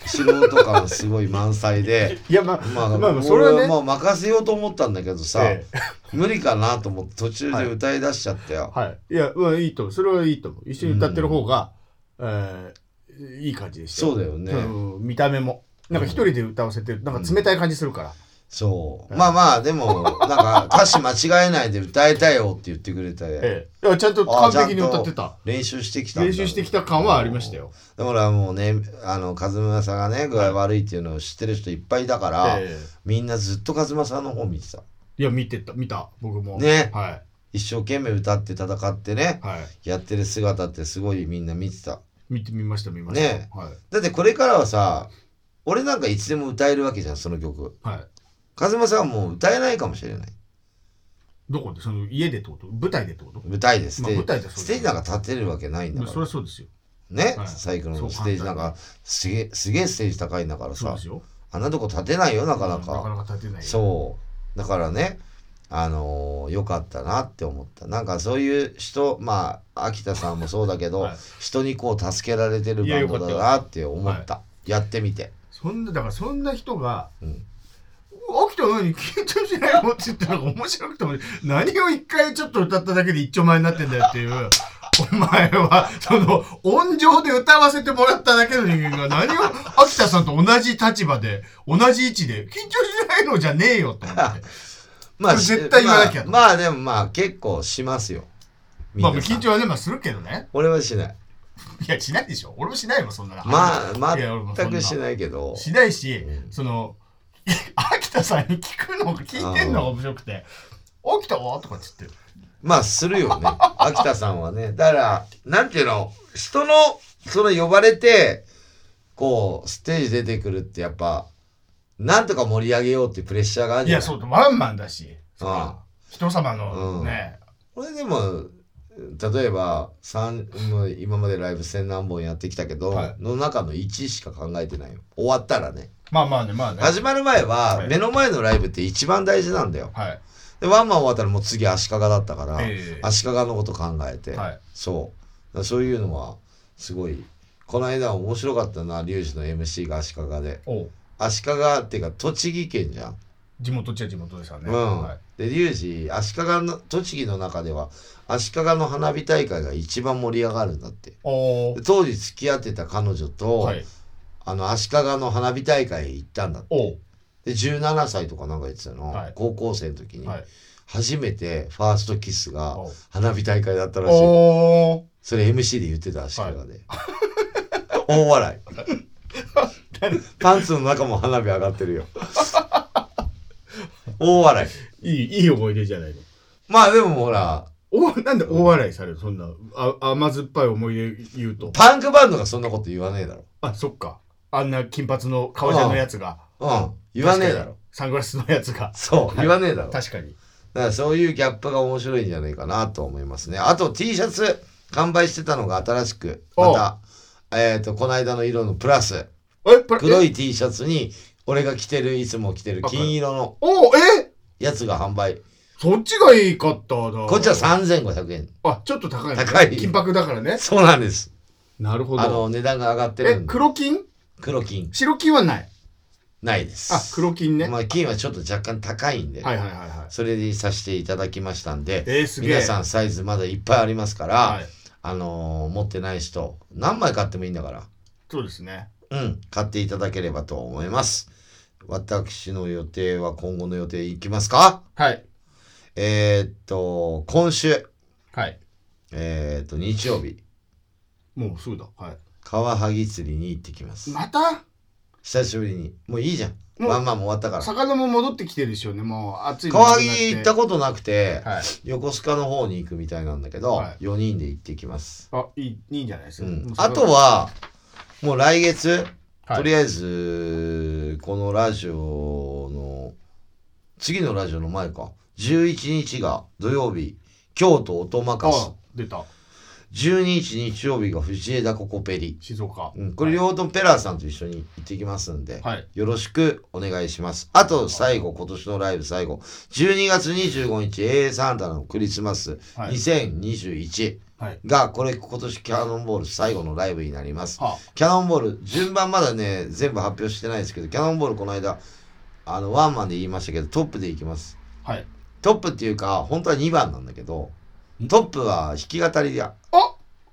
[SPEAKER 1] 素人感すごい満載 で
[SPEAKER 2] えいやまあ
[SPEAKER 1] まあ、
[SPEAKER 2] まあまあそ
[SPEAKER 1] そ
[SPEAKER 2] れ
[SPEAKER 1] れ
[SPEAKER 2] はね
[SPEAKER 1] はもう任せようと思ったんだけどさ、
[SPEAKER 2] ええ
[SPEAKER 1] 無理かなと思って途中で歌い出しちゃったよ、
[SPEAKER 2] はい。いや、まあいいと思う。それはいいと思う。一緒に歌ってる方が、えーいい感じでしたよ。
[SPEAKER 1] そうだよね、
[SPEAKER 2] うん見た目も。なんか一人で歌わせてる、なんか冷たい感じするから。
[SPEAKER 1] そう、
[SPEAKER 2] うん
[SPEAKER 1] まあまあでもなんか歌詞間違えないで歌えたよって言ってくれて、
[SPEAKER 2] ええいやちゃんと
[SPEAKER 1] あ
[SPEAKER 2] 完
[SPEAKER 1] あちゃんと
[SPEAKER 2] 璧に歌ってた。
[SPEAKER 1] 練習してきたんだ
[SPEAKER 2] 練習してきた感はありましたよ。
[SPEAKER 1] だからもうねあの和正さんがね具合悪いっていうのを知ってる人いっぱいだから、
[SPEAKER 2] ええ
[SPEAKER 1] みんなずっと和正の方見てた
[SPEAKER 2] いや、見てた、見た、僕も。
[SPEAKER 1] ね
[SPEAKER 2] は
[SPEAKER 1] 一生懸命歌って戦ってね
[SPEAKER 2] い。はい。
[SPEAKER 1] やってる姿ってすごいみんな見てた
[SPEAKER 2] 見てみました、見ました。
[SPEAKER 1] ね
[SPEAKER 2] はい。
[SPEAKER 1] だってこれからはさ俺なんかいつでも歌えるわけじゃんその曲
[SPEAKER 2] はい。
[SPEAKER 1] 風間さんはもう歌えないかもしれない
[SPEAKER 2] どこで、その家でってこと舞台でってこと
[SPEAKER 1] 舞台でステージ、
[SPEAKER 2] まあ舞台でそうです
[SPEAKER 1] ステージなんか立てるわけないんだか
[SPEAKER 2] そ
[SPEAKER 1] ら
[SPEAKER 2] りゃそうですよ。
[SPEAKER 1] ね、
[SPEAKER 2] はい
[SPEAKER 1] サイクル
[SPEAKER 2] そう
[SPEAKER 1] のステージなん
[SPEAKER 2] 簡単
[SPEAKER 1] かすげえすげえステージ高いんだから
[SPEAKER 2] そう
[SPEAKER 1] さ
[SPEAKER 2] ですよ。
[SPEAKER 1] あんなとこ立てないよなかな
[SPEAKER 2] なか
[SPEAKER 1] か、
[SPEAKER 2] なか立てない。
[SPEAKER 1] そうだからねあのー、よかったなって思ったなんかそういう人まあ秋田さんもそうだけど、
[SPEAKER 2] はい
[SPEAKER 1] 人にこう助けられてる
[SPEAKER 2] いや
[SPEAKER 1] バン
[SPEAKER 2] よか
[SPEAKER 1] ド
[SPEAKER 2] った
[SPEAKER 1] だ
[SPEAKER 2] よ
[SPEAKER 1] なって思ったやってみて
[SPEAKER 2] そんな、だからそんな人が、
[SPEAKER 1] うん
[SPEAKER 2] 起きたのに緊張しないのって言ったら面白くても何を一回ちょっと歌っただけで一丁前になってんだよっていう。お前は、その、音情で歌わせてもらっただけの人間が何を、秋田さんと同じ立場で、同じ位置で、緊張しないのじゃねえよと思って。
[SPEAKER 1] まあ、
[SPEAKER 2] それ絶対言わなきゃ
[SPEAKER 1] まあ、まあでもまあ結構しますよ。
[SPEAKER 2] まあ、
[SPEAKER 1] 皆さん
[SPEAKER 2] 緊張はね、まあするけどね。
[SPEAKER 1] 俺はしない。
[SPEAKER 2] いや、しないでしょ。俺もしないもん、そんなの。
[SPEAKER 1] まあ
[SPEAKER 2] いや俺もそん
[SPEAKER 1] 全
[SPEAKER 2] な
[SPEAKER 1] くしないけど。
[SPEAKER 2] しないし
[SPEAKER 1] う、ん
[SPEAKER 2] その、 秋田さんに聞くのが、聞いてんのが面白くて、秋田はとかって言って。
[SPEAKER 1] まあするよね。 秋田さんはね。だから、なんていうの、人の、その呼ばれて、こう、ステージ出てくるってやっぱ、なんとか盛り上げようっていうプレッシャーがある
[SPEAKER 2] い
[SPEAKER 1] じゃ
[SPEAKER 2] や、
[SPEAKER 1] ない
[SPEAKER 2] そう、ワンマンだし。
[SPEAKER 1] うん
[SPEAKER 2] 人様の
[SPEAKER 1] うん
[SPEAKER 2] ね、
[SPEAKER 1] これでも、例えば、三もう今までライブ千何本やってきたけど、
[SPEAKER 2] はい
[SPEAKER 1] の中の1しか考えてないよ。終わったらね。
[SPEAKER 2] まあまあねまあね
[SPEAKER 1] 始まる前
[SPEAKER 2] は
[SPEAKER 1] は、
[SPEAKER 2] い
[SPEAKER 1] 目の前のライブって一番大事なんだよ。
[SPEAKER 2] はい
[SPEAKER 1] でワンマン終わったらもう次足利だったから、
[SPEAKER 2] ええ
[SPEAKER 1] 足利のこと考えて、
[SPEAKER 2] はい
[SPEAKER 1] そうだからそういうのはすごいこの間面白かったなリュウジの MC が足利で
[SPEAKER 2] おう
[SPEAKER 1] 足利っていうか栃木県じゃん、
[SPEAKER 2] 地元っちゃ地元ですよね、
[SPEAKER 1] うん、
[SPEAKER 2] はい、
[SPEAKER 1] でリュウジ足利の栃木の中では足利の花火大会が一番盛り上がるんだって
[SPEAKER 2] お
[SPEAKER 1] で
[SPEAKER 2] ー
[SPEAKER 1] 当時付き合ってた彼女と、
[SPEAKER 2] はい
[SPEAKER 1] あの足利の花火大会へ行ったんだって
[SPEAKER 2] おう
[SPEAKER 1] で17歳とかなんか言ってたの、
[SPEAKER 2] はい
[SPEAKER 1] 高校生の時に、
[SPEAKER 2] はい
[SPEAKER 1] 初めてファーストキスが
[SPEAKER 2] おう
[SPEAKER 1] 花火大会だったらしい
[SPEAKER 2] おー
[SPEAKER 1] それ MC で言ってた足利で、 大笑いパンツの中も花火上がってるよ大笑い
[SPEAKER 2] いいいい思い出じゃないの
[SPEAKER 1] まあでもほら、
[SPEAKER 2] おなんで大笑いされるそんなあ甘酸っぱい思い出言うと
[SPEAKER 1] パンクバンドがそんなこと言わねえだろ。
[SPEAKER 2] あそっかあんな金髪の革ジャンのやつが
[SPEAKER 1] うん。言わねえだ
[SPEAKER 2] 確か
[SPEAKER 1] ろ
[SPEAKER 2] に。サングラスのやつが
[SPEAKER 1] そう、言わねえだろ。だか
[SPEAKER 2] 確かに
[SPEAKER 1] らそういうギャップが面白いんじゃないかなと思いますね。あと T シャツ、完売してたのが新しく、
[SPEAKER 2] おう
[SPEAKER 1] また、えっ、と、この間の色のプラス、
[SPEAKER 2] えプラ
[SPEAKER 1] 黒
[SPEAKER 2] え
[SPEAKER 1] い T シャツに、俺が着てる、いつも着てる金色の
[SPEAKER 2] おうえ
[SPEAKER 1] やつが販売。
[SPEAKER 2] そっちがいいかったな
[SPEAKER 1] こっちは3500円。
[SPEAKER 2] あちょっと高い、
[SPEAKER 1] 高い
[SPEAKER 2] 金箔だからね
[SPEAKER 1] そうなんです。
[SPEAKER 2] なるほ
[SPEAKER 1] あの、値段が上がってる
[SPEAKER 2] え
[SPEAKER 1] んで。
[SPEAKER 2] 黒金
[SPEAKER 1] 黒金、
[SPEAKER 2] 白金はない
[SPEAKER 1] ないです。
[SPEAKER 2] あ黒金ね、
[SPEAKER 1] まあ、金はちょっと若干高いんで、
[SPEAKER 2] はいはいはいはい
[SPEAKER 1] それにさせていただきましたんで、
[SPEAKER 2] えー、すげえ
[SPEAKER 1] 皆さんサイズまだいっぱいありますから、
[SPEAKER 2] はい
[SPEAKER 1] あのー持ってない人、何枚買ってもいいんだか
[SPEAKER 2] そうですね
[SPEAKER 1] ら、うん、買っていただければと思います。私の予定は今後の予定いきますか
[SPEAKER 2] はい
[SPEAKER 1] えーっと、今週、
[SPEAKER 2] はい
[SPEAKER 1] えーっと、日曜日、
[SPEAKER 2] もうすぐだはい
[SPEAKER 1] カワハギ釣りに行ってきます。
[SPEAKER 2] また
[SPEAKER 1] 久しぶりに。もういいじゃん。
[SPEAKER 2] もう
[SPEAKER 1] まあまあもう終わったから。
[SPEAKER 2] 魚も戻ってきてるでしょうねもう暑いの
[SPEAKER 1] カワハギ行った
[SPEAKER 2] こ
[SPEAKER 1] ことなくて、
[SPEAKER 2] はい
[SPEAKER 1] 横須賀の方に行くみたいなんだけど、
[SPEAKER 2] はい
[SPEAKER 1] 4人で行ってきます、
[SPEAKER 2] あいいいいんじゃないです
[SPEAKER 1] う
[SPEAKER 2] か、
[SPEAKER 1] ん
[SPEAKER 2] もう、それ
[SPEAKER 1] あとはもう来月、
[SPEAKER 2] はい
[SPEAKER 1] とりあえずこのラジオの次のラジオの前か11日が土曜日京都音まかす
[SPEAKER 2] あ出た
[SPEAKER 1] 12日日曜日が藤枝ココペリ、
[SPEAKER 2] 静岡、
[SPEAKER 1] うん、これ両方ともペラーさんと一緒に行ってきますんで、
[SPEAKER 2] はい
[SPEAKER 1] よろしくお願いします。あと、最後、今年のライブ最後。12月25日、AA サンタのクリスマス
[SPEAKER 2] はい
[SPEAKER 1] 2021
[SPEAKER 2] はい
[SPEAKER 1] が、これ今年キャノンボール最後のライブになります。
[SPEAKER 2] は
[SPEAKER 1] キャノンボール、順番まだね、全部発表してないですけど、キャノンボールこの間、あの、ワンマンで言いましたけど、トップで行きます。
[SPEAKER 2] あはい
[SPEAKER 1] トップっていうか、本当は2番なんだけど、トップは弾き語りで、
[SPEAKER 2] あ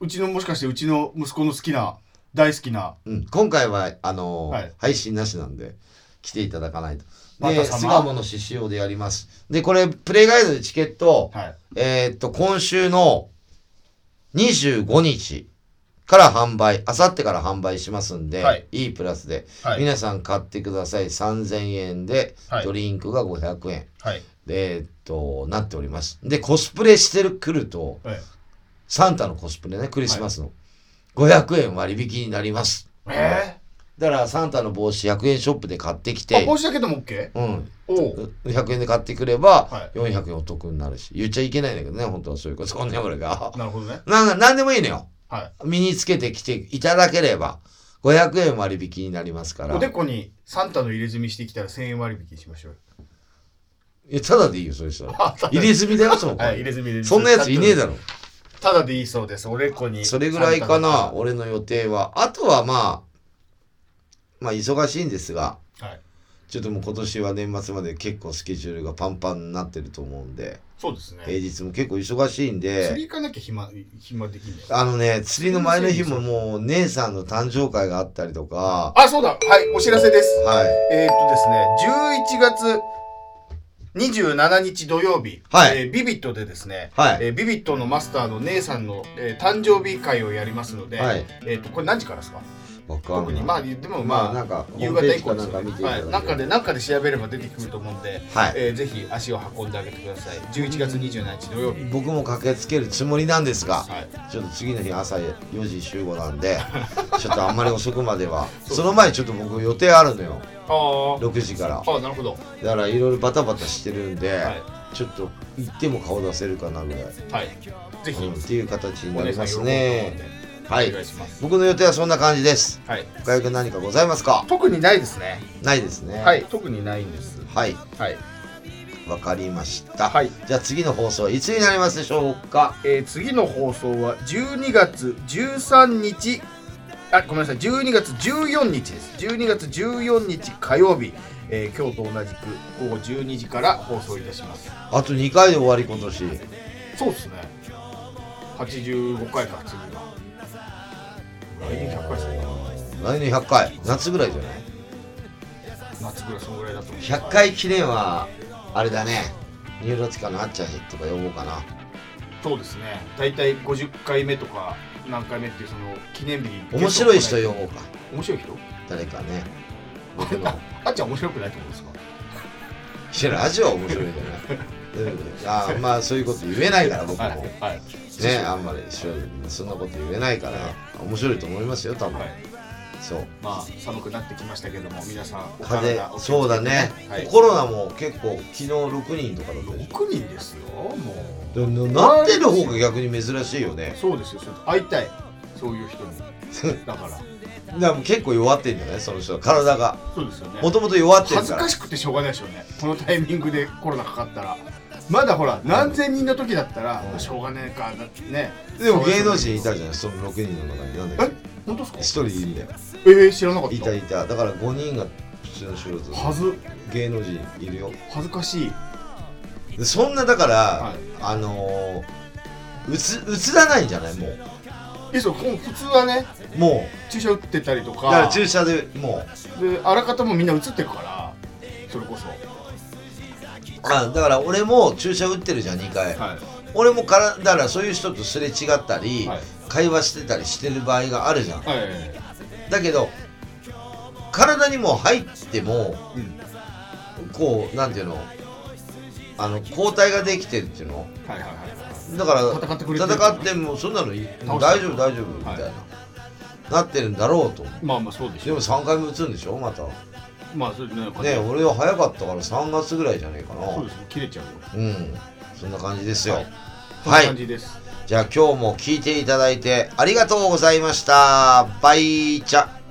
[SPEAKER 2] うちのもしかしてうちの息子の好きな大好きな
[SPEAKER 1] うん、今回は、あのー
[SPEAKER 2] はい
[SPEAKER 1] 配信なしなんで、来ていただかないと。
[SPEAKER 2] ま
[SPEAKER 1] で、
[SPEAKER 2] た様
[SPEAKER 1] 巣鴨の獅子王でやります。で、これ、プレイガイドでチケット、
[SPEAKER 2] はい
[SPEAKER 1] えーっと、今週の25日から販売、あさってから販売しますんで、
[SPEAKER 2] はいい、
[SPEAKER 1] いプラスで、
[SPEAKER 2] はい
[SPEAKER 1] 皆さん買ってください。3000円で
[SPEAKER 2] は、い
[SPEAKER 1] ドリンクが500円。
[SPEAKER 2] はい
[SPEAKER 1] で、えーっと、なっております。で、コスプレしてる来ると、
[SPEAKER 2] はい
[SPEAKER 1] サンタのコスプレね、クリスマスの、500円割引になります。
[SPEAKER 2] え
[SPEAKER 1] だからサンタの帽子100円ショップで買ってき
[SPEAKER 2] ー、あ
[SPEAKER 1] て、
[SPEAKER 2] 帽子だけでも OK?
[SPEAKER 1] うん、
[SPEAKER 2] おお
[SPEAKER 1] 100円で買ってくれば
[SPEAKER 2] は
[SPEAKER 1] 400円お得になるし言っちゃいけないんだけどね本当はそういうことそんな俺が
[SPEAKER 2] なるほどね
[SPEAKER 1] なんなんでもいいのよ
[SPEAKER 2] はい
[SPEAKER 1] 身につけてきていただければ500円割引になりますから
[SPEAKER 2] おでこにサンタの入れ墨してきたら1000円割引しましょうよ
[SPEAKER 1] いやただでいいよそれしたら入れ墨だよその子
[SPEAKER 2] はい入れ墨で
[SPEAKER 1] そんなやついねえだろ
[SPEAKER 2] ただでいいそうですおでこに
[SPEAKER 1] それぐらいか
[SPEAKER 2] サン
[SPEAKER 1] な俺の予定はあとはまあまあ忙しいんですが
[SPEAKER 2] タのはい
[SPEAKER 1] ちょっともう今年は年末まで結構スケジュールがパンパンになってると思うんで
[SPEAKER 2] そうですね
[SPEAKER 1] 平日も結構忙しいん
[SPEAKER 2] 釣り
[SPEAKER 1] で、
[SPEAKER 2] 行かなきゃ暇暇できんだよ
[SPEAKER 1] あのね、釣りの前の日ももう姉さんの誕生会があったりとか、
[SPEAKER 2] あそうだはいお知らせです
[SPEAKER 1] はい。
[SPEAKER 2] えー、っとですね11月27日土曜日、
[SPEAKER 1] はい
[SPEAKER 2] えービビットでですね、
[SPEAKER 1] はい
[SPEAKER 2] えービビットのマスターの姉さんの、えー誕生日会をやりますので、
[SPEAKER 1] はい
[SPEAKER 2] えー、とこれ何時からですか
[SPEAKER 1] わかん
[SPEAKER 2] 特
[SPEAKER 1] ない。
[SPEAKER 2] にまあ言っても
[SPEAKER 1] ま
[SPEAKER 2] ま
[SPEAKER 1] あ
[SPEAKER 2] あ、
[SPEAKER 1] なんか
[SPEAKER 2] 夕方以降です
[SPEAKER 1] ホームページかなんか見ていただけ
[SPEAKER 2] よねはい、
[SPEAKER 1] れば
[SPEAKER 2] なんかでなんかで調べれば出てくると思うんで、
[SPEAKER 1] はい
[SPEAKER 2] えーぜひ足を運んであげてください11月27日土曜日
[SPEAKER 1] 僕も駆けつけるつもりなんですが、
[SPEAKER 2] はい
[SPEAKER 1] ちょっと次の日朝4時集合なんで、ちょっとあんまり遅くまで は、その前にちょっと僕予定あるのよ、
[SPEAKER 2] あー
[SPEAKER 1] 6時から。
[SPEAKER 2] あーなるほど
[SPEAKER 1] だからいろいろバタバタしてるんで、
[SPEAKER 2] は
[SPEAKER 1] ちょっと行っても顔出せるかなぐらい、
[SPEAKER 2] はいぜひ、
[SPEAKER 1] うんっていう形に
[SPEAKER 2] お
[SPEAKER 1] な
[SPEAKER 2] 姉
[SPEAKER 1] り
[SPEAKER 2] さん
[SPEAKER 1] ま
[SPEAKER 2] 喜
[SPEAKER 1] す
[SPEAKER 2] ぶと思うん
[SPEAKER 1] ね
[SPEAKER 2] で。
[SPEAKER 1] はい
[SPEAKER 2] お願いします
[SPEAKER 1] 僕の予定はそんな感じです。
[SPEAKER 2] はい
[SPEAKER 1] 他く何かございますか
[SPEAKER 2] 特にないですね
[SPEAKER 1] ないですね。
[SPEAKER 2] はい特にないんです
[SPEAKER 1] はい。
[SPEAKER 2] はい
[SPEAKER 1] わかりました。
[SPEAKER 2] はい
[SPEAKER 1] じゃあ次の放送はいつになりますでしょうか
[SPEAKER 2] えー次の放送は12月13日あごめんなさい12月14日です12月14日火曜日、えー今日と同じく午後12時から放送いたします
[SPEAKER 1] あと2回で終わり今年。
[SPEAKER 2] そうですね85回か次は来年100回ですね
[SPEAKER 1] 来年100回。夏ぐらいじゃない
[SPEAKER 2] 夏ぐらいそのぐらいだと思う
[SPEAKER 1] ?100 回記念は、あれだね。ニューロティカのあっちゃんとか呼ぼうかな。
[SPEAKER 2] そうですね大体50回目とか何回目っていうその記念日
[SPEAKER 1] 面白い人呼ぼうか。
[SPEAKER 2] 面白い人
[SPEAKER 1] 誰かね。僕の。
[SPEAKER 2] あっちゃん面白くないってことですか
[SPEAKER 1] いやラジオは面白いじゃない。と いうことであーまあそういうこと言えないから僕も、
[SPEAKER 2] はいはい
[SPEAKER 1] ねあんまり正直そんなこと言えないから面白いと思いますよ多分、
[SPEAKER 2] はい
[SPEAKER 1] そう
[SPEAKER 2] まあ寒くなってきましたけども皆さんお
[SPEAKER 1] 風
[SPEAKER 2] 体お気を
[SPEAKER 1] 邪
[SPEAKER 2] つけて
[SPEAKER 1] そうだね、
[SPEAKER 2] はい
[SPEAKER 1] コロナも結構昨日6人とかだったでし
[SPEAKER 2] 6人ですよもう
[SPEAKER 1] ょでもなってる方が逆に珍しいよね
[SPEAKER 2] そうですよそれ会いたいそういう人にだから
[SPEAKER 1] でも結構弱ってんじゃないその人は体が
[SPEAKER 2] そうですよね
[SPEAKER 1] もともと弱ってる
[SPEAKER 2] 恥ず
[SPEAKER 1] から
[SPEAKER 2] かしくてしょうがないですよねこのタイミングでコロナかかったらまだほら何千人の時だったら、
[SPEAKER 1] うん
[SPEAKER 2] まあしょうがねえかだってね
[SPEAKER 1] でも芸能人いたじゃないその6人の中になんだっ
[SPEAKER 2] え
[SPEAKER 1] け
[SPEAKER 2] 本当で
[SPEAKER 1] 1
[SPEAKER 2] すか
[SPEAKER 1] 人いるんだよ
[SPEAKER 2] えー、知らなかった
[SPEAKER 1] いたいただから5人が普通の仕事で
[SPEAKER 2] はず
[SPEAKER 1] 芸能人いるよ
[SPEAKER 2] 恥ずかしい
[SPEAKER 1] でそんなだから、
[SPEAKER 2] はい
[SPEAKER 1] あのー、うつうつらないんじゃないもう
[SPEAKER 2] えそうこう普通はね
[SPEAKER 1] も
[SPEAKER 2] 注射打ってたりとか
[SPEAKER 1] うだから注射でもう
[SPEAKER 2] であらかたもみんな映ってるからそれこそ
[SPEAKER 1] あだから俺も注射打ってるじゃん2回、
[SPEAKER 2] はい
[SPEAKER 1] 俺もからだからそういう人とすれ違ったり、
[SPEAKER 2] はい
[SPEAKER 1] 会話してたりしてる場合があるじゃん
[SPEAKER 2] はい、
[SPEAKER 1] だけど体にもう入っても
[SPEAKER 2] うん
[SPEAKER 1] こうなんていうのあの抗体ができてるっていうの
[SPEAKER 2] はいはいはい
[SPEAKER 1] だから
[SPEAKER 2] 戦ってくれてる
[SPEAKER 1] 戦ってもそんなのいい
[SPEAKER 2] 倒
[SPEAKER 1] もう大
[SPEAKER 2] してる
[SPEAKER 1] 丈夫大丈夫みたいな、なってるんだろうと思う
[SPEAKER 2] まあまあそうでし
[SPEAKER 1] で
[SPEAKER 2] ょ
[SPEAKER 1] も3回も打つんでしょまた
[SPEAKER 2] まあそれね
[SPEAKER 1] ね俺は早かったから3月ぐらいじゃないかな
[SPEAKER 2] そうですね切れちゃうよ
[SPEAKER 1] うんそんな感じですよ、
[SPEAKER 2] はいそん
[SPEAKER 1] は
[SPEAKER 2] ない感じです、
[SPEAKER 1] じゃあ今日も聞いていただいてありがとうございました。バイチャ。